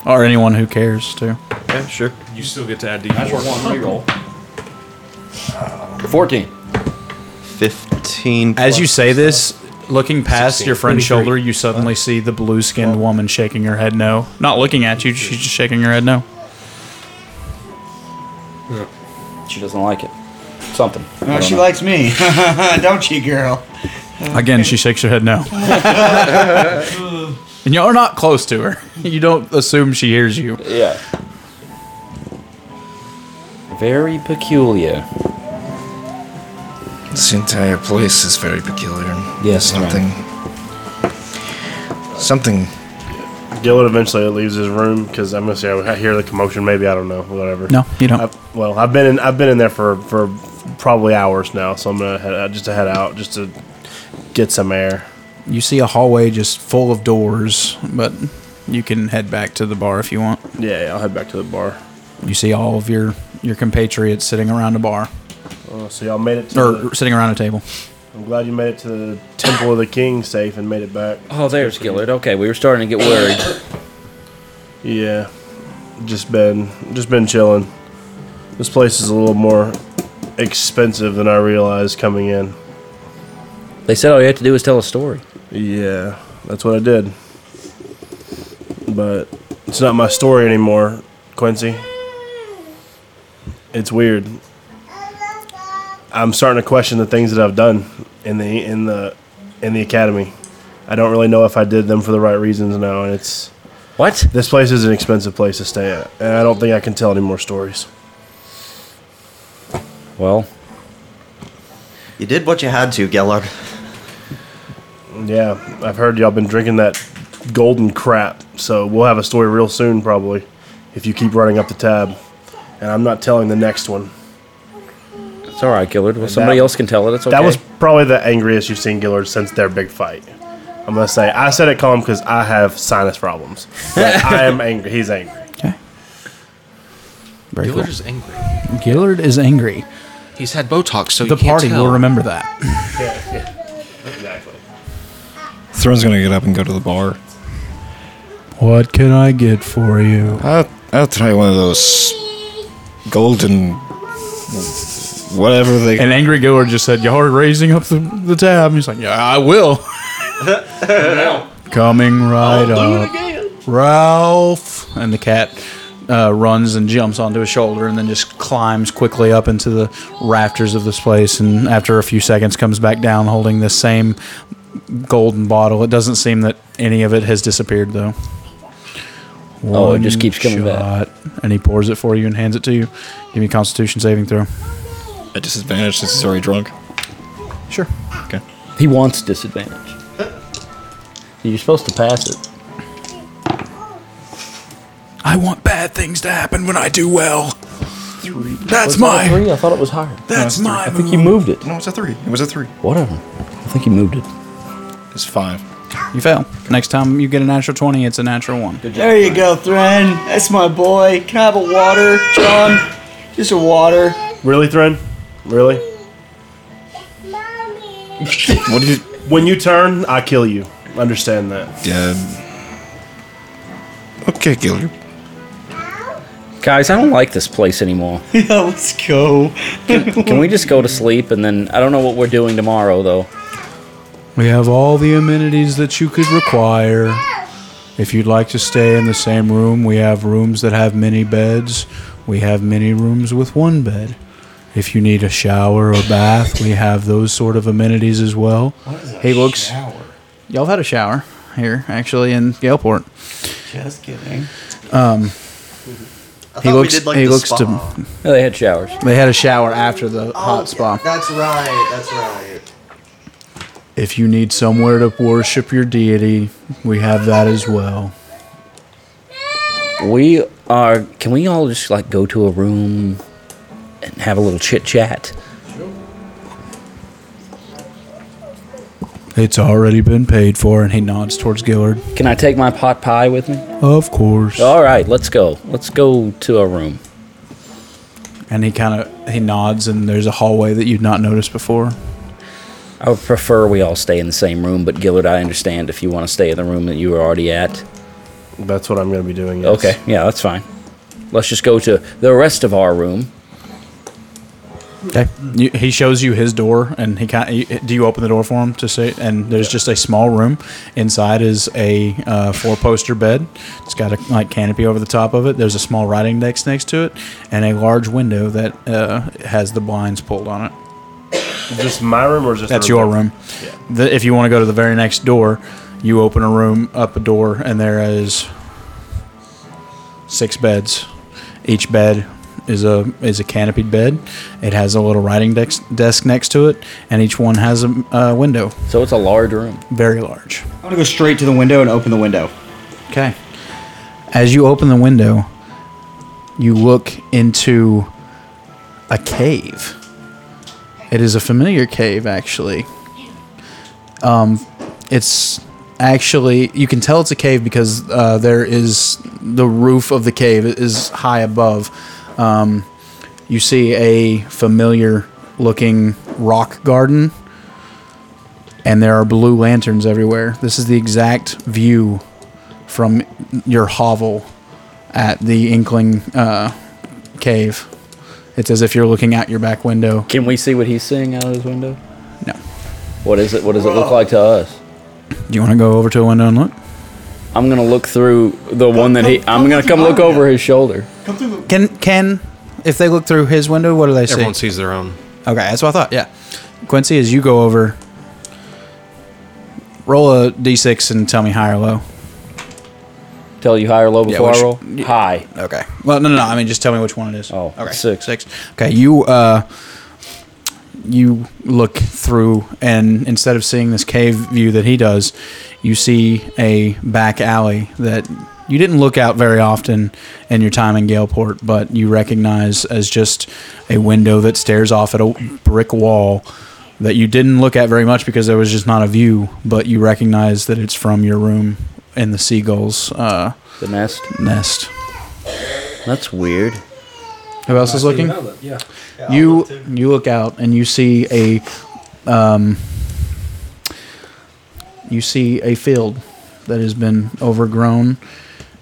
Or anyone who cares too.
Yeah, sure.
You still get to add
I just want one reroll. Fourteen.
15. As you say this, looking past your friend's shoulder, you suddenly see the blue skinned woman shaking her head no. Not looking at you, she's just shaking her head no.
She doesn't like it. Something. I
Oh,
don't
she
know.
likes me, [LAUGHS] don't she, girl?
Mm.
Again, she shakes her head
[LAUGHS]
no. And you're not close to her. [LAUGHS] You don't assume she hears you.
Yeah. Very peculiar.
This entire place is very peculiar.
Yes,
something. Something.
Gillen eventually leaves his room because I'm gonna say I hear the commotion. Maybe I don't know. Whatever.
No, you don't.
I've, well, I've been in. I've been in there for for uh, probably hours now, so I'm gonna head, just to head out just to get some air.
You see a hallway just full of doors, but you can head back to the bar if you want.
Yeah, yeah, I'll head back to the bar.
You see all of your your compatriots sitting around a bar
Oh, so y'all made it. To
Mm-hmm.
or
the,
sitting around a table.
I'm glad you made it to the Temple of the King safe and made it back.
Oh, there's Gillard. Okay, we were starting to get worried.
Yeah, just been just been chilling. This place is a little more expensive than I realized coming in.
[COUGHS] They said all you had to do was tell a story.
Yeah, that's what I did. But it's not my story anymore, Quincy. It's weird. I'm starting to question the things that I've done in the in the in the academy. I don't really know if I did them for the right reasons now, and it's
what
this place is an expensive place to stay at, and I don't think I can tell any more stories.
Well,
You did what you had to, Gellard.
Yeah, I've heard y'all been drinking that golden crap, so we'll have a story real soon, probably, if you keep running up the tab. And I'm not telling the next one.
it's all right, Gillard. Well, somebody
that-
else can tell it. It's okay.
That was probably the angriest you've seen Gillard since their big fight. I'm gonna say I said it calm because I have sinus problems. But I am angry. He's angry.
Very
Gillard
cool.
is angry.
Gillard is angry.
He's had Botox, so
the
you can't
party
tell.
will remember that.
Exactly.
Throne's gonna get up and go to the bar.
What can I get for you?
I'll, I'll try one of those golden whatever they.
And Angry Gillard just said, Y'all are raising up the, the tab. And he's like, Yeah, I will. Coming right up. Ralph. And the cat uh, runs and jumps onto his shoulder and then just climbs quickly up into the rafters of this place. And after a few seconds, comes back down holding this same golden bottle. It doesn't seem that any of it has disappeared, though.
Oh, it just keeps coming back.
back. And he pours it for you and hands it to you. Give me a Constitution saving throw.
At disadvantage since he's already drunk.
Sure.
Okay.
He wants disadvantage. You're supposed to pass it.
I want bad things to happen when I do well. That's
Was that a
my.
three. I thought it was higher.
That's
No, it's
my.
three.
I think you moved it.
No, it's a three. It was a three.
Whatever. I think you moved it.
It's five.
You fail. Next time you get a natural 20, it's a natural 1.
There you go, Thren. That's my boy. Can I have a water, John? Just a water.
Really, Thren? Really? what did you? When you turn, I kill you. Understand that?
Yeah. Okay, Gillard.
Guys, I don't like this place anymore.
yeah, let's go.
Can we just go to sleep and then I don't know what we're doing tomorrow though.
We have all the amenities that you could require. If you'd like to stay in the same room, we have rooms that have many beds. We have many rooms with one bed. If you need a shower or bath, we have those sort of amenities as well.
He looks. Y'all had a shower here, actually, in Galeport.
Just kidding.
Um, he
thought we
looks.
did, like,
he
the
looks
spa.
to.
No, they had showers.
They had a shower after the hot spa.
Oh, That's right. That's right.
If you need somewhere to worship your deity, we have that as well.
We are can we all just like go to a room and have a little chit chat?
It's already been paid for, and he nods towards Gillard.
Can I take my pot pie with me?
Of course.
All right, let's go. Let's go to a room.
And he kind of he nods, and there's a hallway that you've not noticed before.
I would prefer we all stay in the same room, but Gillard, I understand if you want to stay in the room that you were already at.
That's what I'm gonna be doing. yes.
Okay, yeah, that's fine. Let's just go to the rest of our room.
Okay. You, he shows you his door, and he kind. Do you open the door for him to see? And there's just a small room. Inside is a uh, four-poster bed. It's got a like canopy over the top of it. There's a small writing desk next to it, and a large window that uh, has the blinds pulled on it.
Is this my room or is this?
That's
the
your room. The, if you want to go to the very next door, you open a room up a door, and there is six beds. Each bed is a is a canopied bed. It has a little writing desk desk next to it, and each one has a, a window,
So it's a large room.
very large.
I'm gonna go straight to the window and open the window.
Okay. As you open the window, you look into a cave. It is a familiar cave, actually. Um, It's actually you can tell it's a cave because uh, there is the roof of the cave is high above. Um, you see a familiar looking rock garden, and there are blue lanterns everywhere. This is the exact view from your hovel at the Inkling uh, cave. It's as if you're looking out your back window.
Can we see what he's seeing out of his window?
No.
What is it? What does it look like to us?
Do you want to go over to a window and look?
I'm gonna look through the one that he. I'm gonna come look over his shoulder.
Can can if they look through his window, what do they see?
Everyone sees their own.
Okay, that's what I thought. Yeah, Quincy, as you go over, roll a d6 and tell me high or low.
Tell you high or low
Yeah,
before
which-
I roll. High.
Okay. Well, no, no, no. I mean, just tell me which one it is.
Oh,
okay.
six.
Six. Okay. You uh, you look through, and instead of seeing this cave view that he does, you see a back alley that you didn't look out very often in your time in Galeport, but you recognize as just a window that stares off at a brick wall that you didn't look at very much because there was just not a view, but you recognize that it's from your room in the seagulls. Uh,
the nest.
Nest.
That's weird.
Who else is
I see
looking?
the outlet, yeah. Yeah, I'll
you you look out and you see a um, you see a field that has been overgrown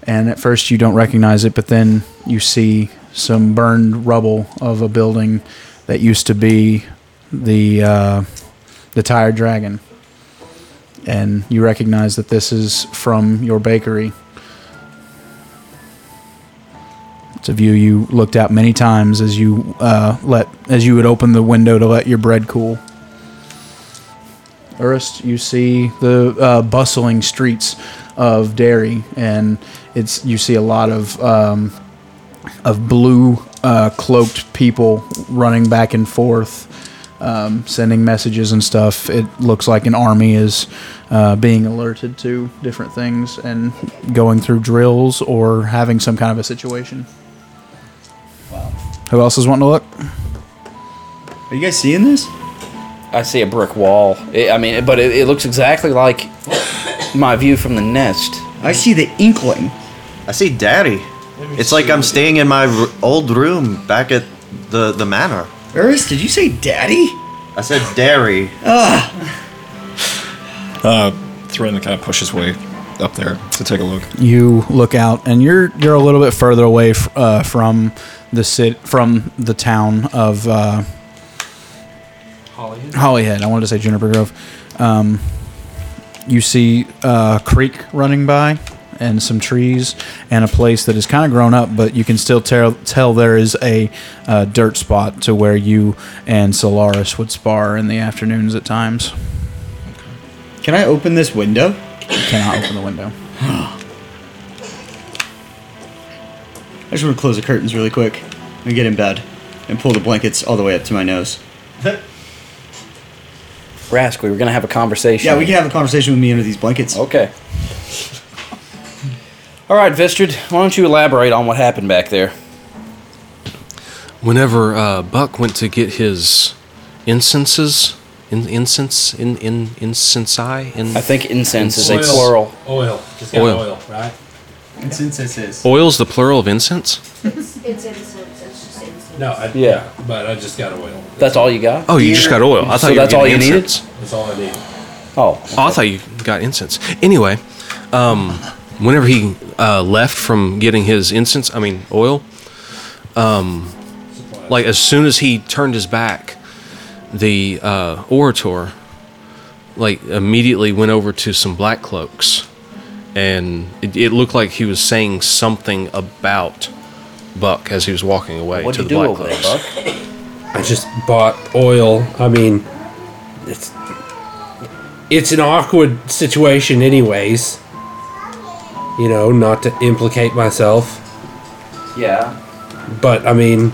and at first you don't recognize it but then you see some burned rubble of a building that used to be the uh, the tired dragon and you recognize that this is from your bakery It's a view you looked at many times as you uh, let as you would open the window to let your bread cool. First, you see the uh, bustling streets of Derry, and it's you see a lot of um, of blue uh, cloaked people running back and forth, um, sending messages and stuff. It looks like an army is uh, being alerted to different things and going through drills or having some kind of a situation. Who else is wanting to look?
Are you guys seeing this?
I see a brick wall. It, I mean, it- but it, it looks exactly like my view from the nest.
I see the inkling.
I see Daddy. It's like I'm staying in my r- old room back at the the manor.
Ernest, did you say Daddy?
I said Dairy.
Ugh.
Uh, Thrin kind of pushes way up there to take a look.
you look out and you're you're a little bit further away f- uh, from the sit from the town of uh, Hollyhead. I wanted to say Juniper Grove. Um, you see uh, a creek running by and some trees and a place that is kind of grown up, but you can still tell tell there is a uh, dirt spot to where you and Solaris would spar in the afternoons at times.
Can I open this window?
You cannot open the window.
I just want to close the curtains really quick and get in bed and pull the blankets all the way up to my nose.
Rask, we were gonna have a conversation.
Yeah, we can have a conversation with me under these blankets.
Okay. All right, Vistred, why don't you elaborate on what happened back there?
Whenever uh, Buck went to get his incenses, in, incense, in, in, incensi, in,
I think incense is a
Incense.
plural.
Oil. Just got
Oil.
oil. right?
And since this is.
Oil's the plural of incense.
It's, it's incense. It's just incense.
No, I,
Yeah.
but I just got oil.
That's all you got?
Oh, you just got oil. I thought
so
you were
that's all you
getting
needed.
incense.
That's all I need.
Oh,
Oh, I thought you got incense. Anyway, um, whenever he uh, left from getting his incense, I mean oil, um, like as soon as he turned his back, the uh, orator like immediately went over to some black cloaks, and it, it looked like he was saying something about Buck as he was walking away
What'd
to
you
the
do
black
over there,
cloaks.
I just bought oil. I mean, it's it's an awkward situation, anyways. You know, not to implicate myself,
Yeah.
but I mean,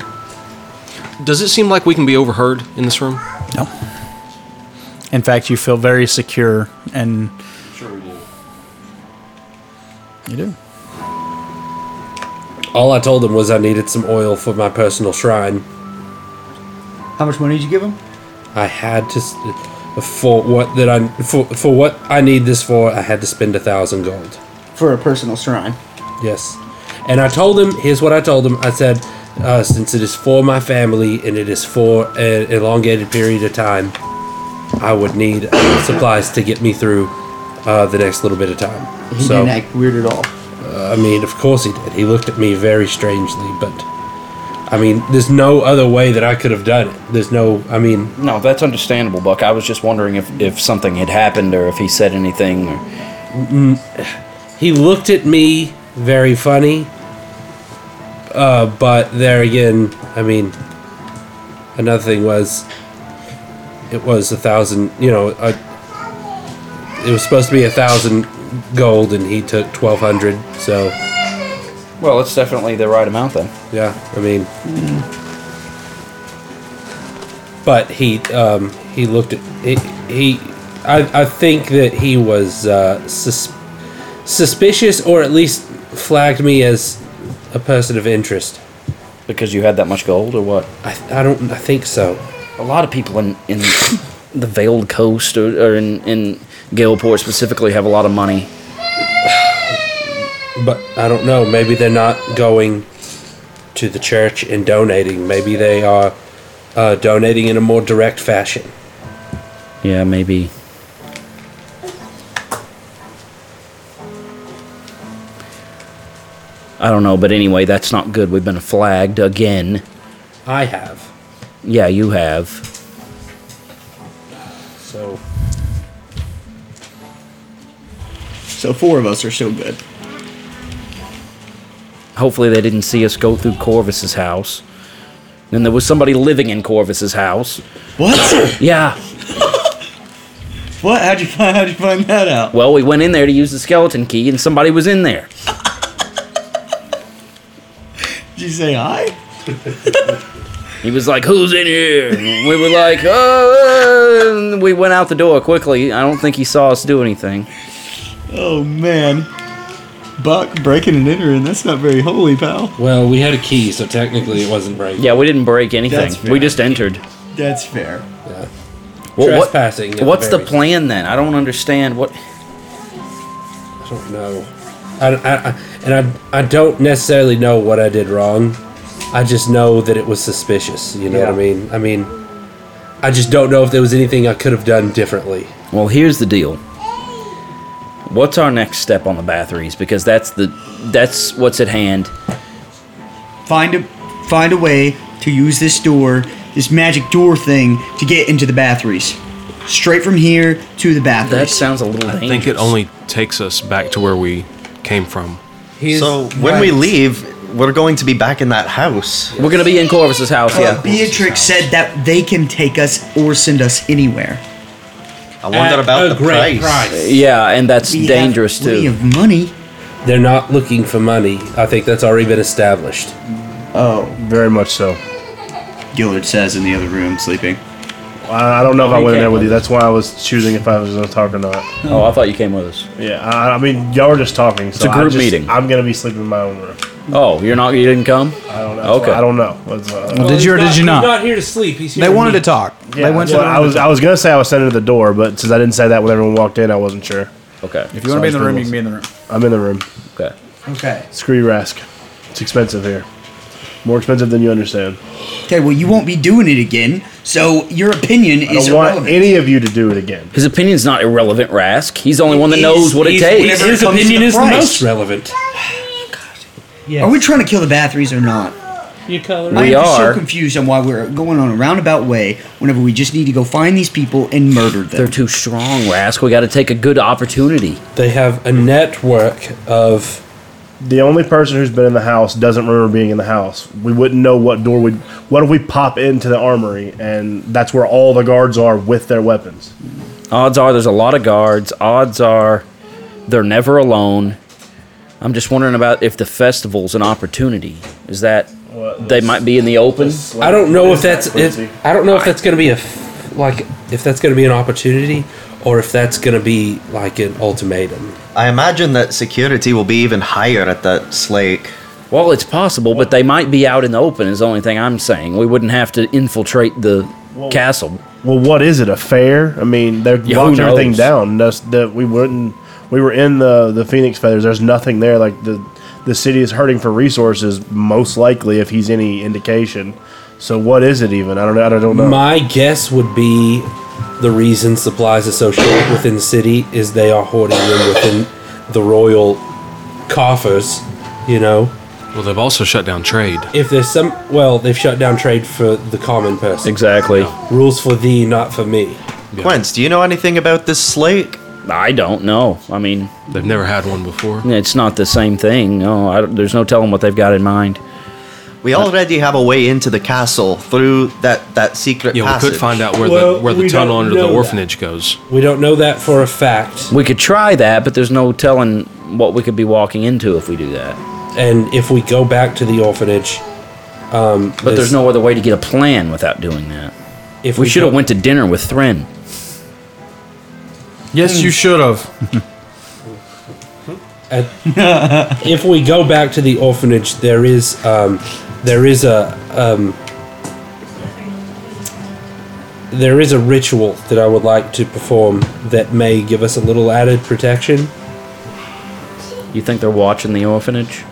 Does it seem like we can be overheard in this room?
In fact, you feel very secure and
Sure, we do.
you do.
all I told them was I needed some oil for my personal shrine.
How much money did you give him?
I had to. s- for what that I for for what I need this for. I had to spend a thousand gold
for a personal shrine.
Yes, and I told them. Here's what I told them. I said, uh, since it is for my family and it is for an elongated period of time, I would need supplies to get me through uh, the next little bit of time.
He
so
didn't act weird at all.
uh, I mean, of course he did. He looked at me very strangely, but I mean, there's no other way that I could have done it. There's no. I mean,
No, that's understandable, Buck. I was just wondering if, if something had happened or if he said anything. Or...
Mm, he looked at me very funny. Uh, but there again, I mean, another thing was, it was a thousand. You know, a, it was supposed to be a thousand gold, and he took twelve hundred. So,
Well, it's definitely the right amount then.
yeah, I mean, but he um, he looked at he, he I, I think that he was uh, sus- suspicious or at least flagged me as a person of interest
because you had that much gold or what
I, I don't I think so
a lot of people in in the Veiled Coast or, or in in Galeport specifically have a lot of money.
but I don't know maybe they're not going to the church and donating maybe they are uh, donating in a more direct fashion
Yeah, maybe. I don't know, but anyway, that's not good. We've been flagged again.
I have
Yeah, you have.
so
So four of us are so good.
Hopefully, they didn't see us go through Corvus's house. Then there was somebody living in Corvus's house.
What? [COUGHS]
yeah.
What? How'd you find? How'd you find that out?
Well, we went in there to use the skeleton key, and somebody was in there.
Did you say hi?
He was like, "Who's in here?" And we were like, "Oh!" and we went out the door quickly. I don't think he saw us do anything.
Oh man, Buck breaking and entering. That's not very holy, pal.
well we had a key so technically it wasn't breaking
Yeah, we didn't break anything.
That's
We just entered.
That's fair.
Yeah.
Well, what-
Trespassing at the
what's the
very
plan then? I don't understand. What?
I don't know. I, I- I- and I, I don't necessarily know what I did wrong. I just know that it was suspicious. You know what I mean? I mean, I just don't know if there was anything I could have done differently.
Well, here's the deal. What's our next step on the Bathories? Because that's the that's what's at hand.
Find a find a way to use this door, this magic door thing, to get into the bathrooms. Straight from here to the bathrooms.
That
sounds a little.
I think it only takes us back to where we came from.
so when we leave, we're going to be back in that house.
We're going to be in Corvus's house.
Uh, Beatrix said that they can take us or send us anywhere.
I
wonder At about a the great price. price.
Yeah, and that's
We have
dangerous
plenty
too.
of money.
They're not looking for money. I think that's already been established.
Oh,
very much so.
Gillard says in the other room, sleeping.
I, I don't know if I
You
went in
came
there with
with
you. That's why I was choosing if I was going to talk or not.
Oh, I thought you came with us.
Yeah, I, I mean, y'all were just talking.
It's
so
a
I
group
just-
meeting.
I'm going to be sleeping in my own room.
Oh, you're not. You didn't come.
I don't know.
Okay.
I don't know. That's, uh,
here to sleep. He's
They wanted to talk.
Yeah,
they went
well,
to.
I was I was gonna say I was sending to the door, but since I didn't say that when everyone walked in, I wasn't sure.
Okay.
If you want to be in the room, you can be in the room.
I'm in the room.
Okay.
Okay.
Screw your ask. It's expensive here. More expensive than you understand.
Okay, well, you won't be doing it again, so your opinion
I
is
don't want
irrelevant.
any of you to do it again.
His opinion's not irrelevant, Rask. He's the only one that
It
knows
is-
what it
is
takes.
whenever it His comes to opinion the is the price. most
relevant.
Are we trying to kill the Bathories or not?
You color.
I am just so confused on why we're going on a roundabout way whenever we just need to go find these people and murder them.
They're too strong, Rask. We got to take a good opportunity.
They have a network of.
The only person who's been in the house doesn't remember being in the house. We wouldn't know what door would. What if we pop into the armory and that's where all the guards are with their weapons?
Odds are there's a lot of guards. Odds are they're never alone. I'm just wondering about if the festival's an opportunity. Is that they might be in the open?
I don't know if that's. If, I don't know if that's going to be a, f- like, if that's going to be an opportunity, or if that's going to be like an ultimatum.
I imagine that security will be even higher at that slake.
Well, it's possible, but they might be out in the open. Is the only thing I'm saying. We wouldn't have to infiltrate the
castle.
Well, what is it? A fair? I mean, they're
Yeah, who
locking everything
knows?
down. That's that we wouldn't. We were in the the Phoenix feathers. There's nothing there. Like the the city is hurting for resources, most likely, if he's any indication. So what is it even? I don't. I don't know.
My guess would be the reason supplies are so short within the city is they are hoarding them within the royal coffers, you know?
Well, they've also shut down trade.
If there's some, well, they've shut down trade for the common person.
Exactly.
Rules for thee, not for me.
Quince, do you know anything about this slake?
I don't know. I mean,
they've never had one before.
It's not the same thing. No, I, don't- there's no telling what they've got in mind.
We already have a way into the castle through that, that secret
Yeah, we
passage.
could find out where
Well,
the where the
we
tunnel
don't
under the
know that.
orphanage goes.
We don't know that for a fact.
We could try that, but there's no telling what we could be walking into if we do that.
And if we go back to the orphanage, um,
But there's no other way to get a plan without doing that.
If
we,
we
should have
don't-
went to dinner with Thren.
Yes, you should have.
At- if we go back to the orphanage, there is um, there is a um, there is a ritual that I would like to perform that may give us a little added protection.
You think they're watching the orphanage?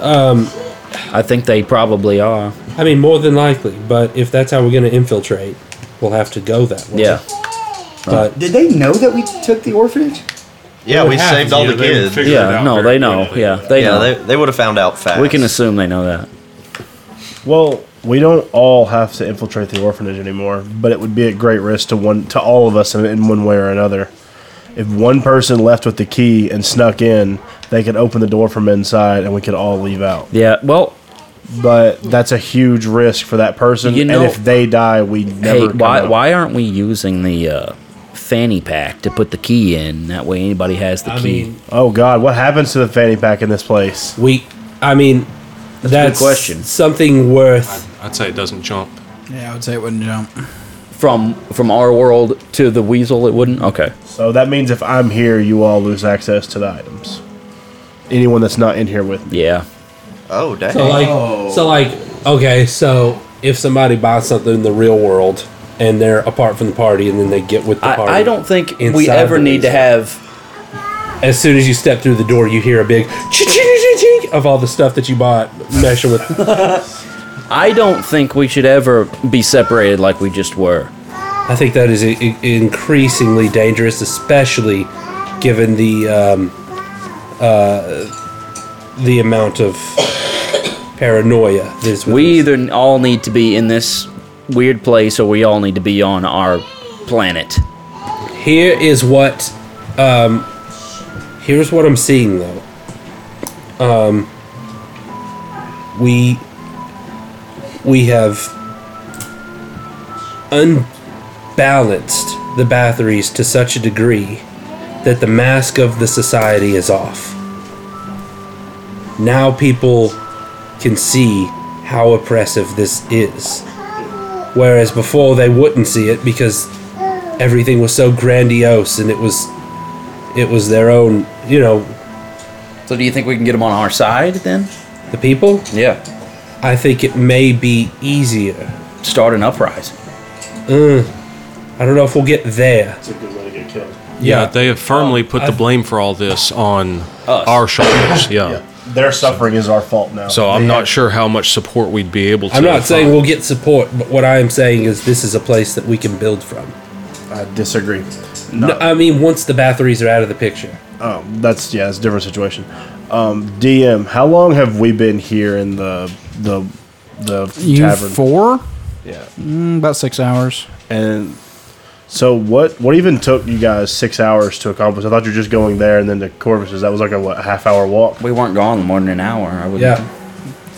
Um,
I think they probably are.
I mean, more than likely, but if that's how we're going to infiltrate, we'll have to go that way.
Yeah.
But
Did they know that we took the orphanage?
Yeah, we
They would have
saved
to.
all
Yeah,
the
they would
kids.
figure it
Yeah, no, they know. Yeah, they
yeah,
know.
They, they would have found out fast.
we can assume they know that.
Well, we don't all have to infiltrate the orphanage anymore, but it would be at great risk to one to all of us in, in one way or another. If one person left with the key and snuck in, they could open the door from inside, and we could all leave out.
Yeah, well,
but that's a huge risk for that person.
You know-
and if they die, we never.
hey,
come
why
out.
why aren't we using the uh, fanny pack to put the key in? That way, anybody has the key.
Oh God, what happens to the fanny pack in this place?
We, I mean,
a good
that's,
question.
something worth.
I'd say it doesn't jump.
Yeah, I would say it wouldn't jump.
from from our world to the weasel, it wouldn't. Okay.
So that means if I'm here, you all lose access to the items. Anyone that's not in here with me.
Yeah.
Oh dang!
So like, so like, okay, so if somebody buys something in the real world and they're apart from the party, and then they get with the party,
I, I don't think we
inside
ever
the
need to
weasel.
have.
As soon as you step through the door, you hear a big ching of all the stuff that you bought meshing with.
[LAUGHS] I don't think we should ever be separated like we just were.
I think that is i i- increasingly dangerous, especially given the um, uh, the amount of paranoia that is with
We either all need to be in this weird place, or we all need to be on our planet.
Here is what, um, here's what I'm seeing though. Um, we we have unbalanced the batteries to such a degree that the mask of the society is off. Now people can see how oppressive this is. Whereas before they wouldn't see it because everything was so grandiose and it was it was their own, you know,
So, do you think we can get them on our side then?
the people.
Yeah.
I think it may be easier.
Start an uprising.
Mm, I don't know if we'll get there.
It's a good way to get killed.
Yeah, they have firmly put the blame for all this on our [COUGHS] shoulders. Yeah.
Their suffering is our fault now.
So I'm not sure how much support we'd be able to.
I'm not saying
find.
we'll get support, but what I am saying is this is a place that we can build from.
I disagree.
No,
No.
I mean once the batteries are out of the picture.
Oh, that's yeah, it's a different situation. Um, DM, how long have we been here in the the the
You
tavern?
four?
Yeah.
Mm, about six hours.
And so what what even took you guys six hours to accomplish? I thought you were just going there and then to Corvus's. That was like a what, half hour walk.
We weren't gone more than an hour. I would.
Yeah.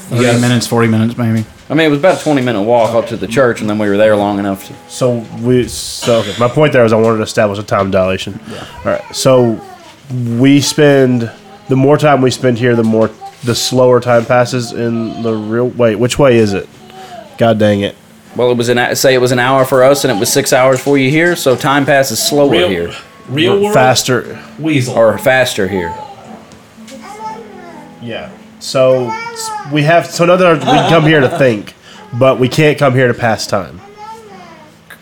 30
guys-
minutes, 40 minutes, maybe.
I mean, it was about a 20 minute walk up to the church, and then we were there long enough. To,
So we so okay, my point there is I wanted to establish a time dilation. Yeah. All right. So we spend the more time we spend here, the more the slower time passes in the real. Wait, which way is it? God dang it!
well, it was an say it was an hour for us, and it was six hours for you here. So time passes slower
Real-
here,
real world
faster.
weasel
or faster here.
Yeah. So s- we have so in other words, we come here to think, but we can't come here to pass time.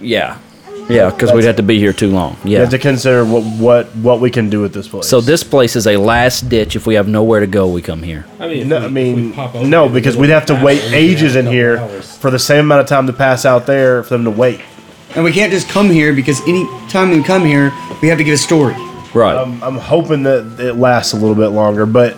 yeah, yeah, because we'd have to be here too long.
You
Yeah.
have to consider what what what we can do with this place.
So this place is a last ditch. If we have nowhere to go, we come here.
I mean, no, I mean, no, because we'd have to wait ages in here for the same amount of time to pass out there for them to wait.
And we can't just come here because any time we come here, we have to get a story.
Right.
Um, I'm hoping that it lasts a little bit longer, but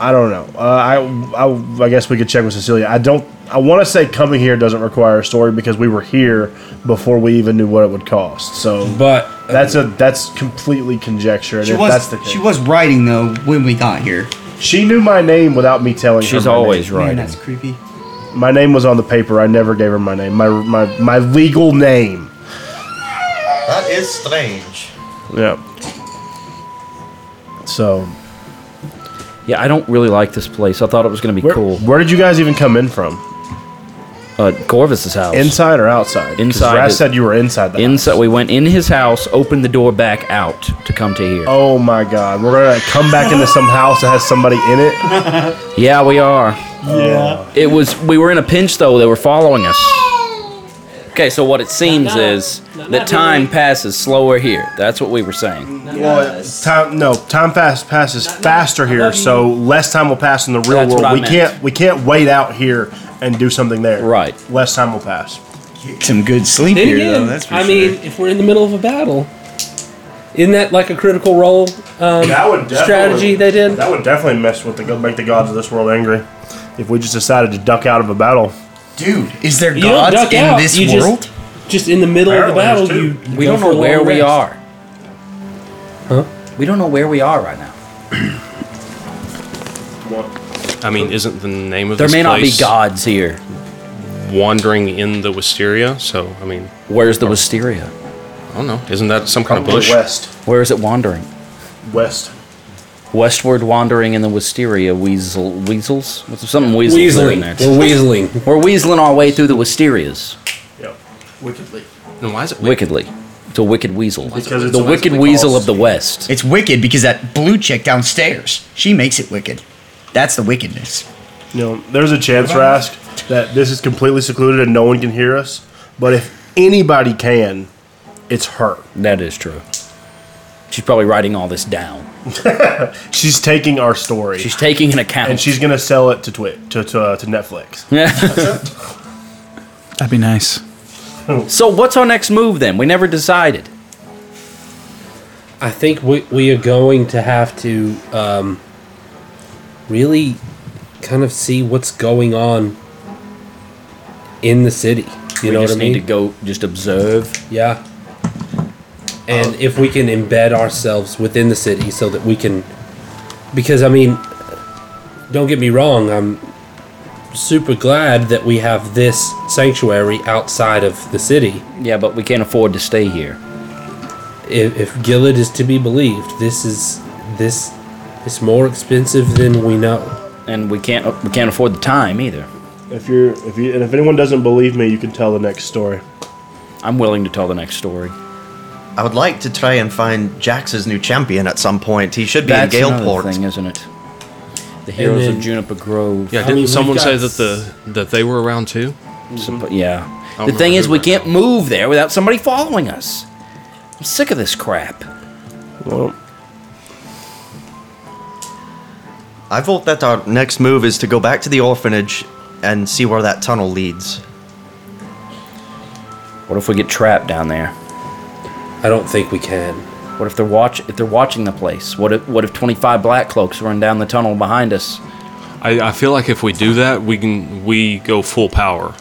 I don't know. Uh, I, I I guess we could check with Cecilia. I don't. I want to say coming here doesn't require a story because we were here before we even knew what it would cost. So,
but
that's a that's completely conjecture. and
uh, She
if
was
that's the case.
she was writing though when we got here.
She knew my name without me telling her.
She's
my
always
name.
Man, writing. that's creepy.
My name was on the paper. I never gave her my name. My my my legal name.
That is strange.
Yeah. So.
Yeah, I don't really like this place. I thought it was going to be cool.
Where did you guys even come in from?
Uh, Corvus's house.
Inside or outside? 'Cause
Inside.
Raz said you were inside the
inside. We went in his house, opened the door back out to come to here.
Oh my God! We're gonna come back into some house that has somebody in it.
Yeah, we are.
Yeah.
It was. We were in a pinch though. They were following us. Okay, so what it seems is that time passes slower here. That's what we were
Mm-hmm.
saying.
Well, time no time fast passes faster here, so less time will pass in the real
That's what I
world. We
meant.
can't we can't wait out here and do something there.
Right.
Less time will pass.
Some good sleep
Then again, I mean, if we're in the middle of a battle, isn't that like a critical role um,
that would definitely-
strategy they did?
That would definitely mess with the go make the gods of this world angry. If we just decided to duck out of a battle,
dude, is there
You don't duck out. you Just, just in the middle
Apparently there's
of the battle,
two.
you
We
go
don't
for a
know where
long
we
rest.
are. Huh? We don't know where we are right now.
I mean, isn't the name of
There
this
may not be
place
gods here.
wandering in the wisteria? So I mean,
where's the wisteria?
I don't know. Isn't that some kind of
Probably
bush?
west.
Where is it wandering?
west.
Westward wandering in the wisteria, weasel weasels. What's something weasels doing there?
Weaseling.
[LAUGHS]
We're weaseling.
We're weaseling our way through the wisterias
Yep. Wickedly.
Then why is it
wickedly. It's a wicked weasel.
Because
the wicked weasel of the west.
It's wicked because that blue chick downstairs, she makes it wicked. That's the wickedness.
You know, there's a chance, Rask, that this is completely secluded and no one can hear us. But if anybody can, it's her.
That is true. She's probably writing all this down.
She's taking our story.
She's taking an account.
and she's gonna sell it to Twitch to to, uh, to Netflix.
Yeah.
That'd be nice.
[LAUGHS] so what's our next move then? We never decided.
I think we, we are going to have to um, really kind of see what's going on in the city.
we
You know what
just
I mean?
need to go just observe.
Yeah.
Oh.
And if we can embed ourselves within the city so that we can. Because, I mean, don't get me wrong, I'm super glad that we have this sanctuary outside of the city.
Yeah, but we can't afford to stay here.
If, if Gillard is to be believed, this is. This is more expensive than we know.
And we can't we can't afford the time either.
If you're if you and if anyone doesn't believe me, you can tell the next story.
I'm willing to tell the next story.
I would like to try and find Jax's new champion at some point. He should be
That's
in
another
Galeport.
thing, isn't it? The heroes
then-
of Juniper Grove.
Yeah, didn't someone say that the that they were around too?
yeah.
I don't
The thing
remember
is,
who
we can't move there without somebody following us. I'm sick of this crap.
Well,
I vote that our next move is to go back to the orphanage and see where that tunnel leads.
What if we get trapped down there?
I don't think we can.
What if they're watch? If they're watching the place, what if what if twenty five black cloaks run down the tunnel behind us?
I, I feel like if we do that, we can we go full power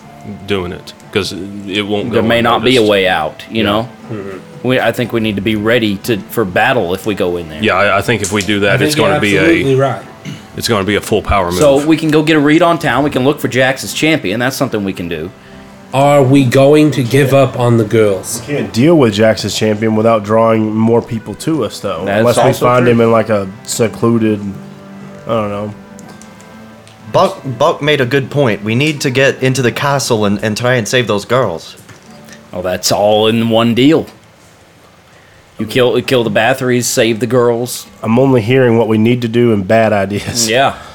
doing it because it won't.
There
go
may not be a
unnoticed.
way out. You know,
Mm-hmm.
we I think we need to be ready to for battle if we go in there.
Yeah, I, I think if we do that, it's going to be a
right.
it's going to be a full power move.
So we can go get a read on town. We can look for Jax's champion. That's something we can do.
Are we going to give up on the girls?
can't deal with Jax's champion without drawing more people to us though.
That's
Unless we
also
find
true.
him in like a secluded I don't know.
Buck Buck made a good point. We need to get into the castle and, and try and save those girls.
Oh, that's all in one deal. You kill you kill the Bathories, save the girls.
I'm only hearing what we need to do and bad ideas.
Yeah.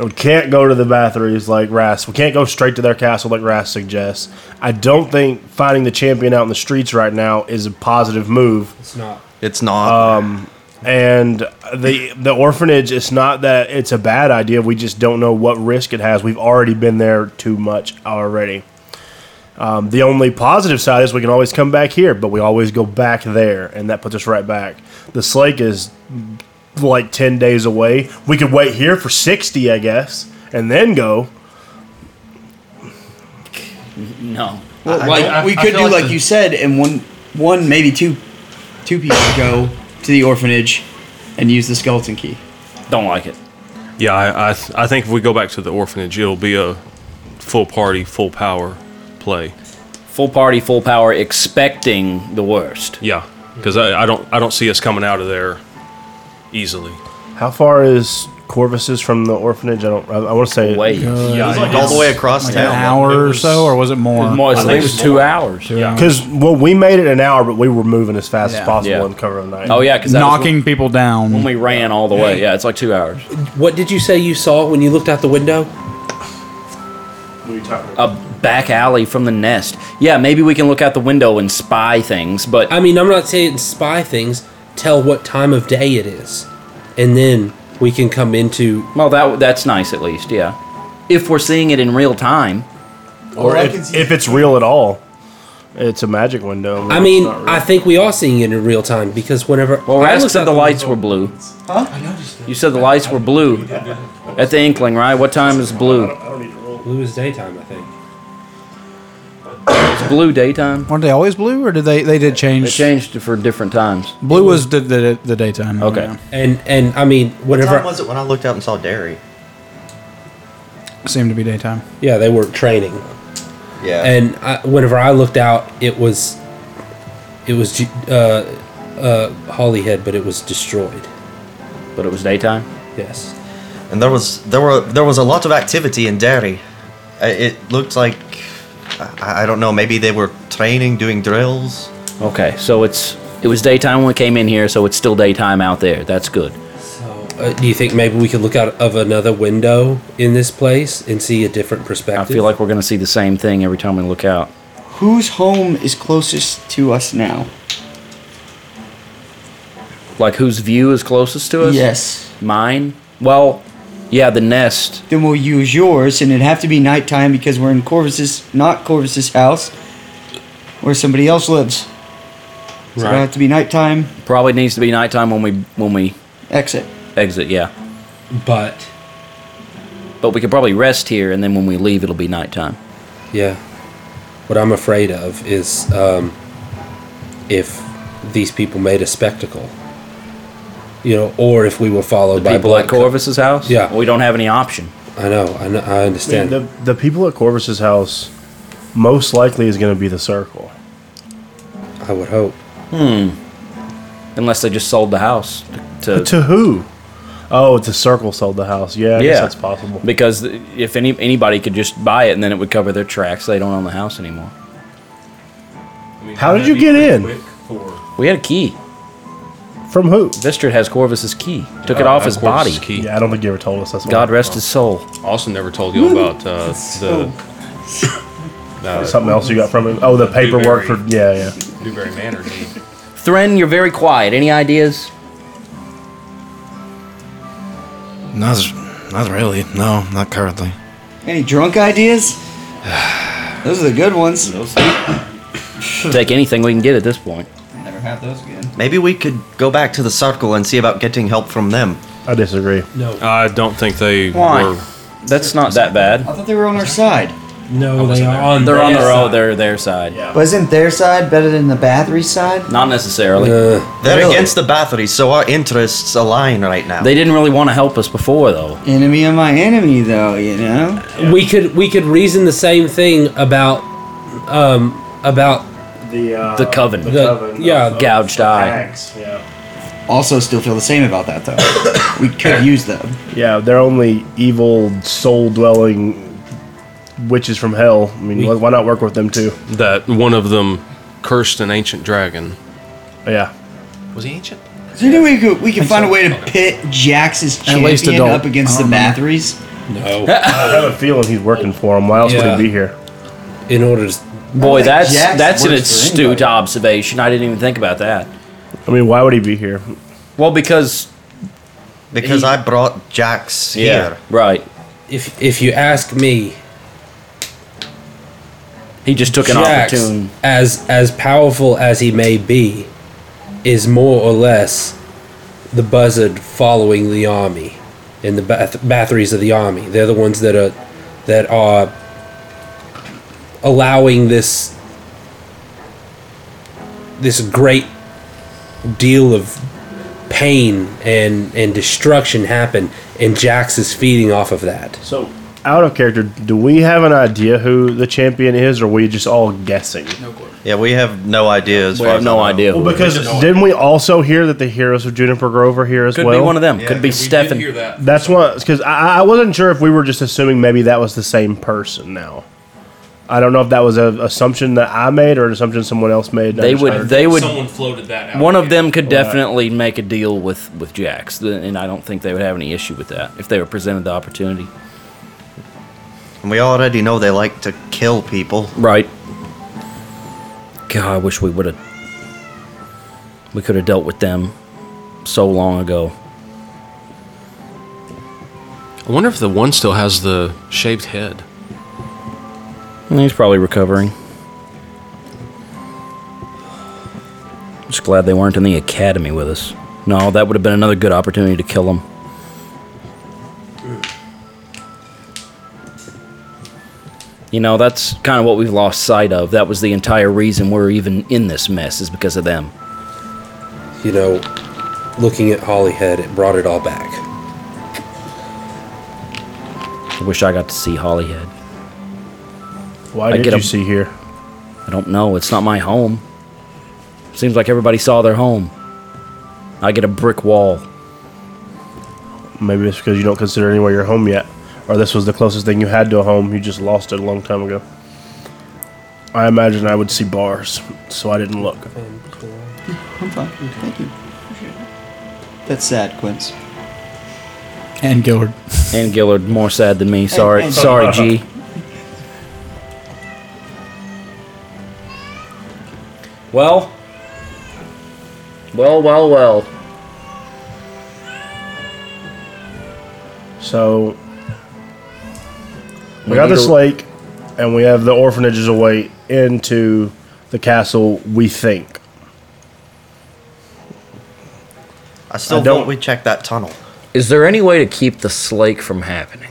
We can't go to the batteries like Ras. We can't go straight to their castle like Ras suggests. I don't think finding the champion out in the streets right now is a positive move.
It's not.
It's not.
Um, and the the orphanage. It's not that it's a bad idea. We just don't know what risk it has. We've already been there too much already. Um, the only positive side is we can always come back here, but we always go back there, and that puts us right back. The Slake is like 10 days away. We could wait here for 60, I guess, and then go.
No.
Well, like, we could do like, you said, and one, one maybe two, two people go to the orphanage and use the skeleton key.
Don't like it.
Yeah, I I, th- I think if we go back to the orphanage, it'll be a full party, full power play.
Full party, full power, expecting the worst.
Yeah, because I, I don't I don't see us coming out of there easily.
How far is Corvus's from the orphanage? I don't. I, I want to say
Way.
Yeah, It's like all the way across like an town. hour It or was- so, or was it more? it was more. I think it was
two hours. Two hours.
Because well, we made it an hour, but we were moving as fast
Yeah.
as possible
Yeah.
on cover of night.
Oh yeah, because
knocking people down.
when we ran all the way. Yeah, it's like two hours.
What did you say you saw when you looked out the window?
A back alley from the nest. Yeah, maybe we can look out the window and spy things, but
I mean, I'm not saying spy things. Tell what time of day it is, and then we can come into.
well, that that's nice at least. Yeah, if we're seeing it in real time.
Or if, if it's real at all, it's a magic window.
I mean,
It's not real.
I think we are seeing it in real time because whenever
Well,
I
Rask
looked
said
out
the lights were blue.
Huh?
You said the lights were blue at the Inkling, right? What time is blue?
blue is daytime, I think.
It's blue daytime.
Weren't they always blue, or did they? They did change.
They changed it for different times.
Blue was the the, the daytime.
Okay.
And and I mean,
What
whenever
time was it when I looked out and saw Derry?
seemed to be daytime.
yeah, they were training.
Yeah.
And I, whenever I looked out, it was, it was uh, uh, Hollyhead, but it was destroyed.
But it was daytime.
Yes.
and there was there were there was a lot of activity in Derry. I- It looked like I, I don't know. Maybe they were training, doing drills.
Okay, so it's it was daytime when we came in here, so it's still daytime out there. That's good.
Uh, do you think maybe we could look out of another window in this place and see a different
I
perspective?
feel like we're gonna see the same thing every time we look out.
Whose home is closest to us now?
Like whose view is closest to us?
Yes.
Mine? Well, yeah, the nest.
Then we'll use yours, and it'd have to be nighttime because we're in Corvus's, not Corvus's house, where somebody else lives. So it'll
Right.
have to be nighttime.
Probably needs to be nighttime when we when we
Exit.
exit, yeah.
But
But we could probably rest here and then when we leave it'll be nighttime.
yeah, what I'm afraid of is um, if these people made a spectacle, you know, or if we were followed
The
by
people
blood
at Corvus's house?
uh, Yeah.
We don't have any option.
I know, I know, I
Man,
understand.
the the people at Corvus's house most likely is going to be the circle.
I would hope.
Hmm. Unless they just sold the house to
to who? Oh, it's the circle sold the house. Yeah, I guess that's possible.
Because th- if any anybody could just buy it and then it would cover their tracks, they don't own the house anymore.
How did you get in?
We had a key.
From who?
Vistrid has Corvus's key. Took
Uh,
it off his body.
Yeah, I don't think you ever told us. That's
God rest his soul.
Austin never told you about
[LAUGHS]
uh,
[LAUGHS]
the uh,
Something else you got from him? Oh, the paperwork for yeah, yeah.
Newberry Manor deed.
Thren, you're very quiet. Any ideas?
Not, not really. No, not currently.
Any
[SIGHS]
drunk ideas? Those are the good ones.
Take anything we can get at this point.
Never have those again.
Maybe we could go back to the circle and see about getting help from them.
I disagree.
No.
I don't think they
Why?
were.
That's not that bad.
I thought they were on our side.
No, they are on.
They're on
their
the road.
side.
They're their side. Yeah.
Wasn't their side better than the Bathory side?
Not necessarily.
They're
Really?
against the Bathory, so our interests align right now.
They didn't really want to help us before, though.
Enemy of my enemy, though, you know?
we could we could reason the same thing about um about
The uh,
The coven.
the, yeah
Gouged eye.
yeah.
Also, still feel the same about that, though. we could use them.
Yeah, they're only evil soul dwelling witches from hell. I mean, why not work with them too?
That one of them cursed an ancient dragon.
Yeah.
Was he ancient?
So you know we could we could find a way to pit Jax's champion
least adult.
up against the Bathories?
No. I have a feeling he's working for him. Why else
Yeah.
would he be here?
In order to.
Boy,
I don't think
that's
Jackson
that's an
works for
astute observation. I didn't even think about that.
I mean, why would he be here?
Well, because
Because
He-
I brought Jax here.
right.
If if you ask me,
he just took an opportune-
As as powerful as he may be, is more or less the buzzard following the army and the bath- batteries of the army. They're the ones that are that are allowing this this great deal of pain and and destruction happen and Jax is feeding off of that.
So Out of character, do we have an idea who the champion is, or are we just all guessing? No clue.
Yeah, we have no idea. As
We
far
have
as
no
I know.
Well, because didn't we also hear that the heroes of Juniper Grove are here as
Could be
well?
one of them. Yeah, Could be we did Stefan.
hear that.
That's one because I, I wasn't sure if we were just assuming maybe that was the same person. Now, I don't know if that was an assumption that I made or an assumption someone else made.
They would. They would.
Someone floated that out.
One of them could
Right.
definitely make a deal with with Jax, th- and I don't think they would have any issue with that if they were presented the opportunity.
And we already know they like to kill people.
Right. God, I wish we would have. We could have dealt with them so long ago.
I wonder if the one still has the shaved head.
And he's probably recovering. Just glad they weren't in the academy with us. No, that would have been another good opportunity to kill him. You know, that's kind of what we've lost sight of. That was the entire reason we're even in this mess is because of them.
You know, looking at Hollyhead, it brought it all back.
I wish I got to see Hollyhead.
Why
I
did
get
you
a-
see here?
I don't know. It's not my home. Seems like everybody saw their home. I get a brick wall.
Maybe it's because you don't consider anywhere your home yet, or this was the closest thing you had to a home. You just lost it a long time ago. I imagine I would see bars, so I didn't look.
I'm fine. Thank you. That's sad, Quince.
And Gillard. And Gillard, more sad than me. Sorry,
and-
sorry, G. Well, well, well, well.
So we,
We
got
need
this
to-
lake, and we have the orphanages away into the castle. We think.
I still
I don't-
don't. We check that tunnel.
Is there any way to keep the slake from happening?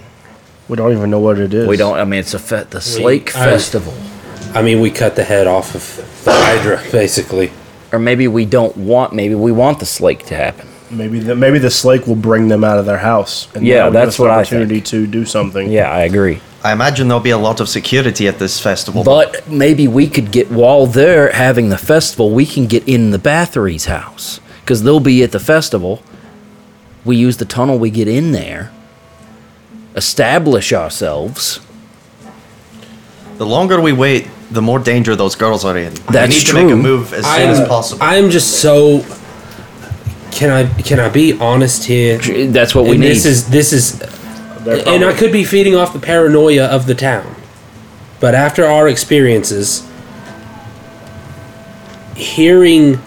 We don't even know what it is.
We don't. I mean, it's a fe- the slake
I-
festival.
I mean, we cut the head off of the Hydra, [LAUGHS] basically.
Or maybe we don't want. Maybe we want the slake to happen.
Maybe the, maybe the slake will bring them out of their house.
Yeah,
that would give
that's
us the
what I
Opportunity to do something.
Yeah, I agree.
I imagine there'll be a lot of security at this festival.
But maybe we could get while they're having the festival, we can get in the Bathory's house because they'll be at the festival. We use the tunnel, we get in there, establish ourselves.
the longer we wait, the more danger those girls are in.
That's
we need to
true.
make a move as soon as possible.
I'm just so. Can I can I be honest here?
That's what we
And This
need.
is this is, and I could be feeding off the paranoia of the town, but after our experiences, hearing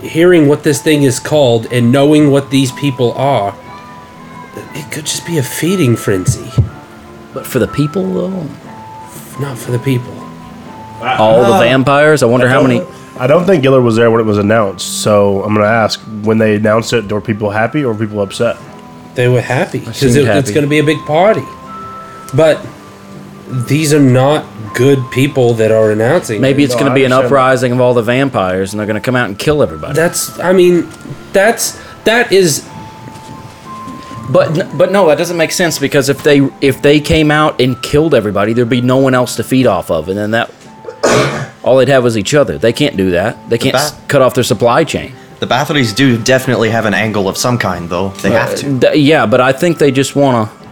hearing what this thing is called and knowing what these people are, it could just be a feeding frenzy.
But for the people, though,
not for the people.
All the vampires. I wonder how
don't-
many.
I don't think Gillard was there when it was announced, so I'm gonna ask: when they announced it, were people happy or were people upset?
They were happy because
seemed
it's
happy.
going to be a big party. But these are not good people that are announcing.
Maybe it's
No,
going
I
to be an
understand that.
uprising of all the vampires, and they're going to come out and kill everybody.
That's. I mean, that's that is.
But n- but no, that doesn't make sense because if they if they came out and killed everybody, there'd be no one else to feed off of, and then that [COUGHS] all they'd have was each other. They can't do that. They can't s
Bath-
cut off their supply chain.
The Bathories do definitely have an angle of some kind, though. They have to.
Uh, d- yeah, but I think they just want to.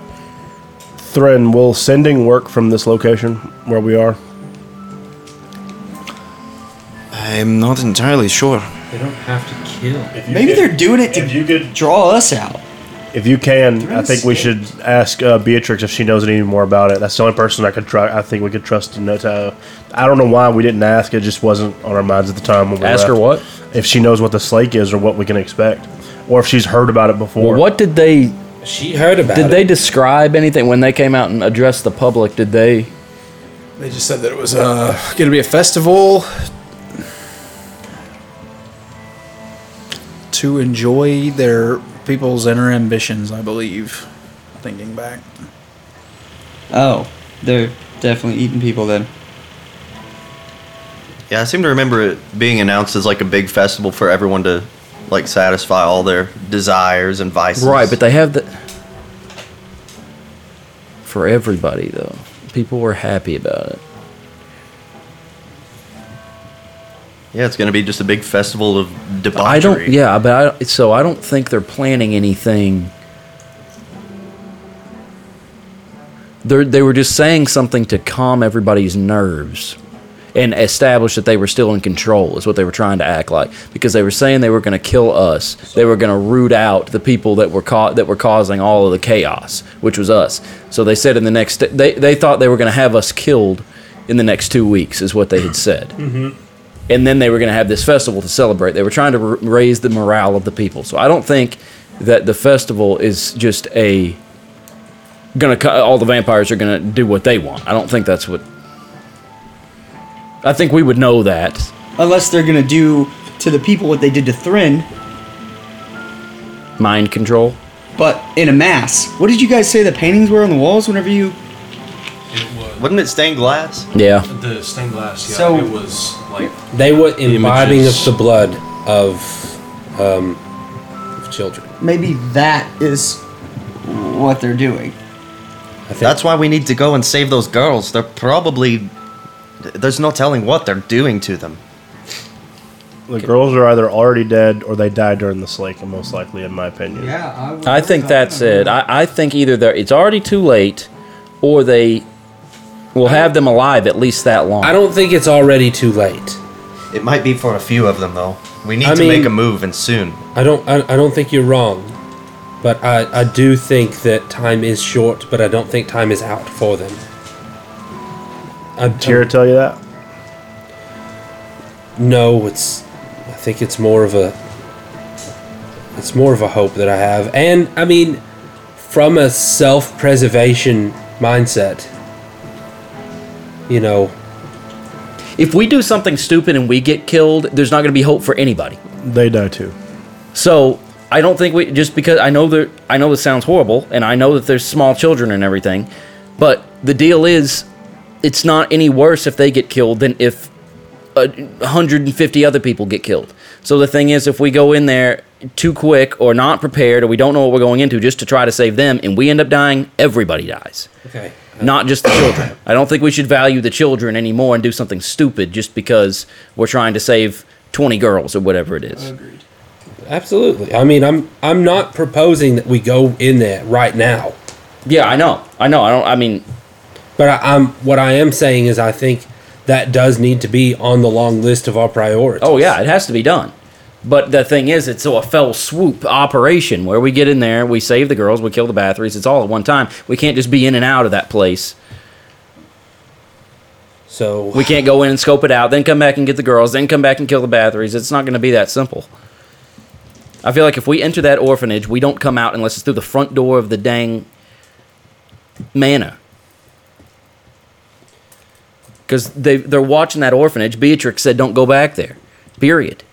Thren, will sending work from this location where we are?
I'm not entirely sure.
They don't have to kill.
Maybe they're doing it to draw us out.
If you can, I think we should ask uh, Beatrix if she knows any more about it. That's the only person I could try. I think we could trust to know. To, I don't know why we didn't ask. It just wasn't on our minds at the time. When we
Ask her
left. If she knows what the slake is or what we can expect, or if she's heard about it before.
Well, what did they?
She heard about
Did
it.
they describe anything when they came out and addressed the public? Did they?
They just said that it was uh, going to be a festival to enjoy their people's inner ambitions, I believe. Thinking back.
Oh, they're definitely eating people then.
Yeah, I seem to remember it being announced as like a big festival for everyone to like satisfy all their desires and vices.
Right, but they have the. For everybody though, people were happy about it.
yeah, it's going to be just a big festival of debauchery.
I don't. Yeah, but I, so I don't think they're planning anything. They they were just saying something to calm everybody's nerves, and establish that they were still in control. Is what they were trying to act like because they were saying they were going to kill us. They were going to root out the people that were caught that were causing all of the chaos, which was us. So they said in the next they they thought they were going to have us killed in the next two weeks. Is what they had said
Mm-hmm.
and then they were going to have this festival to celebrate. They were trying to r- raise the morale of the people. So I don't think that the festival is just a going to all the vampires are going to do what they want. I don't think that's what. I think we would know that.
Unless they're gonna do to the people what they did to Thryn,
mind control.
but in a mass. What did you guys say the paintings were on the walls whenever you?
Wasn't it stained glass?
Yeah.
The stained glass. Yeah,
So-
it was like
They were imbibing
Images.
of the blood of, um, of children.
Maybe that is what they're doing.
That's why we need to go and save those girls. They're probably there's no telling what they're doing to them.
the girls are either already dead or they died during the slake, and most likely, in my opinion.
Yeah,
I think that's it. I, I think either they're, it's already too late, or they will have them alive at least that long.
I don't think it's already too late.
It might be for a few of them though. We need
I
to make
mean-
a move and soon.
I don't. I, I don't think you're wrong, but I, I do think that time is short. But I don't think time is out for them. I,
Tira tell you that?
No, it's. I think it's more of a. It's more of a hope that I have, and I mean, from a self-preservation mindset. You know,
If we do something stupid and we get killed, there's not going to be hope for anybody.
They die too.
So I don't think we just because I know that I know this sounds horrible, and I know that there's small children and everything, but the deal is, it's not any worse if they get killed than if uh, 150 other people get killed. So the thing is, if we go in there too quick or not prepared, or we don't know what we're going into, just to try to save them, and we end up dying, everybody dies
Okay.
not just the children. I don't think we should value the children anymore and do something stupid just because we're trying to save 20 girls or whatever it is.
Absolutely. I mean, I'm I'm not proposing that we go in there right now.
Yeah, I know. I know. I don't. I mean,
but I, I'm what I am saying is I think that does need to be on the long list of our priorities.
Oh yeah, it has to be done. But the thing is, it's a fell swoop operation where we get in there, we save the girls, we kill the batteries. It's all at one time. We can't just be in and out of that place.
So
[SIGHS] we can't go in and scope it out, then come back and get the girls, then come back and kill the batteries. It's not going to be that simple. I feel like if we enter that orphanage, we don't come out unless it's through the front door of the dang manor. Because they they're watching that orphanage. Beatrix said, "Don't go back there." Period.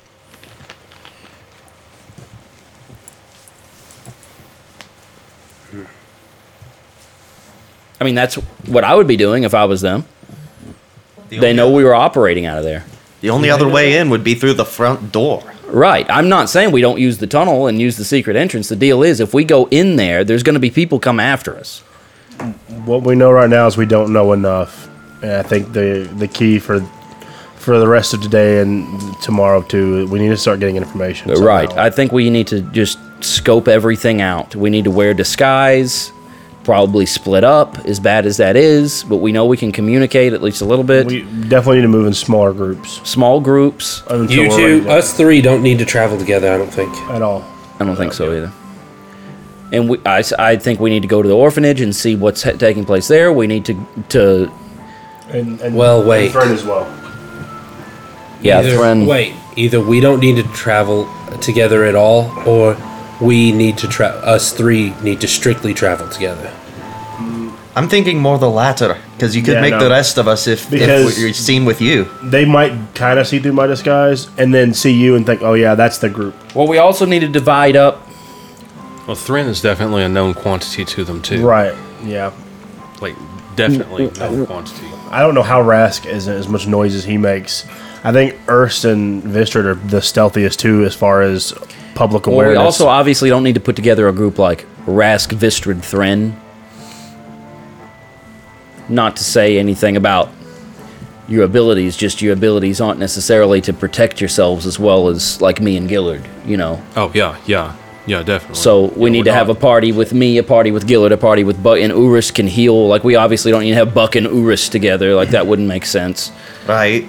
I mean, that's what I would be doing if I was them. They know we were operating out of there.
The only other way in would be through the front door.
Right. I'm not saying we don't use the tunnel and use the secret entrance. The deal is, if we go in there, there's going to be people come after us.
What we know right now is we don't know enough, and I think the the key for for the rest of today and tomorrow too, we need to start getting
Uh,
information. somehow.
Right. I think we need to just scope everything out. We need to wear disguise, probably split up, as bad as that is, but we know we can communicate at least a little bit. We
definitely need to move in smaller groups.
Small groups.
Uh,
You two, us three, don't need to travel together. I don't think
at all.
I don't think so either. and we, I, s- I think we need to go to the orphanage and see what's ha- taking place there. We need to to
And, and
Well, wait.
Friend as well.
yeah,
Either-
friend.
Wait, either we don't need to travel together at all, or we need to tra Us three need to strictly travel together.
I'm thinking more the latter because you could
Yeah,
make
no.
the rest of us if,
Because-
if we're seen with you.
They might kind of see through my disguise and then see you and think, oh, yeah, that's the group.
Well, we also need to divide up.
Well, Thrin is definitely a known quantity to them too.
Right. Yeah.
Like definitely
Mm-hmm.
known quantity.
I don't know how Rask isn't as much noise as he makes. I think Erst and Vistrid are the stealthiest too, as far as public
Well, we
awareness.
also obviously don't need to put together a group like Rask, Vistrid, Thren. Not to say anything about your abilities, just your abilities aren't necessarily to protect yourselves as well as like me and Gillard, you know.
Oh yeah, yeah, yeah, definitely.
So we need to have a party with me, a party with Gillard, a party with Buck, and Urus can heal. Like we obviously don't need to have Buck and Urus together. Like that wouldn't make sense.
Right.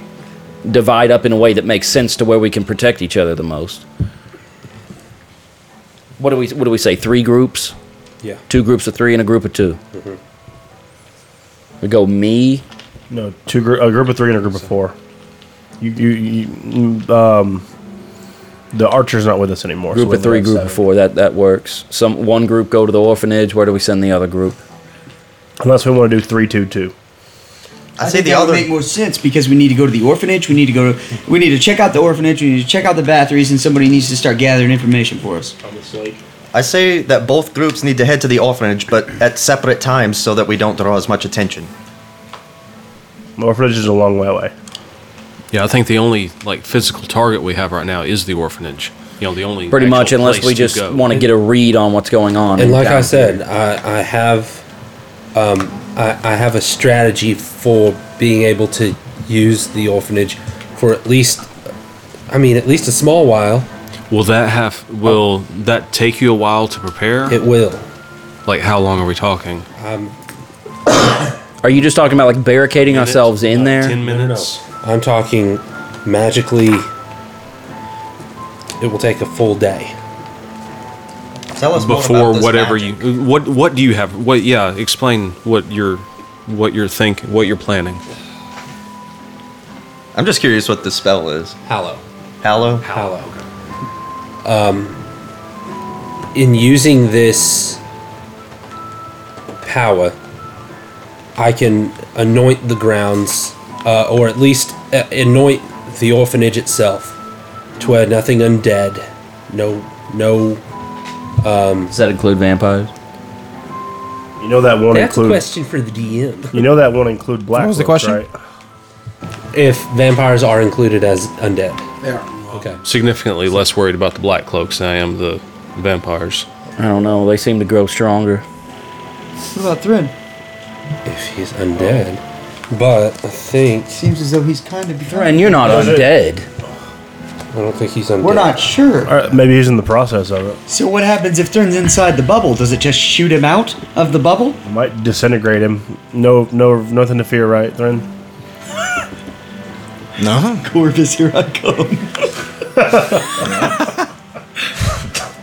Divide up in a way that makes sense to where we can protect each other the most. What do we? What do we say? Three groups.
Yeah.
Two groups of three and a group of 2 We go me.
no two gr- a group of three and a group of four. You, you, you mm, um, the archer's not with us anymore.
group
we're
of three,
left
group
seven.
of four. That that works. Some one group go to the orphanage. Where do we send the other group?
Unless we want to do three, two, two.
I, think that would make more sense because we need to go to the orphanage. We need to go to. We need to check out the orphanage. We need to check out the batteries, and somebody needs to start gathering information for us.
I say that both groups need to head to the orphanage, but at separate times so that we don't draw as much attention.
Orphanage is a long way away.
Yeah, I think the only like physical target we have right now is the orphanage. You know, the only
Pretty
actual
much, unless
place
we
to
just
go.
want to get a read on what's going on. in
And like I
town.
said, I, I have, um, I, I have a strategy for being able to use the orphanage for at least, I mean, at least a small while.
Will that have? Will that take you a while to prepare?
It will.
Like, how long are we talking?
Um,
Are you just talking about like barricading ourselves in there?
I'm talking magically. It will take a full day.
Tell us more about
before
this
whatever
magic.
you. What What do you have? What? Yeah, explain what you're, what you're thinking, what you're planning.
I'm just curious what the spell is.
Hallow.
Hallow?
Hallow. Um, in using this power, I can anoint the grounds, uh, or at least uh, anoint the orphanage itself, to where nothing undead, no, no. Um,
Does that include vampires?
You know that won't
That's a
include.
question for the DM.
You know that won't include black.
What was the
robes,
question?
Right?
If vampires are included as undead, they are. Okay.
Significantly less worried about the black cloaks than I am the vampires.
I don't know. They seem to grow stronger.
What about Thrin?
If he's undead, but I think
Seems as though he's kind of.
Thrin, you're not
Those are-
undead.
I don't think he's undead.
We're not sure.
All right, maybe he's in the process of it.
So what happens if Thrin's inside the bubble? Does it just shoot him out of the bubble? [LAUGHS]
Might disintegrate him. No, no, nothing to fear, right, Thrin?
No.
Corvus, here I come.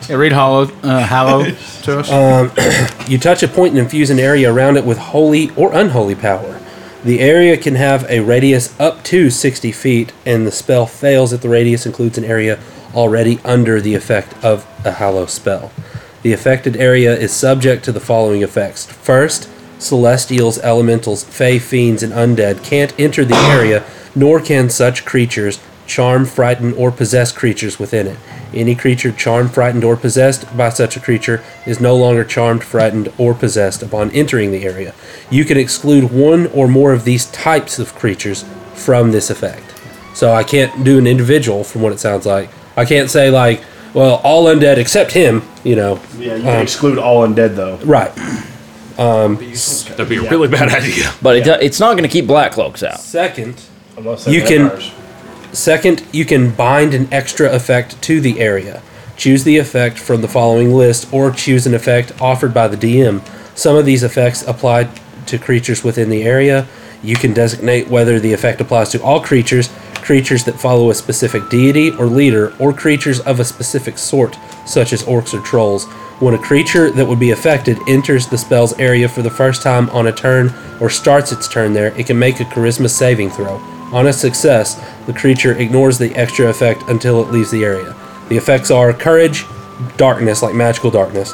Yeah, read Hollow, uh, Hallow to us.
Um, you touch a point and infuse an area around it with holy or unholy power. The area can have a radius up to 60 feet, and the spell fails if the radius includes an area already under the effect of a hallow spell. The affected area is subject to the following effects. First, celestials, elementals, fey, fiends, and undead can't enter the area, nor can such creatures charm, frighten, or possess creatures within it. Any creature charmed, frightened, or possessed by such a creature is no longer charmed, frightened, or possessed upon entering the area. You can exclude one or more of these types of creatures from this effect. So I can't do an individual from what it sounds like. I can't say, like, well, all undead except him, you know.
Yeah, you can
Um,
exclude all undead though.
Right. Um,
That'd be a really bad [LAUGHS] idea.
But it, do- it's not going to keep black cloaks out.
second,
Unless they're
you can.
vampires.
Second, you can bind an extra effect to the area. Choose the effect from the following list, or choose an effect offered by the DM. Some of these effects apply to creatures within the area. You can designate whether the effect applies to all creatures, creatures that follow a specific deity or leader, or creatures of a specific sort, such as orcs or trolls. When a creature that would be affected enters the spell's area for the first time on a turn or starts its turn there, it can make a charisma saving throw. On a success, the creature ignores the extra effect until it leaves the area. The effects are courage, darkness, like magical darkness,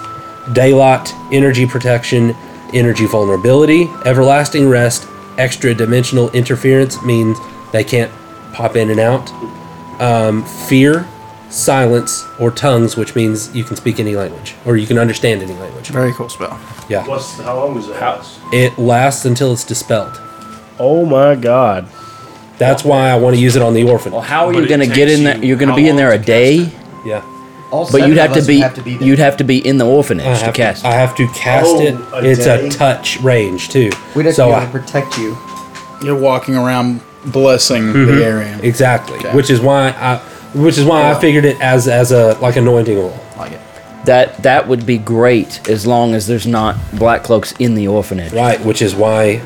daylight, energy protection, energy vulnerability, everlasting rest, extra dimensional interference means they can't pop in and out, um, fear, silence, or tongues, which means you can speak any language or you can understand any language.
Very cool spell.
Yeah.
What's how long was it? House.
It lasts until it's dispelled.
Oh my god.
That's why I want to use it on the orphan. Well,
How are you going to get in there? You're going to be in there a day.
Yeah.
All
but
seven
you'd
of
have to
us
be,
would have to be there.
you'd have to be in the
I
orphanage to
have,
cast.
to, I have to cast
Oh,
it.
a
it's
day?
a touch range too.
We'd have
so
to be
I-
able to protect you.
[LAUGHS] You're walking around blessing
Mhm.
the area.
Exactly. Which is why I, which is why I figured it as as a like anointing oil.
Like it.
That that would be great as long as there's not black cloaks in the orphanage.
Right, which is why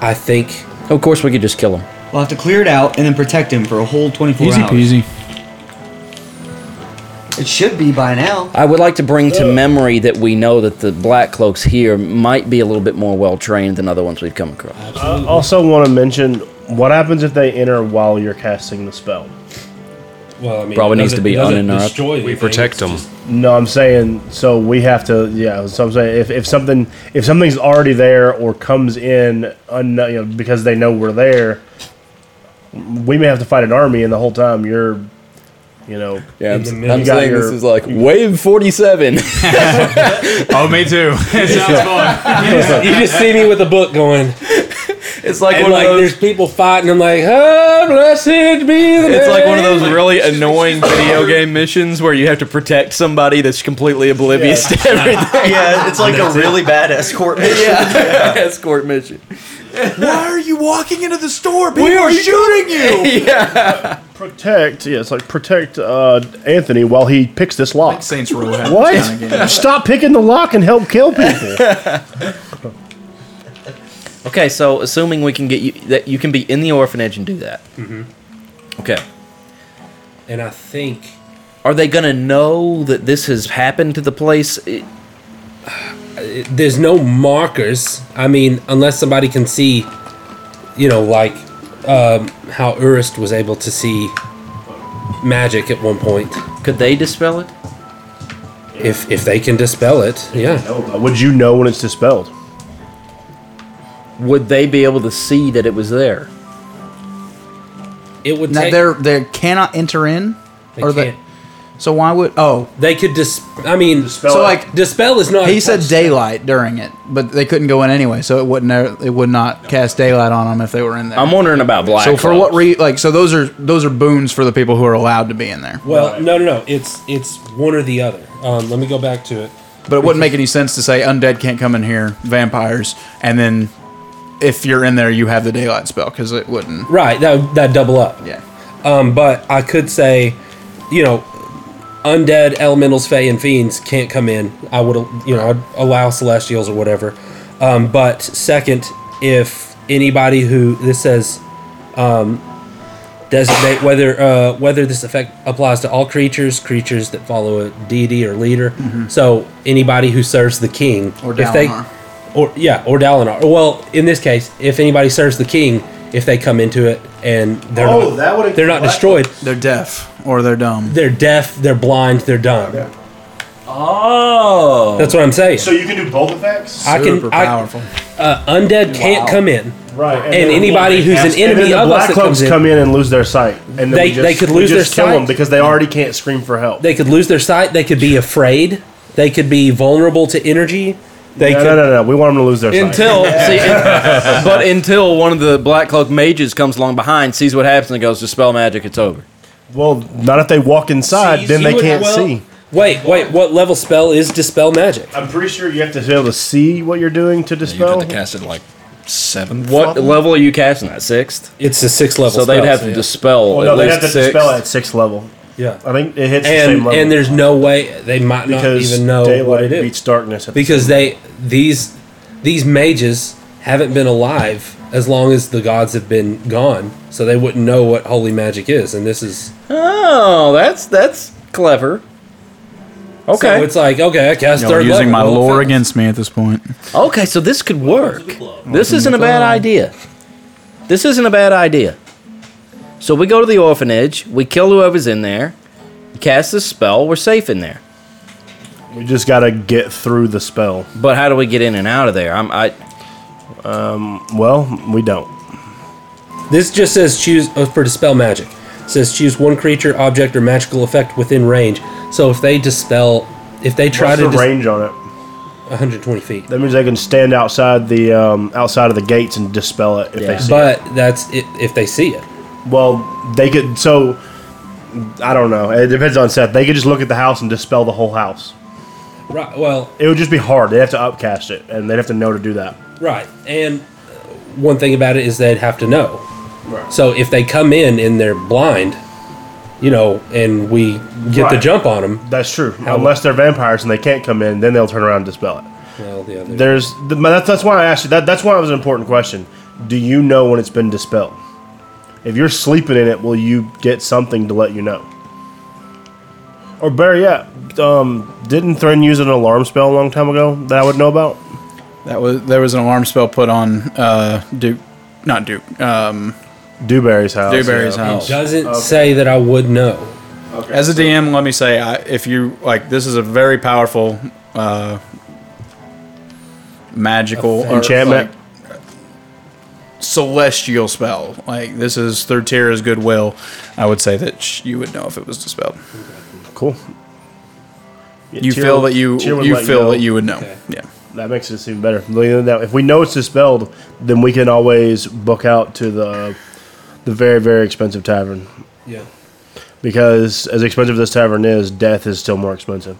I think.
Of course, we could just kill them.
We'll have to clear it out and then protect him for a whole 24 hours. It should be by [LAUGHS] now.
I would like to bring to memory that we know that the black cloaks here might be a little bit more well trained than other ones we've come across.
I also want to mention what happens if they enter while you're casting the spell.
Well, I mean,
Probably needs to be uninterrupted.
We protect them.
No, I'm saying so we have to. Yeah, so I'm saying if, if something if something's already there or comes in un, you know, because they know we're there, we may have to fight an army, and the whole time you're, you know,
Yeah, I'm,
you
I'm
got
saying
your-
this is like wave 47.
[LAUGHS]
oh, me too. It sounds fun.
you just see me with a book going.
It's like
and
one of
like
those-
[LAUGHS]
there's people fighting. I'm like, oh, blessed be the.
It's like one of
name."
those
[LAUGHS]
really annoying video game missions where you have to protect somebody that's completely oblivious to everything.
yeah,
[LAUGHS]
it's like a really bad escort mission.
Yeah. escort mission.
Why are you walking into the store?
We are
shooting
you! protect. Yeah, it's like protect uh, Anthony while he picks this lock.
Saints Row. had this kind of game.
What? Stop picking the lock and help kill people.
Okay, so assuming we can get you that you can be in the orphanage and do that.
Mhm.
Okay.
And I think
Are they gonna know that this has happened to the place? It-
it- there's no markers. I mean, unless somebody can see, you know, like um, how Urist was able to see magic at one point.
Could they dispel it?
If if they can dispel it, yeah.
Would you know when it's dispelled?
Would they be able to see that it was there?
It would
[LAUGHS]
Now
take-
they're they cannot enter in.
They can't.
So why would oh
They could dis. I mean, dispel
So, it. like,
dispel is not.
he said daylight during it, but they couldn't go in anyway, so it wouldn't it would not cast daylight on them if they were in there.
I'm wondering about black.
so for what re like oh. so those are those are boons for the people who are allowed to be in there.
Well, no, no, no. It's it's one or the other. Um, let me go back to it.
But it wouldn't make any sense to say undead can't come in here, vampires, and then if you're in there you have the daylight spell because it wouldn't.
Right, that that double up.
Yeah.
Um, but I could say, you know, undead elementals, fae, and fiends can't come in. I would, you know, I'd allow celestials or whatever. Um, but second, if anybody who this says um, designate whether uh, whether this effect applies to all creatures, creatures that follow a deity or leader.
Mhm.
So anybody who serves the king,
Or
if they-
Dalinar.
or yeah, or Dalinar. Well, in this case, if anybody serves the king, if they come into it and they're
Oh,
not,
that would
they're not
include-
destroyed.
They're deaf or they're dumb.
They're deaf. They're blind. They're dumb.
Oh,
That's what I'm saying.
So you can do both effects.
I can. I, Uh, undead can't come in.
Right,
And, anybody who's an
and then
enemy
the
of
black
us that
cloaks
comes in,
come in and lose their sight, and then
They-
we just,
they could
we
lose
just
their
kill them
sight.
because they already can't scream for help.
they could lose their sight. They could be afraid. They could be vulnerable to energy. They
no,
could.
no, no, no. We want them to lose their sight
[LAUGHS]
Until, see, in- but until one of the black cloak mages comes along behind, sees what happens, and goes, "Dispel magic, it's over."
Well, not if they walk inside, then they can't see.
Wait, wait. What level spell is dispel magic?
I'm pretty sure you have to be able to see what you're doing to dispel.
to cast it like seven.
What level are you casting at? Sixth.
It's a sixth level
So they'd
spell,
have
so
to
yeah.
dispel
well, Oh, no,
at
they
least
have to
six.
dispel at sixth level.
Yeah,
I think it hits the same
and
level
and there's no way they might not
because
even know
daylight
what it is
beats darkness. At the
because they these these mages haven't been alive as long as the gods have been gone, so they wouldn't know what holy magic is, and this is
Oh, that's that's clever. Okay.
So it's like, okay, I cast
Y'all are
third
using
level.
my
Well,
lore
fuck.
against me at this point.
Okay, so this could work. This
Welcome
isn't
to
a bad
the club.
idea. This isn't a bad idea. So we go to the orphanage, we kill whoever's in there, cast this spell, we're safe in there.
We just gotta get through the spell.
But how do we get in and out of there? I'm I
Um, well, we don't.
This just says choose uh, for dispel magic. It says choose one creature, object, or magical effect within range. So if they dispel, if they try
What's
to
the
dis-
range on it?
120 feet.
That means they can stand outside the um, outside of the gates and dispel it if they see.
but that's i if they see it.
Well, they could. So I don't know. It depends on Seth. They could just look at the house and dispel the whole house.
Right. Well,
It would just be hard. They'd have to upcast it, and they'd have to know to do that.
right. And uh, one thing about it is they'd have to know. Right. So if they come in and they're blind, you know, and we get the
Right.
jump on them.
That's true. Unless they're vampires and they can't come in, then they'll turn around and dispel it.
Well, the other.
There's the, but that's that's why I asked you that. That's why it was an important question. Do you know when it's been dispelled? If you're sleeping in it, will you get something to let you know? Or better yet, um, didn't Thren use an alarm spell a long time ago that I would know about?
That was there was an alarm spell put on uh, Duke, not Duke. Um,
Dewberry's house.
Dewberry's
yeah.
house.
It doesn't say that I would know.
As a DM, let me say, I, if you like, this is a very powerful uh, magical or,
Enchantment.
like, celestial spell. Like this is third tier is goodwill. I would say that sh- you would know if it was dispelled.
Cool.
you
Tyr-
feel that you
Tyr would
you
let you
feel
know.
that you would know. Yeah.
That makes it even better. Now, if we know it's dispelled, then we can always book out to the the very very expensive tavern
Yeah.
because as expensive as this tavern is, death is still more expensive.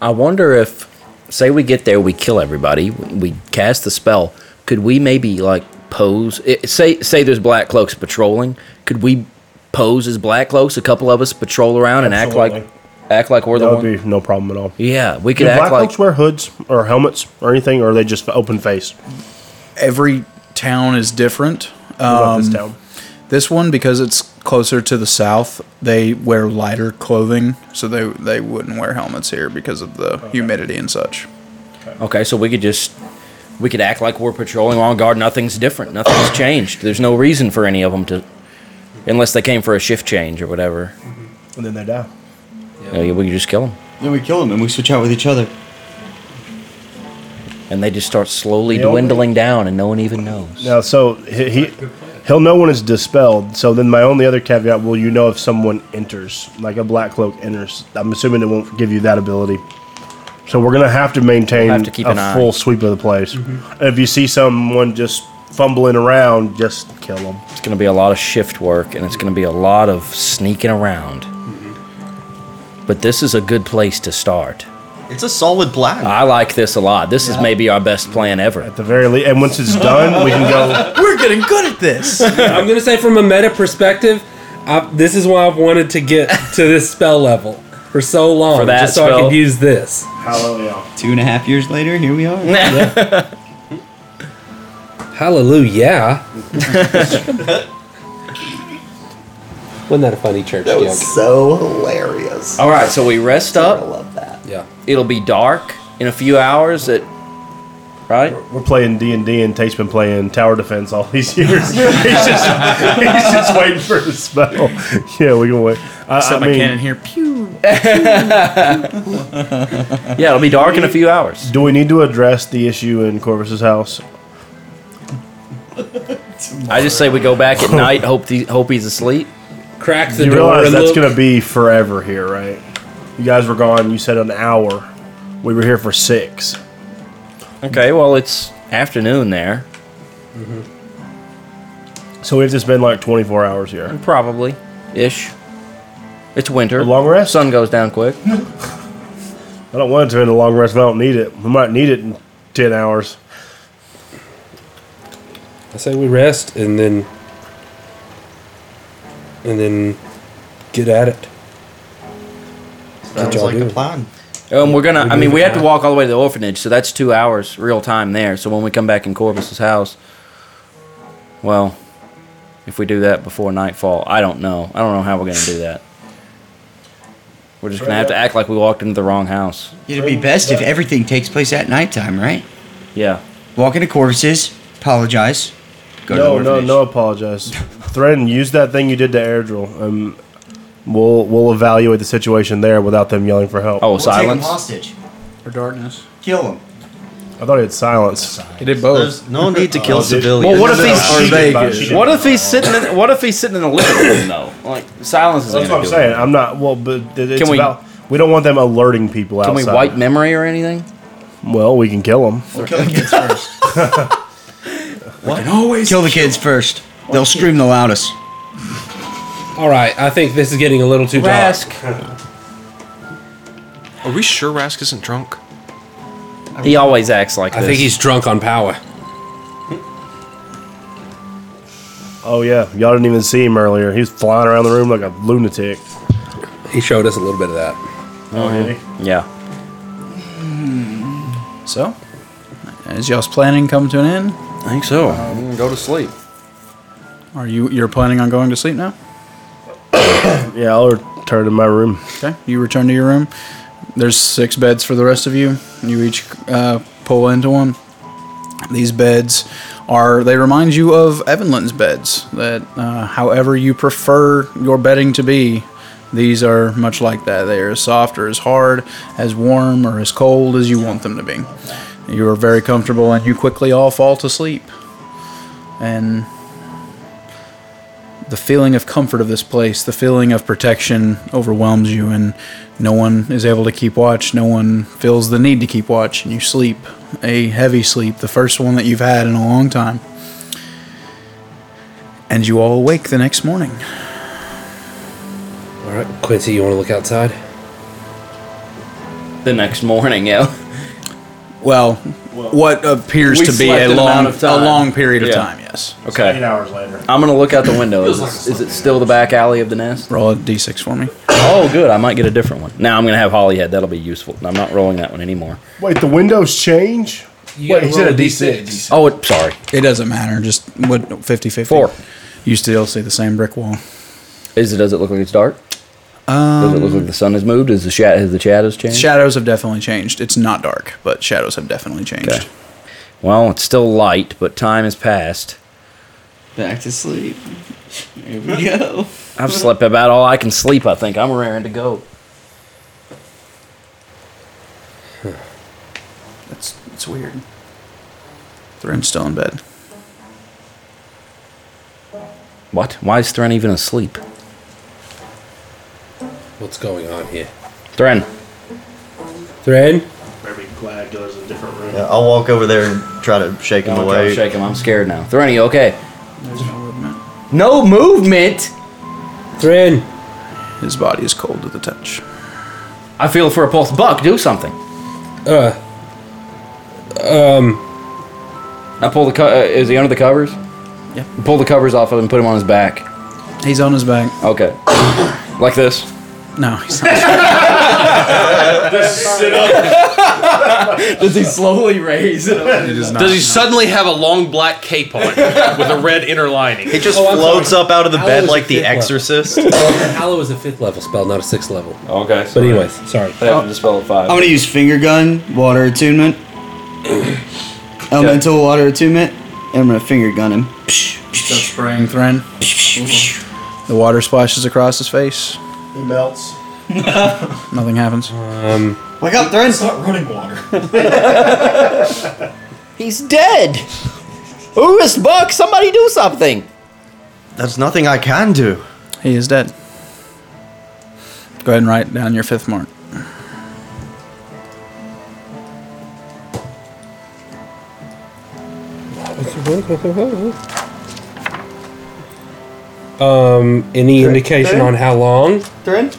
I wonder if say we get there, we kill everybody, we cast the spell, could we maybe like pose it, say say there's black cloaks patrolling, could we pose as black cloaks, a couple of us patrol around and act
Absolutely.
like act like we're the
That
one?
would be no problem at all.
Yeah, we
Do
could act
black
like
folks wear hoods or helmets or anything, or are they just open face?
every town is different.
about this
Um,
town?
This one, because it's closer to the south, they wear lighter clothing, so they they wouldn't wear helmets here because of the humidity and such.
Okay, so we could just we could act like we're patrolling on guard. Nothing's different.
[COUGHS]
Nothing's changed. There's no reason for any of them to, unless they came for a shift change or whatever.
And then they die.
Uh, we could just kill them,
Then we kill them and we switch out with each other.
and they just start slowly
Yeah, okay.
dwindling down, and no one even knows.
Now, so he, he he'll know when it's dispelled. So then, my only other caveat: will you know if someone enters, like a black cloak enters? I'm assuming it won't give you that ability. So we're gonna have to maintain
We'll have to keep an
a
eye.
full sweep of the place. And if you see someone just fumbling around, just kill them.
It's going to be a lot of shift work, and it's going to be a lot of sneaking around.
Mm-hmm.
But this is a good place to start.
It's a solid plan.
I like this a lot. This is maybe our best plan ever.
At the very least, and once it's done, we can go.
We're getting good at this.
I'm gonna say from a meta perspective, I, this is why I've wanted to get to this spell level for so long,
For that
just so I
spell.
could use this.
Hallelujah.
Two and a half years later, here we are.
Hallelujah! Wasn't that a funny church
That
joke?
was so hilarious.
All right, so we rest
I
up.
love that.
yeah.
It'll be dark in a few hours. At right.
We're playing D and D, and Tate's been playing tower defense all these years. [LAUGHS] he's just he's just waiting for the spell. [LAUGHS] Yeah, we can wait. I, I
Set my
mean,
cannon here. Pew.
Yeah, it'll be dark in a few hours.
Do we need to address the issue in Corvus's house?
I just say we go back at night, hope the, hope he's asleep.
Crack the
You
door.
realize
and
that's
look.
gonna be forever here, right? You guys were gone. You said an hour. We were here for six.
Okay, well it's afternoon there,
So we've just been like 24 hours here.
probably ish. It's winter.
A long rest?
Sun goes down quick.
I don't want it to end a long rest. If I don't need it. We might need it in 10 hours.
I say we rest and then and then get at it.
Sounds
y'all
like a
do.
plan.
Um, we're gonna.
We
I mean,
move
we have
back.
to walk all the way to the orphanage, so that's two hours real time there. So when we come back in Corvus's house, well, if we do that before nightfall, I don't know. I don't know how we're gonna do that. We're just gonna have to act like we walked into the wrong house.
It'd be best if everything takes place at nighttime, right?
Yeah.
Walk into Corvus's, apologize. Go
no,
to the
no,
orphanage.
no. Apologize.
[LAUGHS]
Threaten. Use that thing you did to Airdrill. Um, we'll we'll evaluate the situation there without them yelling for help.
Oh, We'll take 'em silence?
hostage.
Or darkness.
Kill him.
I thought he had silence.
He did both.
There's no need to kill
Oh, did-
civilians.
Well, what if
Or Vegas.
he's what if he's sitting in what if he's sitting in the living room though? Like silence is.
That's what I'm saying. I'm not. Well, but it- it's
Can we-
about. We don't want them alerting people
Can we
outside.
wipe memory or anything?
Well, we can kill them.
Kill the kids first. what? Always kill the kids first. They'll scream the loudest.
All right, I think this is getting a little too dark.
Are we sure Rask isn't drunk?
He always acts like
I
this.
think he's drunk on power.
Oh yeah, y'all didn't even see him earlier. He was flying around the room like a lunatic.
He showed us a little bit of that.
Oh, did
Yeah.
So, is y'all's planning come to an end?
I think so. I'm gonna go to sleep.
Are you you're planning on going to sleep now?
he? Yeah, I'll return to my room.
Okay, you return to your room. There's six beds for the rest of you. You each uh, pull into one. These beds are, they remind you of Evanlin's beds, that uh, however you prefer your bedding to be, these are much like that. They are as soft or as hard, as warm or as cold as you want them to be. You are very comfortable and you quickly all fall to sleep. And the feeling of comfort of this place, the feeling of protection overwhelms you, and no one is able to keep watch. No one feels the need to keep watch, and you sleep a heavy sleep, the first one that you've had in a long time. And you all awake the next morning.
All right, Quincy, you want to look outside?
The next morning, yeah. [LAUGHS]
Well, what appears
We
to be
slept
a
an
long,
amount of time.
a long period of
Yeah.
time. Yes.
Okay.
Eight hours later.
I'm gonna look out the window. Is, it- is it still the back alley of the nest?
Roll a d6 for me.
Oh, good. I might get a different one. Now I'm gonna have Hollyhead. That'll be useful. I'm not rolling that one anymore.
Wait, the windows change. Wait, he said a D6.
Oh, it, sorry.
It doesn't matter. Just what 50 50. Four. You still see the same brick wall.
Is it? Does it look like it's dark? does it look like the sun has moved? Is the sha- has the shadows changed?
Shadows have definitely changed. It's not dark, but shadows have definitely changed.
well, it's still light, but time has passed.
Back to sleep. Here we go.
I've slept about all I can sleep. I think I'm raring to go.
That's that's weird. Thren's still in bed.
What? Why is Thren even asleep?
What's going on here?
Thren,
Thread?
Very glad there's a different room.
Yeah, I'll walk over there and try to shake him
I'm trying
away.
to Oh shake him. I'm scared now. Thren, you okay?
There's no movement.
No movement.
Thread.
His body is cold to the touch.
I feel for a pulse. Buck, do something.
Uh. Um.
I pull the. Co- uh, is he under the covers?
Yeah.
Pull the covers off of him. Put him on his back.
He's on his back.
Okay. [COUGHS] like this.
No, he's not.
Does he slowly raise it? Up?
He does not.
Does he suddenly have a long black
[LAUGHS]
cape on with a red inner lining?
He just
Oh, I'm
floats up out of the
How
bed
was
like
the
the
fifth one?
exorcist.
Hallow is a fifth level spell, not a sixth level.
Okay.
But anyways, sorry.
they have to dispel at five.
I'm gonna use finger gun,
[CLEARS THROAT]
water attunement, elemental water attunement, and I'm gonna finger gun him.
Starts spraying Thren. The water splashes across his face.
He melts.
[LAUGHS] Nothing happens.
Wake up, Thren!
Not running
[LAUGHS]
water.
He's dead. Who is Buck? Somebody do something.
There's nothing I can do.
He is dead. Go ahead and write down your fifth mark.
Um, any indication on how long?
Thren?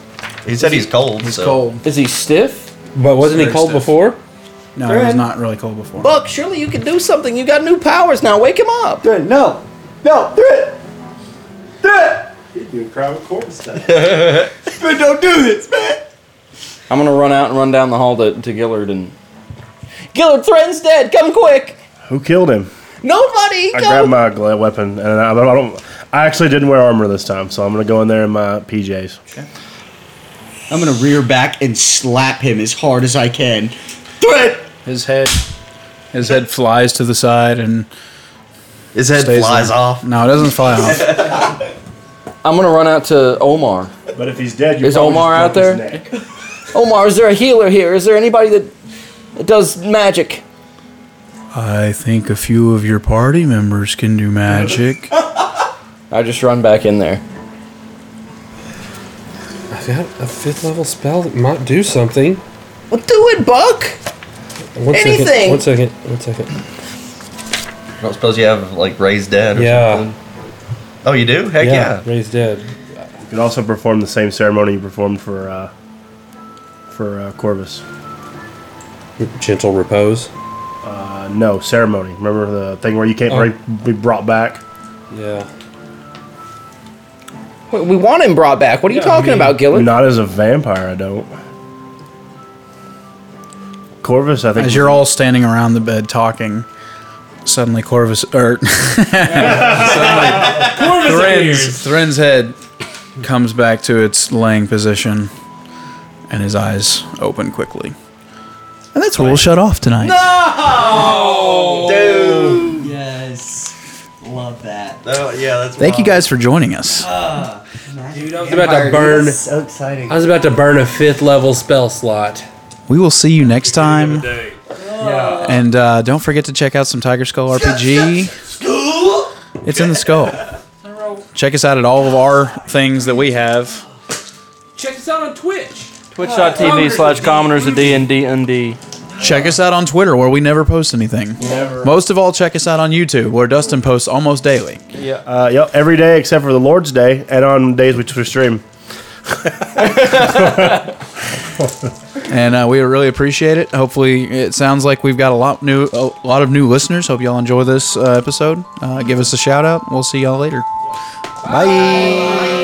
He said he's cold. He's
Oh. Is he stiff?
But wasn't he
Very
cold
stiff.
before?
No, he was
Thren?
not really cold before.
Buck, surely you can do something. You got new powers now. Wake him up.
Thren, no! No, Thren! Thren!
You crowd corpse
[LAUGHS] Thren, don't do this, man!
I'm gonna run out and run down the hall to, to Gillard and. Gillard, friend's dead. Come quick.
Who killed him?
Nobody.
I grabbed my gla- weapon, and I, I don't. I actually didn't wear armor this time, so I'm gonna go in there in my PJs.
I'm gonna rear back and slap him as hard as I can. Threat.
His head, his head flies to the side and
his head
flies
off.
No, it doesn't fly off.
I'm gonna run out to Omar.
But if he's dead, you
Is
probably
Omar out
just broke his
there? Omar, is there a healer here? Is there anybody that does magic?
I think a few of your party members can do magic.
I just run back in there.
I've got a fifth level spell that might do something.
Well, do it, Buck.
One second,
Anything.
one second. One second.
I don't suppose you have like raised dead or
Yeah.
something. Oh, you do? Heck yeah.
Raised dead.
You can also perform the same ceremony you performed for uh, for uh, Corvus.
Gentle repose.
Uh, no ceremony. Remember the thing where you can't
Oh.
bring- be brought back.
Yeah.
We- We want him brought back. What are you talking about, Gillen?
Not as a vampire, I don't. Corvus, I think.
As you're all standing around the bed talking, [LAUGHS] suddenly Corvus or Thren's, Thren's head comes back to its laying position, and his eyes open quickly. And that's where we'll shut off tonight.
No, dude. Yes, love that.
Oh yeah, that's.
Thank you guys for joining us.
I was about to burn.
So exciting.
I was about to burn a fifth level spell slot.
We will see you next time. And uh, don't forget to check out some Tiger Skull RPG. It's in the skull. Check us out at all of our things that we have.
[GASPS] Check us out on Twitch.
Twitch.tv slash commoners of D&D and D.
Check us out on Twitter where we never post anything.
Never.
Most of all, check us out on YouTube where Dustin posts almost daily.
Yeah. Uh, yep. Every day except for the Lord's Day, and on days which we stream.
And uh, we really appreciate it. Hopefully, it sounds like we've got a lot new, a lot of new listeners. Hope y'all enjoy this uh, episode. Uh, give us a shout out. We'll see y'all later. Bye.